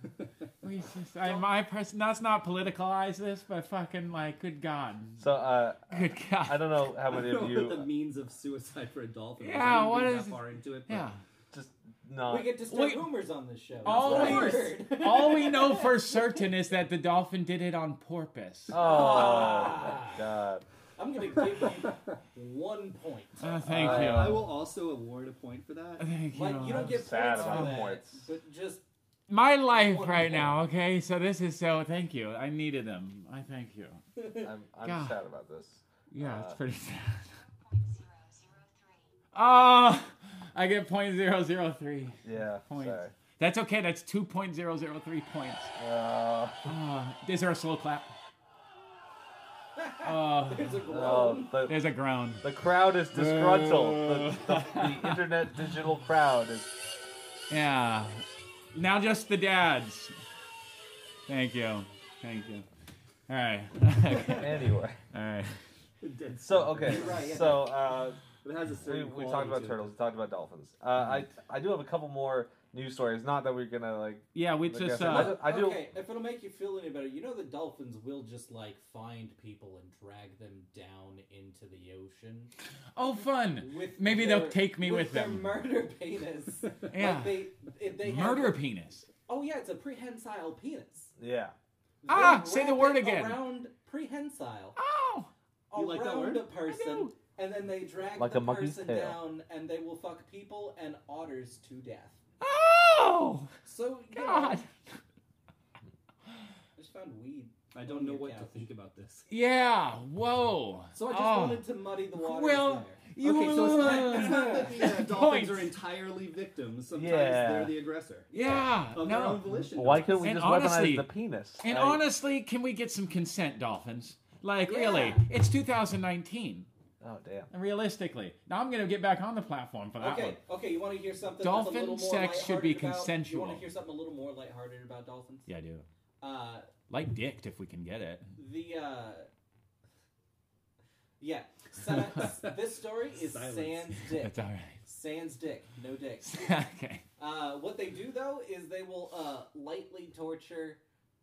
[SPEAKER 2] We just, I, my person, let's not politicalize this, but fucking like, good God,
[SPEAKER 1] so uh,
[SPEAKER 2] good God.
[SPEAKER 1] I don't know how
[SPEAKER 4] I
[SPEAKER 1] many
[SPEAKER 4] don't
[SPEAKER 1] of
[SPEAKER 4] know what the
[SPEAKER 1] you
[SPEAKER 4] means of suicide for a dolphin. was. I
[SPEAKER 2] Yeah,
[SPEAKER 4] didn't
[SPEAKER 2] what
[SPEAKER 4] read
[SPEAKER 2] is-
[SPEAKER 4] that far into it? But
[SPEAKER 2] yeah.
[SPEAKER 1] just not.
[SPEAKER 3] we get to start
[SPEAKER 2] we-
[SPEAKER 3] rumors on this show.
[SPEAKER 2] All
[SPEAKER 3] It's
[SPEAKER 1] we-
[SPEAKER 3] weird.
[SPEAKER 2] All we know for certain is that the dolphin did it on porpoise.
[SPEAKER 1] Oh
[SPEAKER 2] Ah.
[SPEAKER 1] my god!
[SPEAKER 3] I'm gonna give you one point.
[SPEAKER 2] Oh, thank
[SPEAKER 1] Uh,
[SPEAKER 2] you.
[SPEAKER 4] I will also award a point for that.
[SPEAKER 2] Thank
[SPEAKER 3] Like
[SPEAKER 2] you.
[SPEAKER 3] you don't get
[SPEAKER 1] sad
[SPEAKER 3] points for
[SPEAKER 1] about
[SPEAKER 3] that,
[SPEAKER 1] points.
[SPEAKER 3] but just
[SPEAKER 2] my life
[SPEAKER 3] One
[SPEAKER 2] right
[SPEAKER 3] point.
[SPEAKER 2] now, okay? So this is so. Thank you. I needed them. I thank you.
[SPEAKER 1] I'm, I'm
[SPEAKER 2] God.
[SPEAKER 1] sad about this.
[SPEAKER 2] Yeah,
[SPEAKER 1] Uh,
[SPEAKER 2] it's pretty sad.
[SPEAKER 5] Thank
[SPEAKER 2] Oh, I get point zero zero three.
[SPEAKER 1] Yeah,
[SPEAKER 2] Points.
[SPEAKER 1] sorry.
[SPEAKER 2] That's okay. That's two point zero zero three points.
[SPEAKER 1] Uh,
[SPEAKER 2] Uh, is there a slow clap? Oh,
[SPEAKER 3] there's a glow.
[SPEAKER 1] oh, the-
[SPEAKER 2] there's a groan.
[SPEAKER 1] The crowd is disgruntled. The, the, the internet digital crowd is.
[SPEAKER 2] Yeah. Now just the dads. Thank you. Thank you. All right.
[SPEAKER 1] Anyway,
[SPEAKER 2] All right.
[SPEAKER 4] Dead
[SPEAKER 1] so
[SPEAKER 4] silence.
[SPEAKER 1] okay,
[SPEAKER 3] You're right, yeah.
[SPEAKER 1] so uh,
[SPEAKER 4] It has a
[SPEAKER 1] we,
[SPEAKER 4] certain.
[SPEAKER 1] we talked
[SPEAKER 4] quality
[SPEAKER 1] about
[SPEAKER 4] to it.
[SPEAKER 1] turtles, we talked about dolphins. Uh, I I do have a couple more news stories. Not that we're gonna like.
[SPEAKER 2] Yeah, we
[SPEAKER 1] like
[SPEAKER 2] just
[SPEAKER 1] I,
[SPEAKER 2] uh,
[SPEAKER 1] said, I do. I do-
[SPEAKER 3] Okay, if it'll make you feel any better, you know the dolphins will just like find people and drag them down into the ocean.
[SPEAKER 2] oh fun.
[SPEAKER 3] With
[SPEAKER 2] Maybe
[SPEAKER 3] their,
[SPEAKER 2] they'll take me with
[SPEAKER 3] their
[SPEAKER 2] them.
[SPEAKER 3] Murder penis.
[SPEAKER 2] Yeah.
[SPEAKER 3] Like they, if they have-
[SPEAKER 2] Murder penis.
[SPEAKER 3] oh yeah, it's a prehensile penis.
[SPEAKER 1] Yeah.
[SPEAKER 3] They
[SPEAKER 2] Ah, say
[SPEAKER 3] wrap
[SPEAKER 2] the word
[SPEAKER 3] it
[SPEAKER 2] again.
[SPEAKER 3] Around prehensile.
[SPEAKER 2] Oh.
[SPEAKER 4] You like that
[SPEAKER 3] around
[SPEAKER 4] word?
[SPEAKER 3] a person,
[SPEAKER 2] do.
[SPEAKER 3] and then they drag
[SPEAKER 1] Like
[SPEAKER 3] the
[SPEAKER 1] a monkey's
[SPEAKER 3] person
[SPEAKER 1] tail.
[SPEAKER 3] down, and they will fuck people and otters to death.
[SPEAKER 2] Oh.
[SPEAKER 3] So you know,
[SPEAKER 2] God.
[SPEAKER 3] I just found weed.
[SPEAKER 4] I don't know
[SPEAKER 3] on your
[SPEAKER 4] what to
[SPEAKER 3] couch.
[SPEAKER 4] think about this.
[SPEAKER 2] Yeah. Whoa.
[SPEAKER 3] So I just
[SPEAKER 2] oh.
[SPEAKER 3] wanted to muddy the water
[SPEAKER 2] Well,
[SPEAKER 3] there.
[SPEAKER 2] you.
[SPEAKER 4] okay, so it's not, it's not that the uh, dolphins
[SPEAKER 2] Points.
[SPEAKER 4] are entirely victims. Sometimes
[SPEAKER 1] Yeah.
[SPEAKER 4] they're the aggressor.
[SPEAKER 2] yeah.
[SPEAKER 4] Of their own
[SPEAKER 2] No.
[SPEAKER 4] volition.
[SPEAKER 1] Why couldn't we
[SPEAKER 2] And
[SPEAKER 1] just
[SPEAKER 2] honestly-
[SPEAKER 1] weaponize the penis?
[SPEAKER 2] And
[SPEAKER 1] I-
[SPEAKER 2] honestly, can we get some consent, dolphins? Like
[SPEAKER 3] Yeah.
[SPEAKER 2] really? It's 2019.
[SPEAKER 1] Oh damn.
[SPEAKER 2] Realistically, now I'm gonna get back on the platform for that one.
[SPEAKER 3] Okay, okay, you want to hear something?
[SPEAKER 2] Dolphin
[SPEAKER 3] that's a little more
[SPEAKER 2] sex should be
[SPEAKER 3] lighthearted about-
[SPEAKER 2] consensual.
[SPEAKER 3] You want to hear something a little more lighthearted about dolphins?
[SPEAKER 2] Yeah, I do.
[SPEAKER 3] Uh,
[SPEAKER 2] Like dicked if we can get it.
[SPEAKER 3] the uh, yeah, Sa- this story is
[SPEAKER 4] Silence.
[SPEAKER 3] Sans Dick.
[SPEAKER 2] That's all
[SPEAKER 3] Sans Dick, no dick.
[SPEAKER 2] right. okay.
[SPEAKER 3] Uh, what they do though is they will uh, lightly torture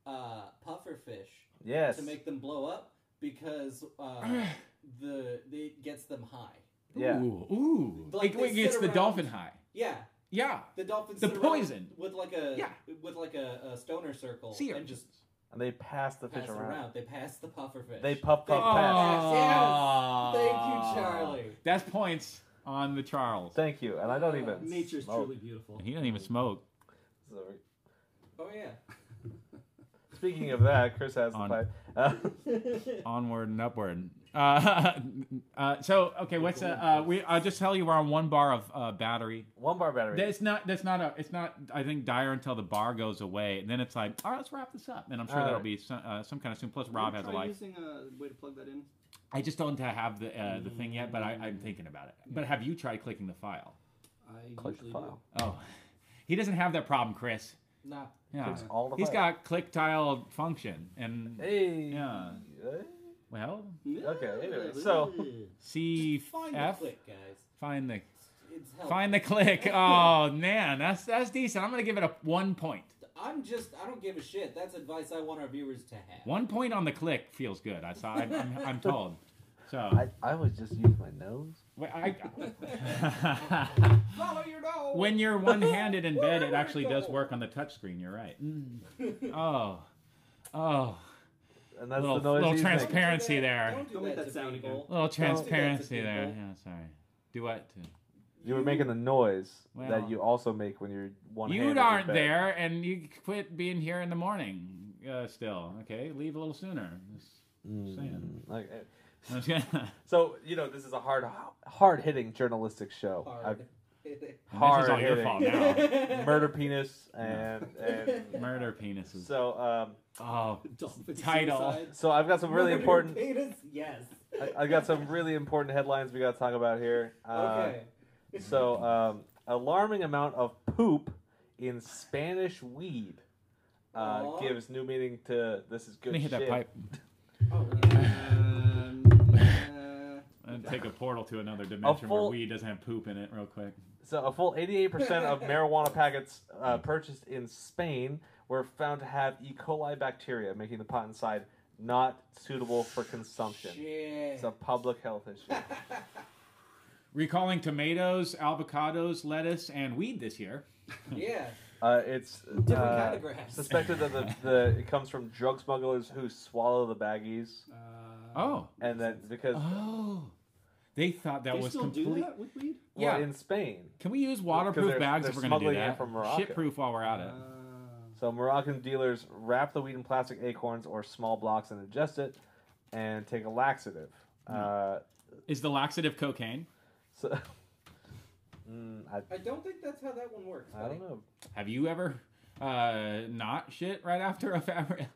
[SPEAKER 3] uh, pufferfish
[SPEAKER 1] Yes.
[SPEAKER 3] to make them blow up because uh, the it gets them high.
[SPEAKER 1] Yeah.
[SPEAKER 2] Ooh. Ooh.
[SPEAKER 3] Like,
[SPEAKER 2] Like
[SPEAKER 3] they
[SPEAKER 2] it gets
[SPEAKER 3] sit
[SPEAKER 2] the
[SPEAKER 3] around-
[SPEAKER 2] dolphin high.
[SPEAKER 3] Yeah,
[SPEAKER 2] Yeah.
[SPEAKER 3] the dolphins.
[SPEAKER 2] The
[SPEAKER 3] sit around
[SPEAKER 2] poison.
[SPEAKER 3] with like a
[SPEAKER 2] Yeah.
[SPEAKER 3] with like a, a stoner circle
[SPEAKER 2] See
[SPEAKER 3] and just
[SPEAKER 1] And they pass the
[SPEAKER 3] pass
[SPEAKER 1] fish
[SPEAKER 3] them
[SPEAKER 1] around.
[SPEAKER 3] around. They pass the pufferfish.
[SPEAKER 1] They Ah. puff
[SPEAKER 3] They-
[SPEAKER 1] puff pass.
[SPEAKER 3] pass. Yes. Thank you, Charlie.
[SPEAKER 2] That's points on the Charles.
[SPEAKER 1] Thank you. And I don't even.
[SPEAKER 4] Nature's
[SPEAKER 1] smoke.
[SPEAKER 4] truly beautiful.
[SPEAKER 2] He doesn't even smoke.
[SPEAKER 1] Sorry.
[SPEAKER 3] Oh yeah.
[SPEAKER 1] Speaking of that, Chris has the
[SPEAKER 2] On-
[SPEAKER 1] pipe. Uh,
[SPEAKER 2] Onward and upward. Uh, uh, so okay, what's a, uh, we? I'll just tell you we're on one bar of uh, battery.
[SPEAKER 1] one bar battery.
[SPEAKER 2] That's not. That's not a. It's not. I think dire until the bar goes away. And then it's like, all right, let's wrap this up. And I'm sure
[SPEAKER 1] All
[SPEAKER 2] that'll
[SPEAKER 1] right.
[SPEAKER 2] be some, uh, some kind of soon. Plus, Rob
[SPEAKER 4] Wanna
[SPEAKER 2] has a
[SPEAKER 4] try
[SPEAKER 2] life.
[SPEAKER 4] Using a way to plug that in.
[SPEAKER 2] I just don't have the uh, the thing yet, but I, I'm thinking about it. But have you tried clicking the file?
[SPEAKER 4] I
[SPEAKER 1] Click the
[SPEAKER 4] usually
[SPEAKER 1] file.
[SPEAKER 2] Oh, he doesn't have that problem, Chris.
[SPEAKER 3] Nah.
[SPEAKER 2] Yeah,
[SPEAKER 1] Clicks all the
[SPEAKER 2] he's
[SPEAKER 1] file.
[SPEAKER 2] got click tile function, and
[SPEAKER 1] Hey.
[SPEAKER 2] Yeah.
[SPEAKER 1] eh?
[SPEAKER 2] well,
[SPEAKER 4] do.
[SPEAKER 1] Okay, anyway, so-
[SPEAKER 2] C
[SPEAKER 3] Find
[SPEAKER 2] F
[SPEAKER 3] the click, guys.
[SPEAKER 2] find the
[SPEAKER 3] It's help.
[SPEAKER 2] find the click. Oh man, that's that's decent. I'm gonna give it a one point.
[SPEAKER 3] I'm just. I don't give a shit. That's advice I want our viewers to have.
[SPEAKER 2] One point on the click feels good. I saw. I'm, I'm, I'm told. So
[SPEAKER 1] I, I would just use my nose.
[SPEAKER 2] wait, I,
[SPEAKER 3] Follow your nose.
[SPEAKER 2] when you're one-handed in bed, it actually does work on the touch screen. You're right.
[SPEAKER 3] Mm.
[SPEAKER 2] Oh, oh,
[SPEAKER 1] And that's
[SPEAKER 2] Little-
[SPEAKER 1] the noise
[SPEAKER 2] little
[SPEAKER 1] he's making.
[SPEAKER 2] transparent. transparency there.
[SPEAKER 3] Don't do
[SPEAKER 4] Don't
[SPEAKER 3] that, don't
[SPEAKER 4] make that
[SPEAKER 3] do that,
[SPEAKER 4] sound
[SPEAKER 3] to
[SPEAKER 4] again.
[SPEAKER 3] people. do
[SPEAKER 2] little
[SPEAKER 3] that to
[SPEAKER 2] transparency there.
[SPEAKER 3] people.
[SPEAKER 2] Yeah, sorry. Do what? To,
[SPEAKER 1] You were making the noise
[SPEAKER 2] Well.
[SPEAKER 1] that you also make when you're one.
[SPEAKER 2] you aren't there, and you quit being here in the morning. Uh, still, okay. Leave a little sooner. Just saying.
[SPEAKER 1] Mm. Like, eh,
[SPEAKER 2] I was gonna-
[SPEAKER 1] so you know this is a hard, hard hitting journalistic show.
[SPEAKER 3] Hard.
[SPEAKER 1] Hard
[SPEAKER 2] this is all your
[SPEAKER 1] hitting.
[SPEAKER 2] fault now.
[SPEAKER 1] I've- murder penis and, and
[SPEAKER 2] Murder penises.
[SPEAKER 1] so um
[SPEAKER 2] Oh,
[SPEAKER 4] Dolphin
[SPEAKER 2] Title.
[SPEAKER 4] suicide.
[SPEAKER 1] so I've got some really important.
[SPEAKER 3] Penis? Yes.
[SPEAKER 1] I, I've got some really important headlines we got to talk about here. Uh,
[SPEAKER 3] okay.
[SPEAKER 1] So um, alarming amount of poop in Spanish weed. Uh,
[SPEAKER 3] Aw.
[SPEAKER 1] gives new meaning to this is good
[SPEAKER 2] let me hit
[SPEAKER 1] shit.
[SPEAKER 2] that pipe
[SPEAKER 3] Oh,
[SPEAKER 4] Um, uh,
[SPEAKER 2] and take a portal to another dimension where
[SPEAKER 1] full-
[SPEAKER 2] weed doesn't have poop in it, real quick.
[SPEAKER 1] So a full 88% of marijuana packets uh, purchased in Spain were found to have E. coli bacteria, making the pot inside not suitable for consumption.
[SPEAKER 3] shit.
[SPEAKER 1] It's a public health issue.
[SPEAKER 2] Recalling tomatoes, avocados, lettuce, and weed this year.
[SPEAKER 3] yeah.
[SPEAKER 1] Uh, it's uh,
[SPEAKER 3] Different kind of grass.
[SPEAKER 1] suspected that the, the it comes from drug smugglers who swallow the baggies,
[SPEAKER 4] uh,
[SPEAKER 2] Oh,
[SPEAKER 1] and then because
[SPEAKER 2] oh, they thought that
[SPEAKER 4] they
[SPEAKER 2] was
[SPEAKER 4] still
[SPEAKER 2] complete.
[SPEAKER 4] do that with weed?
[SPEAKER 1] well,
[SPEAKER 2] Yeah.
[SPEAKER 1] in Spain,
[SPEAKER 2] Can we use
[SPEAKER 1] Because
[SPEAKER 2] waterproof
[SPEAKER 1] they're-
[SPEAKER 2] bags
[SPEAKER 1] they're
[SPEAKER 2] if we're going to do
[SPEAKER 1] smuggling it
[SPEAKER 2] that?
[SPEAKER 1] from Morocco. Uh.
[SPEAKER 2] Shitproof while we're at it.
[SPEAKER 3] Uh,
[SPEAKER 1] so Moroccan dealers wrap the weed in plastic acorns or small blocks and ingest it, and take a laxative. Uh,
[SPEAKER 2] Is the laxative cocaine?
[SPEAKER 1] so, Mm, I,
[SPEAKER 3] I don't think that's how that one works.
[SPEAKER 1] I
[SPEAKER 3] buddy.
[SPEAKER 1] don't know.
[SPEAKER 2] Have you ever uh, not shit right after a fabric?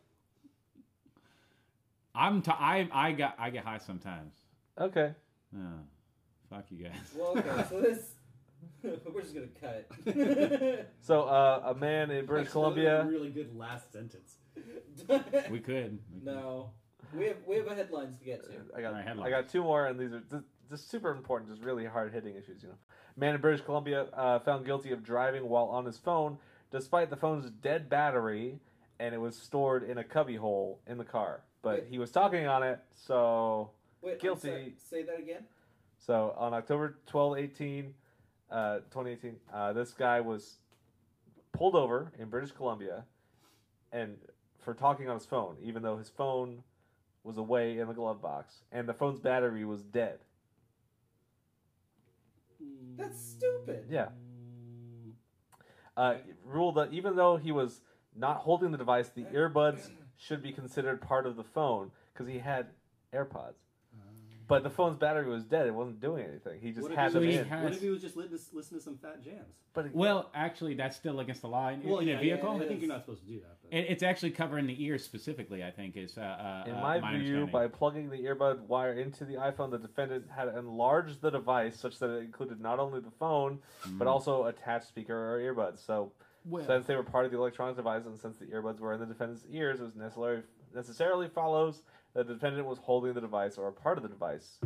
[SPEAKER 2] I'm t- I I got I get high sometimes.
[SPEAKER 1] Okay.
[SPEAKER 2] Oh, fuck you guys.
[SPEAKER 3] Well, okay, so this. We're just gonna cut. it.
[SPEAKER 1] So uh, a man in British
[SPEAKER 4] That's a
[SPEAKER 1] Columbia.
[SPEAKER 4] really good last sentence.
[SPEAKER 2] we could. We could.
[SPEAKER 3] no, we have we have a headlines to get to.
[SPEAKER 1] I got
[SPEAKER 2] All right,
[SPEAKER 1] I
[SPEAKER 2] headlines.
[SPEAKER 1] got two more, and these are just, just super important, just really hard hitting issues. You know, man in British Columbia uh, found guilty of driving while on his phone, despite the phone's dead battery, and it was stored in a cubbyhole in the car. But
[SPEAKER 3] Wait.
[SPEAKER 1] he was talking on it, so
[SPEAKER 3] Wait, I'm
[SPEAKER 1] Guilty.
[SPEAKER 3] sorry, Say that again.
[SPEAKER 1] so on October 12, 18, uh, 2018, uh, this guy was pulled over in British Columbia, and for talking on his phone, even though his phone was away in the glove box, and the phone's battery was dead.
[SPEAKER 3] That's stupid.
[SPEAKER 1] Yeah. Uh, ruled that even though he was not holding the device, the earbuds should be considered part of the phone because he had AirPods. But the phone's battery was dead; it wasn't doing anything. He just
[SPEAKER 4] Mm, What if
[SPEAKER 1] had
[SPEAKER 4] he
[SPEAKER 1] them
[SPEAKER 4] was-
[SPEAKER 2] he
[SPEAKER 1] in.
[SPEAKER 2] had-
[SPEAKER 4] What if he was just lit- listening to some fat jams?
[SPEAKER 1] But
[SPEAKER 2] Well, actually, that's still against the law. In,
[SPEAKER 4] Well,
[SPEAKER 2] in
[SPEAKER 4] yeah,
[SPEAKER 2] a vehicle,
[SPEAKER 4] I
[SPEAKER 3] yeah,
[SPEAKER 4] think you're not supposed to do that. But.
[SPEAKER 2] It, it's actually covering the ear specifically. I think is uh, uh,
[SPEAKER 1] in
[SPEAKER 2] uh,
[SPEAKER 1] my, view,
[SPEAKER 2] understanding.
[SPEAKER 1] by plugging the earbud wire into the iPhone, the defendant had enlarged the device such that it included not only the phone
[SPEAKER 2] Hmm.
[SPEAKER 1] but also attached speaker or earbuds. So,
[SPEAKER 2] Well-
[SPEAKER 1] since they were part of the electronic device and since the earbuds were in the defendant's ears, it was necessary necessarily follows that the defendant was holding the device or a part of the device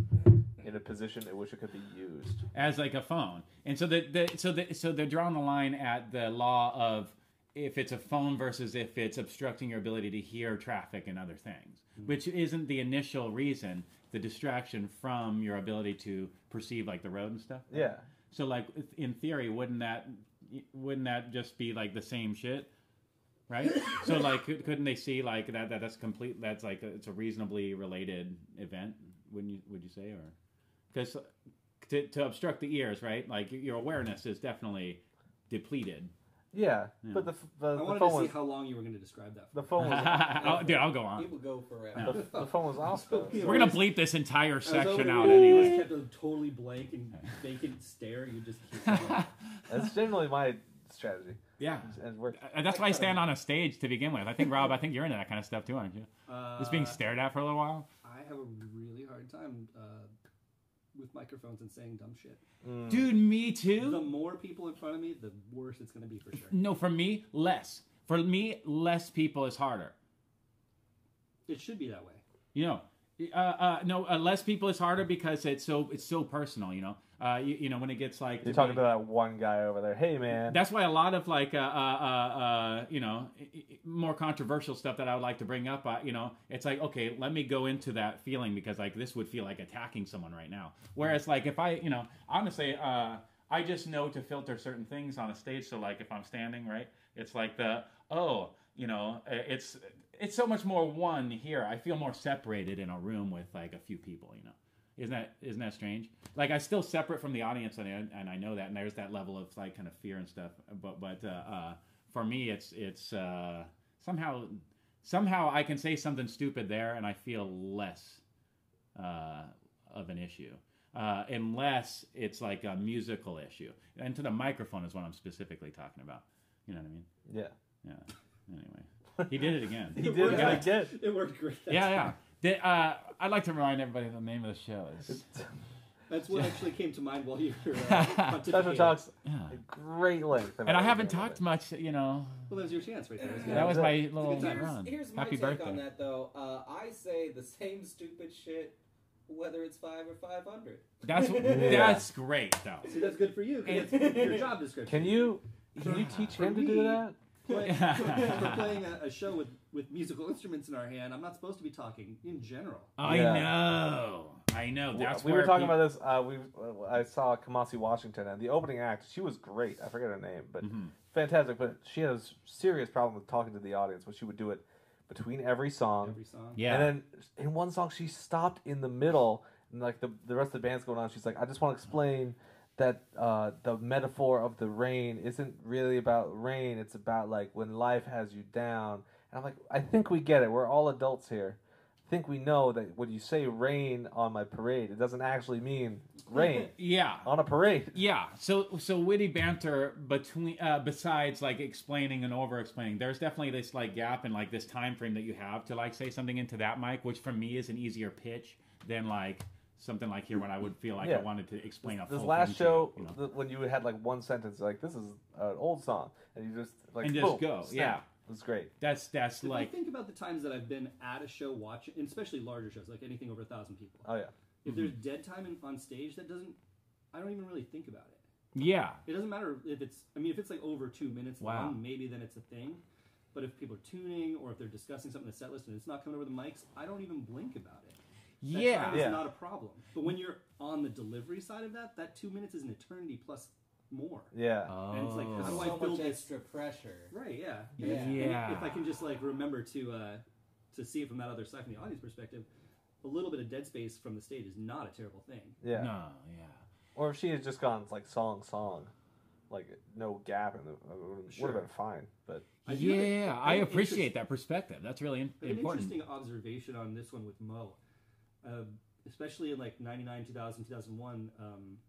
[SPEAKER 1] in a position in which it could be used.
[SPEAKER 2] as like a phone. And so the, the so the so they're drawing the line at the law of if it's a phone versus if it's obstructing your ability to hear traffic and other things,
[SPEAKER 1] Mm-hmm.
[SPEAKER 2] which isn't the initial reason, the distraction from your ability to perceive like the road and stuff.
[SPEAKER 1] Yeah.
[SPEAKER 2] So like in theory, wouldn't that wouldn't that just be like the same shit? Right, so like, could, couldn't they see like that, that? That's complete. That's like it's a reasonably related event. Wouldn't you? Would you say or? because to, to obstruct the ears, right? Like your awareness is definitely depleted.
[SPEAKER 1] Yeah.
[SPEAKER 2] Yeah.
[SPEAKER 1] But the, f- the,
[SPEAKER 4] I
[SPEAKER 1] the
[SPEAKER 4] wanted
[SPEAKER 1] phone
[SPEAKER 4] to see
[SPEAKER 1] was
[SPEAKER 4] how long you were going to describe that.
[SPEAKER 1] the phone was
[SPEAKER 2] I'll- dude, I'll go on.
[SPEAKER 3] People go forever.
[SPEAKER 2] Yeah.
[SPEAKER 1] the, the phone was off though.
[SPEAKER 4] Yeah.
[SPEAKER 2] We're gonna bleep this entire
[SPEAKER 4] I was hoping
[SPEAKER 2] section
[SPEAKER 4] you
[SPEAKER 2] out
[SPEAKER 4] would
[SPEAKER 2] anyway.
[SPEAKER 4] just Kept a totally blank and vacant stare. You just keep going.
[SPEAKER 1] That's generally my strategy,
[SPEAKER 2] yeah,
[SPEAKER 1] and it works.
[SPEAKER 2] Uh, that's why I stand on a stage to begin with. I think Rob, I think you're into that kind of stuff too, aren't you?
[SPEAKER 4] uh,
[SPEAKER 2] Just being stared at for a little while.
[SPEAKER 4] I have a really hard time uh, with microphones and saying dumb shit.
[SPEAKER 2] Dude, me too.
[SPEAKER 4] The more people in front of me, the worse it's going to be for sure.
[SPEAKER 2] No, for me, less. For me, less people is harder.
[SPEAKER 4] It should be that way.
[SPEAKER 2] You know, uh, uh, no, uh, less people is harder because it's so it's so personal. You know, uh, you, you know when it gets like
[SPEAKER 1] You're talking to that one guy over there. Hey, man.
[SPEAKER 2] That's why a lot of like uh, uh, uh, uh, you know i- i- more controversial stuff that I would like to bring up. Uh, you know, it's like okay, let me go into that feeling because like this would feel like attacking someone right now. Whereas like if I you know honestly, uh, I just know to filter certain things on a stage. So like if I'm standing right, it's like the oh you know uh, it's it's so much more one here. I feel more separated in a room with like a few people. You know. Isn't that isn't that strange? Like I'm still separate from the audience, and I, and I know that, and there's that level of like kind of fear and stuff. But but uh, uh, for me, it's it's uh, somehow somehow I can say something stupid there, and I feel less uh, of an issue, uh, unless it's like a musical issue. And to the microphone is what I'm specifically talking about. You know what I mean?
[SPEAKER 1] Yeah.
[SPEAKER 2] Yeah. Anyway, he did it again.
[SPEAKER 1] He did it
[SPEAKER 4] Yeah.
[SPEAKER 1] again.
[SPEAKER 4] It worked great. That's,
[SPEAKER 2] Yeah, yeah. Did, uh, I'd like to remind everybody the name of the show is.
[SPEAKER 4] That's what actually came to mind while you were uh,
[SPEAKER 2] Special
[SPEAKER 1] Special
[SPEAKER 4] pontificating.
[SPEAKER 1] talks
[SPEAKER 2] Yeah.
[SPEAKER 1] at great length.
[SPEAKER 2] And I haven't talked much, you know.
[SPEAKER 4] Well, that was your chance right there. wasn't it?
[SPEAKER 2] That was my
[SPEAKER 4] a
[SPEAKER 2] little
[SPEAKER 4] good time.
[SPEAKER 2] run.
[SPEAKER 3] Here's, here's my
[SPEAKER 2] Happy
[SPEAKER 3] take
[SPEAKER 2] birthday.
[SPEAKER 3] on that, though. Uh, I say the same stupid shit, whether it's five or five hundred.
[SPEAKER 2] That's that's great though.
[SPEAKER 4] See, that's good for you because
[SPEAKER 3] And-
[SPEAKER 4] it's your job description.
[SPEAKER 1] Can you can you teach
[SPEAKER 4] For
[SPEAKER 1] him to
[SPEAKER 4] me-
[SPEAKER 1] do that?
[SPEAKER 4] Play,
[SPEAKER 2] Yeah.
[SPEAKER 4] for playing a, a show with, with musical instruments in our hand, I'm not supposed to be talking in general.
[SPEAKER 2] I
[SPEAKER 1] Yeah.
[SPEAKER 2] know. I know. That's
[SPEAKER 1] we
[SPEAKER 2] where
[SPEAKER 1] were talking
[SPEAKER 2] peop-
[SPEAKER 1] about this. Uh, we uh, I saw Kamasi Washington and the opening act. She was great. I forget her name, but
[SPEAKER 2] Mm-hmm.
[SPEAKER 1] fantastic. But she had a s- serious problem with talking to the audience. But she would do it between every song,
[SPEAKER 4] Every song.
[SPEAKER 2] Yeah.
[SPEAKER 1] and then in one song she stopped in the middle, and like the the rest of the band's going on. She's like, I just want to explain that uh, the metaphor of the rain isn't really about rain. It's about like when life has you down. And I'm like, I think we get it. We're all adults here. I think we know that when you say rain on my parade, it doesn't actually mean rain
[SPEAKER 2] yeah.
[SPEAKER 1] on a parade.
[SPEAKER 2] Yeah. So so witty banter between uh, besides like explaining and over explaining, there's definitely this like gap in like this time frame that you have to like say something into that mic, which for me is an easier pitch than like something like here when I would feel like
[SPEAKER 1] Yeah.
[SPEAKER 2] I wanted to explain a
[SPEAKER 1] This
[SPEAKER 2] full
[SPEAKER 1] last
[SPEAKER 2] thing to
[SPEAKER 1] show,
[SPEAKER 2] you, you know?
[SPEAKER 1] th- when you had like one sentence, like this is an old song, and you just like
[SPEAKER 2] And just
[SPEAKER 1] boom,
[SPEAKER 2] go,
[SPEAKER 1] snap.
[SPEAKER 2] yeah.
[SPEAKER 1] it was great.
[SPEAKER 2] that's that's
[SPEAKER 4] If
[SPEAKER 2] like
[SPEAKER 4] I think about the times that I've been at a show watching, and especially larger shows, like anything over a thousand people.
[SPEAKER 2] Uh,
[SPEAKER 1] Oh yeah,
[SPEAKER 4] If there's
[SPEAKER 2] mm-hmm.
[SPEAKER 4] dead time in, on stage, that doesn't. I don't even really think about it.
[SPEAKER 2] yeah.
[SPEAKER 4] It doesn't matter if it's. I mean, if it's like over two minutes
[SPEAKER 2] Wow.
[SPEAKER 4] long, maybe then it's a thing. But if people are tuning or if they're discussing something in the set list and it's not coming over the mics, I don't even blink about it. That
[SPEAKER 2] Yeah.
[SPEAKER 4] time is
[SPEAKER 1] Yeah.
[SPEAKER 4] not a problem. But when you're on the delivery side of that, that two minutes is an eternity plus more.
[SPEAKER 1] yeah.
[SPEAKER 4] And it's like,
[SPEAKER 2] Oh.
[SPEAKER 4] how do I
[SPEAKER 3] so
[SPEAKER 4] feel
[SPEAKER 3] much
[SPEAKER 4] this-
[SPEAKER 3] extra pressure.
[SPEAKER 4] Right? Yeah. And
[SPEAKER 3] Yeah.
[SPEAKER 4] if- and
[SPEAKER 2] Yeah.
[SPEAKER 4] if I can just like remember to uh, to see it from that other side, from the audience perspective, a little bit of dead space from the stage is not a terrible thing.
[SPEAKER 1] yeah.
[SPEAKER 2] No, yeah.
[SPEAKER 1] Or if she had just gone like song song, like no gap, and it would
[SPEAKER 4] Sure.
[SPEAKER 1] have been fine. But
[SPEAKER 4] I do have a-
[SPEAKER 2] yeah,
[SPEAKER 4] I
[SPEAKER 2] I
[SPEAKER 4] have an
[SPEAKER 2] appreciate
[SPEAKER 4] interest-
[SPEAKER 2] that perspective. That's really in-
[SPEAKER 4] I have an
[SPEAKER 2] important.
[SPEAKER 4] interesting observation on this one with Mo, uh, especially in like '99, 2000, 2001. Um,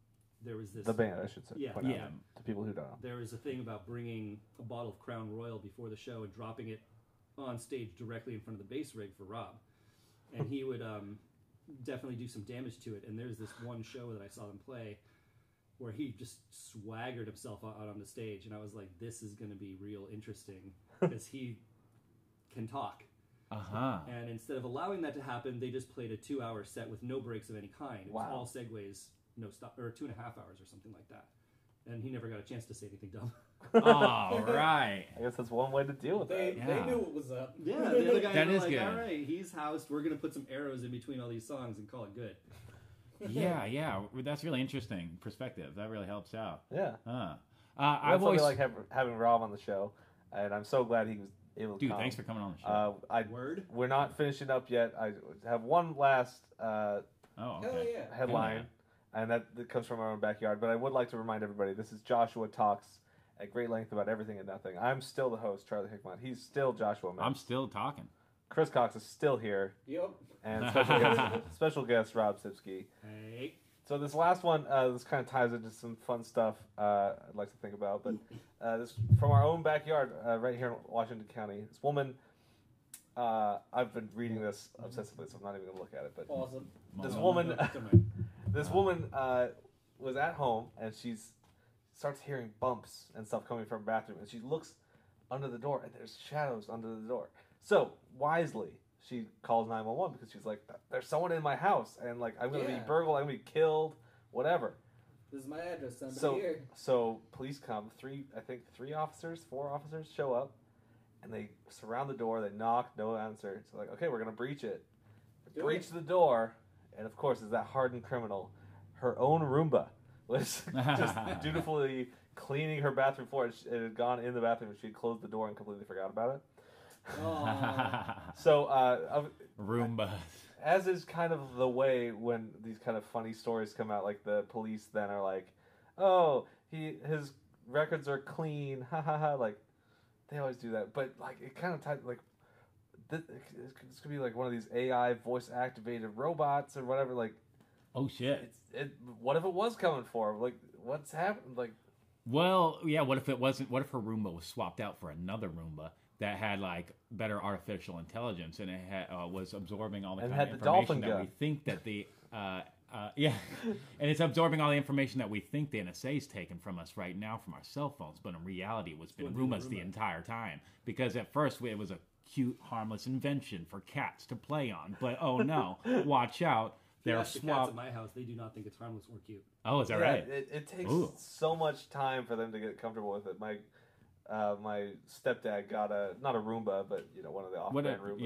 [SPEAKER 4] there was this.
[SPEAKER 1] the band, I should say,
[SPEAKER 4] Yeah.
[SPEAKER 1] point out
[SPEAKER 2] Yeah,
[SPEAKER 1] to people who don't know.
[SPEAKER 4] There was a thing about bringing a bottle of Crown Royal before the show and dropping it on stage directly in front of the bass rig for Rob, and he would um, definitely do some damage to it. And there's this one show that I saw them play where he just swaggered himself out out on the stage, and I was like, "This is going to be real interesting because he can talk."
[SPEAKER 2] uh huh.
[SPEAKER 4] And instead of allowing that to happen, they just played a two-hour set with no breaks of any kind. It was
[SPEAKER 1] Wow.
[SPEAKER 4] all segues, no stop, or two and a half hours or something like that. And he never got a chance to say anything dumb.
[SPEAKER 2] All right.
[SPEAKER 1] I guess that's one way to deal with
[SPEAKER 3] They,
[SPEAKER 1] it.
[SPEAKER 2] Yeah.
[SPEAKER 3] they knew what was up.
[SPEAKER 4] Yeah, the other guys
[SPEAKER 2] That
[SPEAKER 4] were
[SPEAKER 2] is
[SPEAKER 4] like,
[SPEAKER 2] good.
[SPEAKER 4] all right, he's housed. We're gonna put some arrows in between all these songs and call it good.
[SPEAKER 2] Yeah, yeah. That's really interesting perspective. That really helps out.
[SPEAKER 1] Yeah,
[SPEAKER 2] Huh. Uh,
[SPEAKER 1] I
[SPEAKER 2] I've always
[SPEAKER 1] always like have, having Rob on the show, and I'm so glad he was able. to
[SPEAKER 2] dude.
[SPEAKER 1] come.
[SPEAKER 2] Thanks for coming on the show.
[SPEAKER 1] Uh, I
[SPEAKER 4] Word.
[SPEAKER 1] we're not finishing up yet. I have one last uh,
[SPEAKER 2] oh,
[SPEAKER 3] Hell
[SPEAKER 2] okay.
[SPEAKER 3] yeah.
[SPEAKER 1] headline,
[SPEAKER 2] Mm-hmm.
[SPEAKER 1] and that, that comes from our own backyard. But I would like to remind everybody this is Joshua talks at great length about everything and nothing. I'm still the host, Charlie Hickman. He's still Joshua. Man.
[SPEAKER 2] I'm still talking.
[SPEAKER 1] Chris Cox is still here,
[SPEAKER 3] Yep.
[SPEAKER 1] and special guest, special guest Rob Sipsky.
[SPEAKER 4] Hey.
[SPEAKER 1] So this last one, uh, this kind of ties into some fun stuff uh, I'd like to think about, but uh, this from our own backyard, uh, right here in Washington County. This woman Uh, I've been reading this obsessively, so I'm not even gonna look at it. But
[SPEAKER 3] Awesome.
[SPEAKER 1] This
[SPEAKER 2] Mom.
[SPEAKER 1] woman-
[SPEAKER 4] Come
[SPEAKER 1] this woman uh, was at home and she's starts hearing bumps and stuff coming from the bathroom, and she looks under the door and there's shadows under the door. So wisely, she calls nine one one because she's like, "There's someone in my house, and like I'm gonna
[SPEAKER 3] Yeah.
[SPEAKER 1] be burgled, I'm gonna be killed, whatever."
[SPEAKER 3] This is my address. Somebody
[SPEAKER 1] So-
[SPEAKER 3] here.
[SPEAKER 1] So police come. Three, I think three officers, four officers show up, and they surround the door. They knock, no answer. So like, okay, we're gonna breach it.
[SPEAKER 3] Do
[SPEAKER 1] breach the door, and of course, is that hardened criminal, her own Roomba was just dutifully cleaning her bathroom floor. And she- It had gone in the bathroom, and she had closed the door and completely forgot about it.
[SPEAKER 3] Aw.
[SPEAKER 1] So uh, of-
[SPEAKER 2] Roomba.
[SPEAKER 1] as is kind of the way when these kind of funny stories come out, like the police then are like, "Oh, he his records are clean," ha ha ha. Like they always do that, but like it kind of type like this, this could be like one of these AI voice activated robots or whatever. Like
[SPEAKER 2] Oh shit.
[SPEAKER 1] it's it. What if it was coming for him? Like what's happened? Like
[SPEAKER 2] Well, yeah. What if it wasn't? What if her Roomba was swapped out for another Roomba that had like better artificial intelligence and it had, uh, was absorbing all the
[SPEAKER 1] And
[SPEAKER 2] kind
[SPEAKER 1] had
[SPEAKER 2] of
[SPEAKER 1] the dolphin
[SPEAKER 2] information that we
[SPEAKER 1] gun.
[SPEAKER 2] think that the uh, uh, yeah, and it's absorbing all the information that we think the NSA's taken from us right now from our cell phones, but in reality, what's been
[SPEAKER 4] It's going through
[SPEAKER 2] Roombas
[SPEAKER 4] the
[SPEAKER 2] the
[SPEAKER 4] Roomba.
[SPEAKER 2] entire time because at first it was a cute, harmless invention for cats to play on, but oh no, watch out. They're
[SPEAKER 4] They're the cats
[SPEAKER 2] swapped.
[SPEAKER 4] at my house. They do not think it's harmless or cute.
[SPEAKER 2] Oh, is that right?
[SPEAKER 1] It, it takes
[SPEAKER 2] Ooh.
[SPEAKER 1] so much time for them to get comfortable with it. My uh, my stepdad got a not a Roomba, but you know one of the off brand
[SPEAKER 2] Whatever,
[SPEAKER 1] Roombas,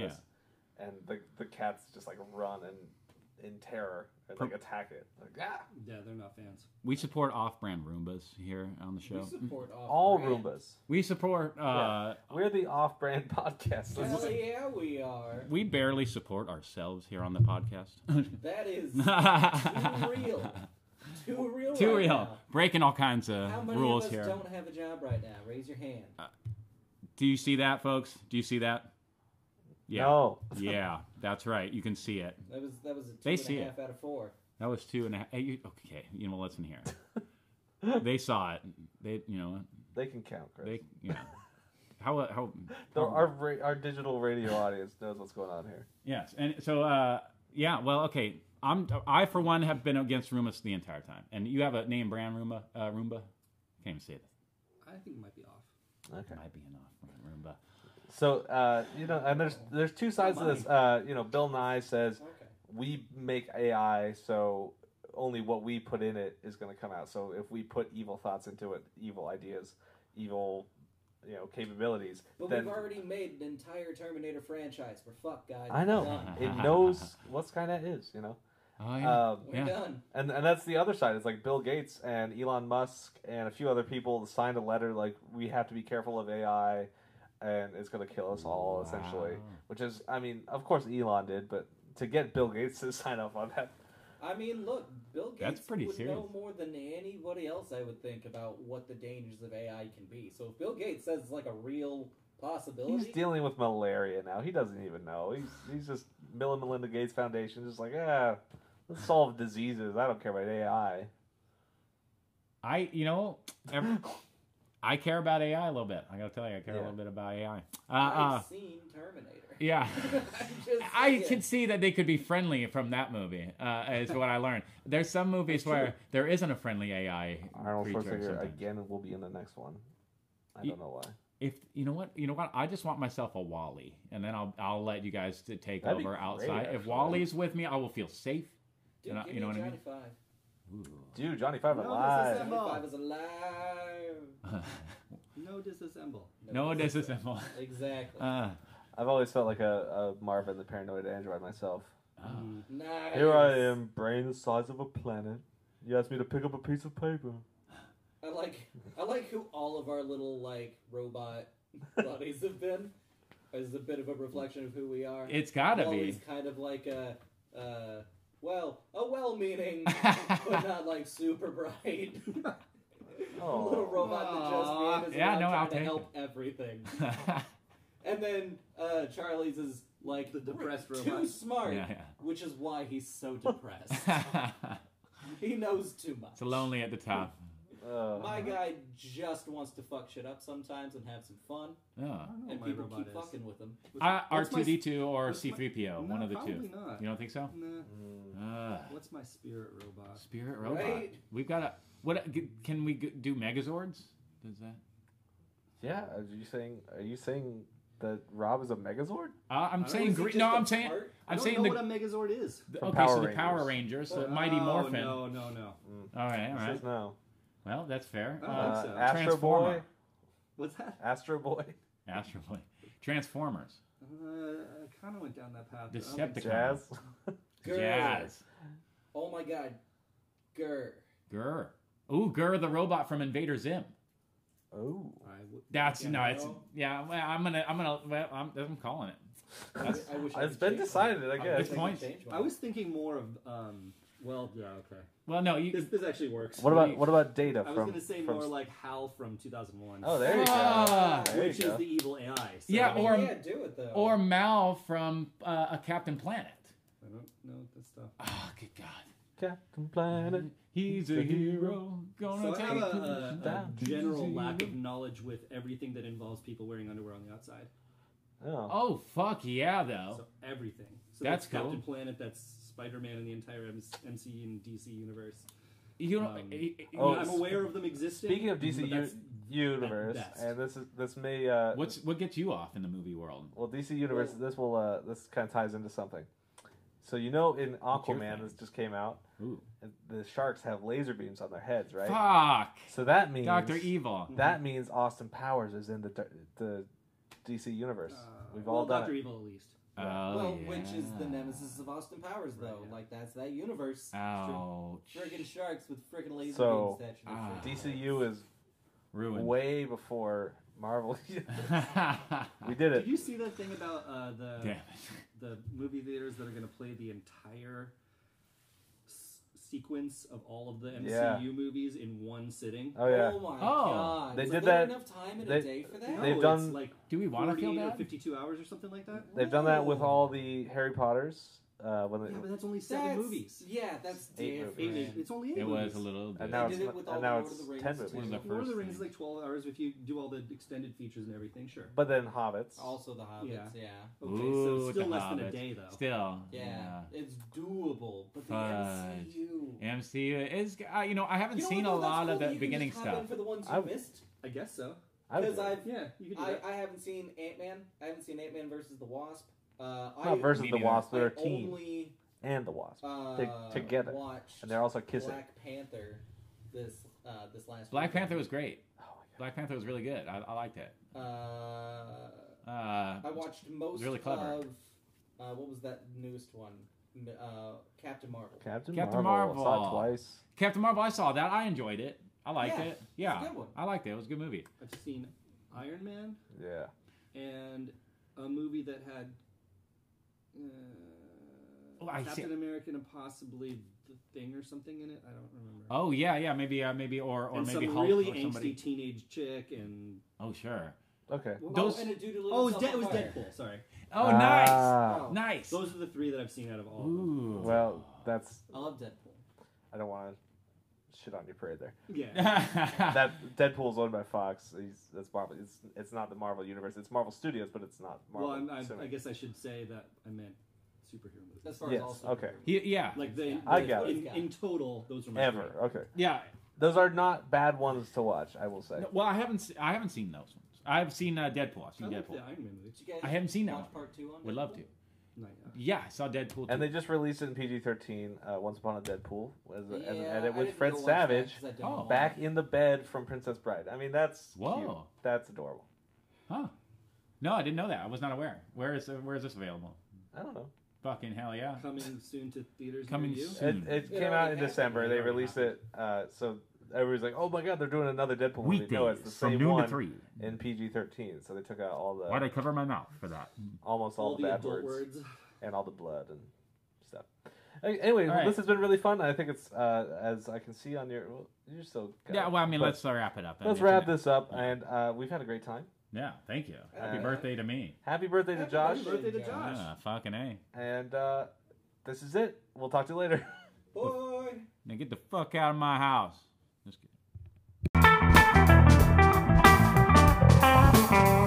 [SPEAKER 2] yeah.
[SPEAKER 1] and the the cats just like run and in terror and like attack it. Like ah,
[SPEAKER 4] Yeah, they're not fans.
[SPEAKER 2] We support off-brand Roombas here on the show.
[SPEAKER 3] We support off
[SPEAKER 1] all
[SPEAKER 3] brand.
[SPEAKER 1] Roombas.
[SPEAKER 2] We support. Uh,
[SPEAKER 1] We're the off brand podcast.
[SPEAKER 3] Hell yeah, we are.
[SPEAKER 2] We barely support ourselves here on the podcast.
[SPEAKER 3] That is too real. Too
[SPEAKER 2] Too
[SPEAKER 3] real. right
[SPEAKER 2] real.
[SPEAKER 3] now.
[SPEAKER 2] Breaking all kinds of
[SPEAKER 3] How many
[SPEAKER 2] rules
[SPEAKER 3] of us
[SPEAKER 2] here.
[SPEAKER 3] don't have a job right now? Raise your hand.
[SPEAKER 2] Do you see that, folks? Do you see that? Yeah.
[SPEAKER 1] No.
[SPEAKER 2] yeah, that's right. You can see it.
[SPEAKER 3] That was that was a two
[SPEAKER 2] They
[SPEAKER 3] and a
[SPEAKER 2] see
[SPEAKER 3] half out of four.
[SPEAKER 2] That was two and a half. Hey, you, okay, you know, listen here. they saw it. They, you know,
[SPEAKER 1] They can count, Chris.
[SPEAKER 2] they, you know. How, how,
[SPEAKER 1] Though our ra- our digital radio audience knows what's going on here.
[SPEAKER 2] Yes, and so uh, yeah, well, okay. I'm I for one have been against Roombas the entire time, and you have a name brand Roomba. Uh, Roomba, can't even say it.
[SPEAKER 4] I think it might be off.
[SPEAKER 1] Okay.
[SPEAKER 2] Might be an off-brand Roomba.
[SPEAKER 1] So uh, you know, and there's there's two sides to this. Uh, you know, Bill Nye says
[SPEAKER 3] Okay.
[SPEAKER 1] we make AI so only what we put in it is going to come out. So if we put evil thoughts into it, evil ideas, evil, you know, capabilities,
[SPEAKER 3] But
[SPEAKER 1] then
[SPEAKER 3] we've already made an entire Terminator franchise. We're fucked, guys.
[SPEAKER 1] I know
[SPEAKER 3] We're done.
[SPEAKER 1] it knows what Skynet is. You know,
[SPEAKER 2] Oh yeah.
[SPEAKER 1] um,
[SPEAKER 3] We're
[SPEAKER 2] Yeah.
[SPEAKER 3] done.
[SPEAKER 1] and and that's the other side. It's like Bill Gates and Elon Musk and a few other people signed a letter like we have to be careful of AI, and it's going to kill us all essentially.
[SPEAKER 2] Wow.
[SPEAKER 1] Which is, I mean, of course Elon did, but to get Bill Gates to sign off on that
[SPEAKER 3] I mean, look, Bill Gates
[SPEAKER 2] That's pretty
[SPEAKER 3] would know
[SPEAKER 2] serious.
[SPEAKER 3] more than anybody else, I would think, about what the dangers of AI can be. So if Bill Gates says it's like a real possibility,
[SPEAKER 1] He's dealing with malaria now. He doesn't even know. He's he's just Bill and Melinda Gates Foundation, just like yeah, let's solve diseases. I don't care about AI.
[SPEAKER 2] I you know, ev- I care about AI a little bit. I gotta tell you, I care
[SPEAKER 1] Yeah.
[SPEAKER 2] a little bit about AI. Uh,
[SPEAKER 3] I've
[SPEAKER 2] uh,
[SPEAKER 3] seen Terminator.
[SPEAKER 2] yeah.
[SPEAKER 3] I'm just
[SPEAKER 2] I
[SPEAKER 3] saying.
[SPEAKER 2] can see that they could be friendly from that movie. Uh, is what I learned. There's some movies where there isn't a friendly AI
[SPEAKER 1] Arnold
[SPEAKER 2] creature.
[SPEAKER 1] Schwarzenegger
[SPEAKER 2] sometimes.
[SPEAKER 1] again will be in the next one. I
[SPEAKER 2] Ye-
[SPEAKER 1] don't know why.
[SPEAKER 2] If you know what, you know what, I just want myself a Wally, and then I'll I'll let you guys to take
[SPEAKER 1] That'd be
[SPEAKER 2] over
[SPEAKER 1] great,
[SPEAKER 2] outside. if
[SPEAKER 1] actually.
[SPEAKER 2] Wally's with me, I will feel safe.
[SPEAKER 3] Dude,
[SPEAKER 2] you know-
[SPEAKER 3] give
[SPEAKER 2] you know
[SPEAKER 3] me
[SPEAKER 2] what I
[SPEAKER 3] Johnny
[SPEAKER 2] mean?
[SPEAKER 3] Five.
[SPEAKER 1] Dude, Johnny Five
[SPEAKER 4] No, this
[SPEAKER 1] alive.
[SPEAKER 4] is
[SPEAKER 3] Johnny
[SPEAKER 4] him. Come on.
[SPEAKER 3] Five is alive.
[SPEAKER 4] No disassemble.
[SPEAKER 2] no
[SPEAKER 3] it isn't.
[SPEAKER 2] disassemble.
[SPEAKER 3] Exactly.
[SPEAKER 2] Uh,
[SPEAKER 1] I've always felt like a, a Marvin the Paranoid Android myself.
[SPEAKER 2] oh.
[SPEAKER 4] Mm.
[SPEAKER 3] nice.
[SPEAKER 1] Here I am, brain the size of a planet. You asked me to pick up a piece of paper.
[SPEAKER 3] I like I like who all of our little like robot buddies have been. Is a bit of a reflection of who we are.
[SPEAKER 2] It's gotta
[SPEAKER 3] Wally's
[SPEAKER 2] be.
[SPEAKER 3] kind of like a, uh, well, a well-meaning, but not like super bright little
[SPEAKER 1] Oh,
[SPEAKER 3] robot that just me and is
[SPEAKER 2] Yeah,
[SPEAKER 3] around
[SPEAKER 2] no,
[SPEAKER 3] trying
[SPEAKER 2] I'll
[SPEAKER 3] to
[SPEAKER 2] take it.
[SPEAKER 3] help everything. And then uh, Charlie's is like
[SPEAKER 4] The depressed
[SPEAKER 3] too
[SPEAKER 4] robot.
[SPEAKER 3] smart,
[SPEAKER 2] Yeah, yeah.
[SPEAKER 3] which is why he's so depressed.
[SPEAKER 2] it's
[SPEAKER 3] he knows too much.
[SPEAKER 2] lonely at the top.
[SPEAKER 1] Ugh.
[SPEAKER 3] My
[SPEAKER 2] Uh-huh.
[SPEAKER 3] guy just wants to fuck shit up sometimes and have some fun,
[SPEAKER 2] Yeah.
[SPEAKER 4] don't know
[SPEAKER 3] and
[SPEAKER 4] what my
[SPEAKER 3] people
[SPEAKER 4] robot
[SPEAKER 3] keep
[SPEAKER 4] is.
[SPEAKER 3] fucking with him.
[SPEAKER 2] Uh,
[SPEAKER 4] What's my sp-
[SPEAKER 2] R2D2 or
[SPEAKER 4] what's my-
[SPEAKER 2] C3PO,
[SPEAKER 4] No,
[SPEAKER 2] one of the
[SPEAKER 4] probably
[SPEAKER 2] two.
[SPEAKER 4] not.
[SPEAKER 2] You don't think so?
[SPEAKER 1] Mm.
[SPEAKER 4] Nah.
[SPEAKER 2] Uh,
[SPEAKER 4] What's my spirit robot?
[SPEAKER 2] Spirit robot.
[SPEAKER 3] Right?
[SPEAKER 2] We've got a. What g- can we g- do? Megazords? Does that?
[SPEAKER 1] Yeah, are you saying? Are you saying that Rob is a Megazord?
[SPEAKER 2] Uh, I'm
[SPEAKER 4] don't
[SPEAKER 2] saying
[SPEAKER 4] know,
[SPEAKER 3] Is he
[SPEAKER 2] gre-
[SPEAKER 3] just
[SPEAKER 2] no.
[SPEAKER 3] a
[SPEAKER 2] I'm saying
[SPEAKER 3] fart?
[SPEAKER 2] I'm
[SPEAKER 4] I don't
[SPEAKER 2] saying
[SPEAKER 4] know
[SPEAKER 2] the,
[SPEAKER 4] what a Megazord is.
[SPEAKER 2] the-
[SPEAKER 1] From
[SPEAKER 2] okay.
[SPEAKER 1] Power
[SPEAKER 2] so the Power Rangers, the Mighty
[SPEAKER 4] Oh,
[SPEAKER 2] Morphin.
[SPEAKER 4] No, no, no.
[SPEAKER 2] All right, all
[SPEAKER 1] He
[SPEAKER 2] right.
[SPEAKER 1] says no.
[SPEAKER 2] Well, that's fair.
[SPEAKER 4] I
[SPEAKER 2] Uh,
[SPEAKER 4] don't
[SPEAKER 1] Uh,
[SPEAKER 4] think so.
[SPEAKER 1] Astro Boy.
[SPEAKER 2] Transformer.
[SPEAKER 4] What's that?
[SPEAKER 1] Astro Boy.
[SPEAKER 2] Astro Boy. Transformers.
[SPEAKER 4] Uh, I kind of went down that path. but I don't think
[SPEAKER 2] Decepticon.
[SPEAKER 1] Jazz.
[SPEAKER 3] Grr.
[SPEAKER 2] Jazz.
[SPEAKER 3] Oh my god, Gurr.
[SPEAKER 2] Gurr. Ooh, Gurr, the robot from Invader Zim.
[SPEAKER 1] oh.
[SPEAKER 4] so. I would-
[SPEAKER 2] That's
[SPEAKER 3] Yeah,
[SPEAKER 2] no,
[SPEAKER 3] I
[SPEAKER 2] it's
[SPEAKER 3] know.
[SPEAKER 2] yeah. Well, I'm gonna, I'm gonna, well, I'm, I'm calling it.
[SPEAKER 3] I wish I could
[SPEAKER 1] It's been
[SPEAKER 3] change
[SPEAKER 1] decided, I
[SPEAKER 3] mine.
[SPEAKER 1] guess.
[SPEAKER 3] wish I could
[SPEAKER 2] Points.
[SPEAKER 3] change mine.
[SPEAKER 4] I was thinking more of. Um, well, yeah, okay.
[SPEAKER 2] Well, no, you.
[SPEAKER 4] This, this actually works.
[SPEAKER 1] What about what about Data
[SPEAKER 4] I was
[SPEAKER 1] from?
[SPEAKER 4] gonna say
[SPEAKER 1] from-
[SPEAKER 4] more like Hal from 2001.
[SPEAKER 1] oh, there you go.
[SPEAKER 2] Ah.
[SPEAKER 1] there you
[SPEAKER 4] which is
[SPEAKER 1] go.
[SPEAKER 4] the evil AI. So
[SPEAKER 2] Yeah,
[SPEAKER 4] I
[SPEAKER 3] I mean,
[SPEAKER 4] mean,
[SPEAKER 2] or-
[SPEAKER 3] yeah, do it though.
[SPEAKER 2] or Mal from uh, a Captain Planet.
[SPEAKER 4] I don't know that stuff.
[SPEAKER 2] Oh, good God.
[SPEAKER 1] Captain Planet.
[SPEAKER 2] He's a hero. Gonna
[SPEAKER 4] So I
[SPEAKER 2] take
[SPEAKER 4] have
[SPEAKER 2] him
[SPEAKER 4] a, a,
[SPEAKER 2] down.
[SPEAKER 4] a general lack of knowledge with everything that involves people wearing underwear on the outside.
[SPEAKER 1] Oh.
[SPEAKER 2] Oh fuck yeah,
[SPEAKER 3] Oh.
[SPEAKER 2] though.
[SPEAKER 4] So everything. So
[SPEAKER 2] That's
[SPEAKER 4] that's, Captain Planet. That's Spider-Man and the entire M- MCU and DC universe.
[SPEAKER 2] you don't.
[SPEAKER 4] um,
[SPEAKER 2] y- y-
[SPEAKER 1] Oh,
[SPEAKER 4] I'm
[SPEAKER 1] it's-
[SPEAKER 4] aware of them existing.
[SPEAKER 1] Speaking of DC
[SPEAKER 4] but
[SPEAKER 1] U-
[SPEAKER 4] that's-
[SPEAKER 1] Universe,
[SPEAKER 4] at best.
[SPEAKER 1] and this is this may uh,
[SPEAKER 2] what's what gets you off in the movie world?
[SPEAKER 1] well DC Universe.
[SPEAKER 4] Well-
[SPEAKER 1] this will uh, this kind of ties into something. So you know, in
[SPEAKER 2] your
[SPEAKER 1] Aquaman,
[SPEAKER 2] thing?
[SPEAKER 1] this just came out.
[SPEAKER 2] Ooh,
[SPEAKER 1] The sharks have laser beams on their heads, right?
[SPEAKER 2] fuck,
[SPEAKER 1] So that means
[SPEAKER 2] Doctor Evil.
[SPEAKER 1] That means Austin Powers is in the the DC universe.
[SPEAKER 4] uh,
[SPEAKER 1] We've
[SPEAKER 4] well,
[SPEAKER 1] all done
[SPEAKER 4] Doctor
[SPEAKER 1] it.
[SPEAKER 4] Evil at least.
[SPEAKER 2] Oh,
[SPEAKER 3] well,
[SPEAKER 2] yeah.
[SPEAKER 3] which is the nemesis of Austin Powers though.
[SPEAKER 4] Right, yeah.
[SPEAKER 3] Like that's that universe.
[SPEAKER 2] Ouch.
[SPEAKER 3] Friggin' sharks with friggin' laser
[SPEAKER 1] So,
[SPEAKER 3] beams that
[SPEAKER 2] ah.
[SPEAKER 3] shit.
[SPEAKER 1] DCU is
[SPEAKER 2] Ruined.
[SPEAKER 1] way before Marvel. we
[SPEAKER 2] Damn
[SPEAKER 1] did
[SPEAKER 4] Did
[SPEAKER 1] it.
[SPEAKER 4] you see that thing about uh, the
[SPEAKER 2] it.
[SPEAKER 4] the movie theaters that are going to play the entire s- sequence of all of the MCU
[SPEAKER 1] Yeah.
[SPEAKER 4] movies in one sitting?
[SPEAKER 1] Oh yeah.
[SPEAKER 3] Oh my god!
[SPEAKER 1] They
[SPEAKER 3] Is
[SPEAKER 1] did
[SPEAKER 3] there
[SPEAKER 1] that-
[SPEAKER 3] Enough time in
[SPEAKER 1] they-
[SPEAKER 3] a day for that?
[SPEAKER 4] No,
[SPEAKER 1] They've
[SPEAKER 4] it's
[SPEAKER 1] done-
[SPEAKER 4] like
[SPEAKER 2] Do we want to feel
[SPEAKER 4] 48 or
[SPEAKER 2] bad?
[SPEAKER 4] 52 hours or something like that.
[SPEAKER 1] They've done that with all the Harry Potters. Uh, when they,
[SPEAKER 4] Yeah, but that's only seven
[SPEAKER 3] That's,
[SPEAKER 4] movies.
[SPEAKER 3] Yeah, that's
[SPEAKER 1] Eight
[SPEAKER 3] different.
[SPEAKER 1] movies.
[SPEAKER 4] Eight- it's only eight.
[SPEAKER 2] It
[SPEAKER 4] movies.
[SPEAKER 2] was a little bit.
[SPEAKER 1] and now
[SPEAKER 3] did
[SPEAKER 1] it's
[SPEAKER 3] it
[SPEAKER 1] not-
[SPEAKER 3] with all
[SPEAKER 1] and
[SPEAKER 3] the
[SPEAKER 1] now
[SPEAKER 3] Lord
[SPEAKER 1] it's
[SPEAKER 3] of the Rings.
[SPEAKER 1] ten
[SPEAKER 2] One
[SPEAKER 1] movies.
[SPEAKER 2] of the
[SPEAKER 4] Lord of the
[SPEAKER 2] first
[SPEAKER 4] Rings is
[SPEAKER 2] thing.
[SPEAKER 4] like 12 hours if you do all the extended features and everything, sure.
[SPEAKER 1] But then Hobbits.
[SPEAKER 3] Also, the Hobbits. Yeah,
[SPEAKER 4] Okay,
[SPEAKER 2] Ooh,
[SPEAKER 4] so still
[SPEAKER 2] The
[SPEAKER 4] less than
[SPEAKER 2] Hobbit.
[SPEAKER 4] a day, though.
[SPEAKER 2] Still.
[SPEAKER 3] yeah, it's doable. But the
[SPEAKER 2] Fudge.
[SPEAKER 3] MCU.
[SPEAKER 2] Yeah. MCU is. Uh, you know, I haven't
[SPEAKER 3] You know
[SPEAKER 2] seen
[SPEAKER 3] what, though?
[SPEAKER 2] a
[SPEAKER 3] That's
[SPEAKER 2] lot
[SPEAKER 3] cool
[SPEAKER 2] of
[SPEAKER 3] that
[SPEAKER 2] the
[SPEAKER 3] you can
[SPEAKER 2] beginning
[SPEAKER 3] just hop
[SPEAKER 2] stuff.
[SPEAKER 3] in for the ones you
[SPEAKER 1] I-
[SPEAKER 3] missed.
[SPEAKER 4] I guess so.
[SPEAKER 1] I would
[SPEAKER 3] Because
[SPEAKER 1] do it.
[SPEAKER 3] I've
[SPEAKER 4] Yeah, you can do
[SPEAKER 3] I,
[SPEAKER 4] that.
[SPEAKER 3] I haven't seen Ant Man. I haven't seen Ant Man versus the Wasp. Uh, I,
[SPEAKER 1] not versus
[SPEAKER 2] Me
[SPEAKER 1] the
[SPEAKER 2] neither.
[SPEAKER 1] Wasp.
[SPEAKER 3] I
[SPEAKER 1] They're a team
[SPEAKER 3] only
[SPEAKER 1] and the Wasp,
[SPEAKER 3] uh,
[SPEAKER 1] They- together.
[SPEAKER 3] watched
[SPEAKER 1] and they're also kissing.
[SPEAKER 3] Black Panther this uh, this last
[SPEAKER 2] Black
[SPEAKER 3] weekend.
[SPEAKER 2] Panther was great.
[SPEAKER 1] Oh my
[SPEAKER 2] Black Panther was really good. I, I liked it.
[SPEAKER 3] Uh,
[SPEAKER 2] Uh,
[SPEAKER 3] I watched most
[SPEAKER 2] really clever.
[SPEAKER 3] of uh, what was that newest one? M- Uh, Captain Marvel.
[SPEAKER 1] god. Captain,
[SPEAKER 2] Captain
[SPEAKER 1] Marvel. Saw it
[SPEAKER 2] Marvel.
[SPEAKER 1] twice.
[SPEAKER 2] Captain Marvel. I saw that. I enjoyed it. I liked
[SPEAKER 3] Yeah,
[SPEAKER 2] it. Yeah.
[SPEAKER 3] It's a good one.
[SPEAKER 2] I liked it. It was a good movie.
[SPEAKER 4] I've seen Iron Man
[SPEAKER 1] Yeah.
[SPEAKER 4] and a movie that had uh,
[SPEAKER 2] Oh, I see.
[SPEAKER 4] Captain America and possibly The Thing or something in it. I don't remember.
[SPEAKER 2] Oh yeah, yeah, maybe, uh, maybe, or or
[SPEAKER 4] and
[SPEAKER 2] maybe
[SPEAKER 4] some
[SPEAKER 2] Hulk
[SPEAKER 4] really
[SPEAKER 2] or somebody.
[SPEAKER 4] angsty teenage chick and
[SPEAKER 2] Oh sure.
[SPEAKER 1] Okay.
[SPEAKER 2] Those-
[SPEAKER 3] oh, and a dude who lit
[SPEAKER 4] oh, it was,
[SPEAKER 3] himself
[SPEAKER 4] De-
[SPEAKER 3] on
[SPEAKER 4] it was
[SPEAKER 3] fire.
[SPEAKER 4] Deadpool. Sorry,
[SPEAKER 2] Oh
[SPEAKER 1] Ah.
[SPEAKER 3] Oh.
[SPEAKER 2] nice, nice.
[SPEAKER 4] those are the three that I've seen out of all. Of them.
[SPEAKER 2] Ooh.
[SPEAKER 1] Well, that's.
[SPEAKER 3] I love Deadpool.
[SPEAKER 1] I don't want to shit on your parade there.
[SPEAKER 4] Yeah,
[SPEAKER 2] that
[SPEAKER 1] that Deadpool's owned by Fox. He's, that's Marvel. It's it's not the Marvel universe. It's Marvel Studios, but it's not Marvel.
[SPEAKER 4] well, I'm, I, I
[SPEAKER 1] Cinematic.
[SPEAKER 4] guess I should say that I meant superhero movies.
[SPEAKER 3] As far
[SPEAKER 1] Yes,
[SPEAKER 3] as also
[SPEAKER 1] okay.
[SPEAKER 2] he, yeah,
[SPEAKER 4] Like they,
[SPEAKER 1] I
[SPEAKER 4] they-
[SPEAKER 1] got
[SPEAKER 3] it.
[SPEAKER 4] in, in total, those are my
[SPEAKER 1] ever.
[SPEAKER 4] three.
[SPEAKER 1] Okay,
[SPEAKER 2] yeah.
[SPEAKER 1] those are not bad ones to watch. I will say.
[SPEAKER 2] No, well, I haven't, se- I haven't seen those ones. I've seen uh, Deadpool. I've
[SPEAKER 4] I
[SPEAKER 2] seen
[SPEAKER 4] like
[SPEAKER 2] Deadpool.
[SPEAKER 4] the Iron Man movies.
[SPEAKER 3] Did you guys
[SPEAKER 2] I haven't seen that
[SPEAKER 3] watch
[SPEAKER 2] one.
[SPEAKER 3] Part two on
[SPEAKER 2] Would love
[SPEAKER 3] Deadpool?
[SPEAKER 2] to.
[SPEAKER 4] Not yet.
[SPEAKER 2] Yeah, I saw Deadpool. Too.
[SPEAKER 1] And they just released it in PG-13. Uh, Once upon a Deadpool, as, a- as an
[SPEAKER 3] Yeah,
[SPEAKER 1] edit
[SPEAKER 3] I
[SPEAKER 1] with
[SPEAKER 3] didn't
[SPEAKER 1] Fred
[SPEAKER 3] go watch that
[SPEAKER 1] Savage
[SPEAKER 3] 'cause I don't
[SPEAKER 2] Oh.
[SPEAKER 3] want
[SPEAKER 1] back in the bed from Princess Bride. I mean, that's
[SPEAKER 2] Whoa.
[SPEAKER 1] cute. That's adorable.
[SPEAKER 2] huh? No, I didn't know that. I was not aware. Where is where is this available?
[SPEAKER 1] I don't know.
[SPEAKER 2] Fucking hell yeah!
[SPEAKER 4] Coming soon to theaters.
[SPEAKER 2] Coming
[SPEAKER 4] near you.
[SPEAKER 2] soon.
[SPEAKER 1] It,
[SPEAKER 2] Hmm.
[SPEAKER 1] it
[SPEAKER 3] It
[SPEAKER 1] came out in
[SPEAKER 3] already
[SPEAKER 1] December.
[SPEAKER 4] happened.
[SPEAKER 1] They
[SPEAKER 4] It already
[SPEAKER 1] released it, uh, so everybody's like, "Oh my god, they're doing another Deadpool movie." No, it's the same one in PG-13. So they took out all the
[SPEAKER 2] I cover my mouth for that?
[SPEAKER 1] almost all,
[SPEAKER 4] All
[SPEAKER 1] the
[SPEAKER 4] the
[SPEAKER 1] bad
[SPEAKER 4] adult
[SPEAKER 1] words.
[SPEAKER 4] words.
[SPEAKER 1] and all the blood and stuff. Hey, Anyway,
[SPEAKER 2] All right.
[SPEAKER 1] this has been really fun. I think it's uh, as I can see on your well, you're still got
[SPEAKER 2] Yeah,
[SPEAKER 1] it.
[SPEAKER 2] well, I mean,
[SPEAKER 1] But
[SPEAKER 2] let's uh, wrap it up.
[SPEAKER 1] let's wrap this up, and uh, we've had a great time.
[SPEAKER 2] Yeah, thank you. Happy
[SPEAKER 1] Uh,
[SPEAKER 2] birthday to me.
[SPEAKER 1] Happy birthday to
[SPEAKER 3] Happy
[SPEAKER 1] Josh,
[SPEAKER 4] Happy birthday to Josh.
[SPEAKER 2] Yeah, fucking a.
[SPEAKER 1] and uh, this is it. We'll talk to you later.
[SPEAKER 3] Boy.
[SPEAKER 2] Now get the fuck out of my house. Just kidding.
[SPEAKER 5] Bye.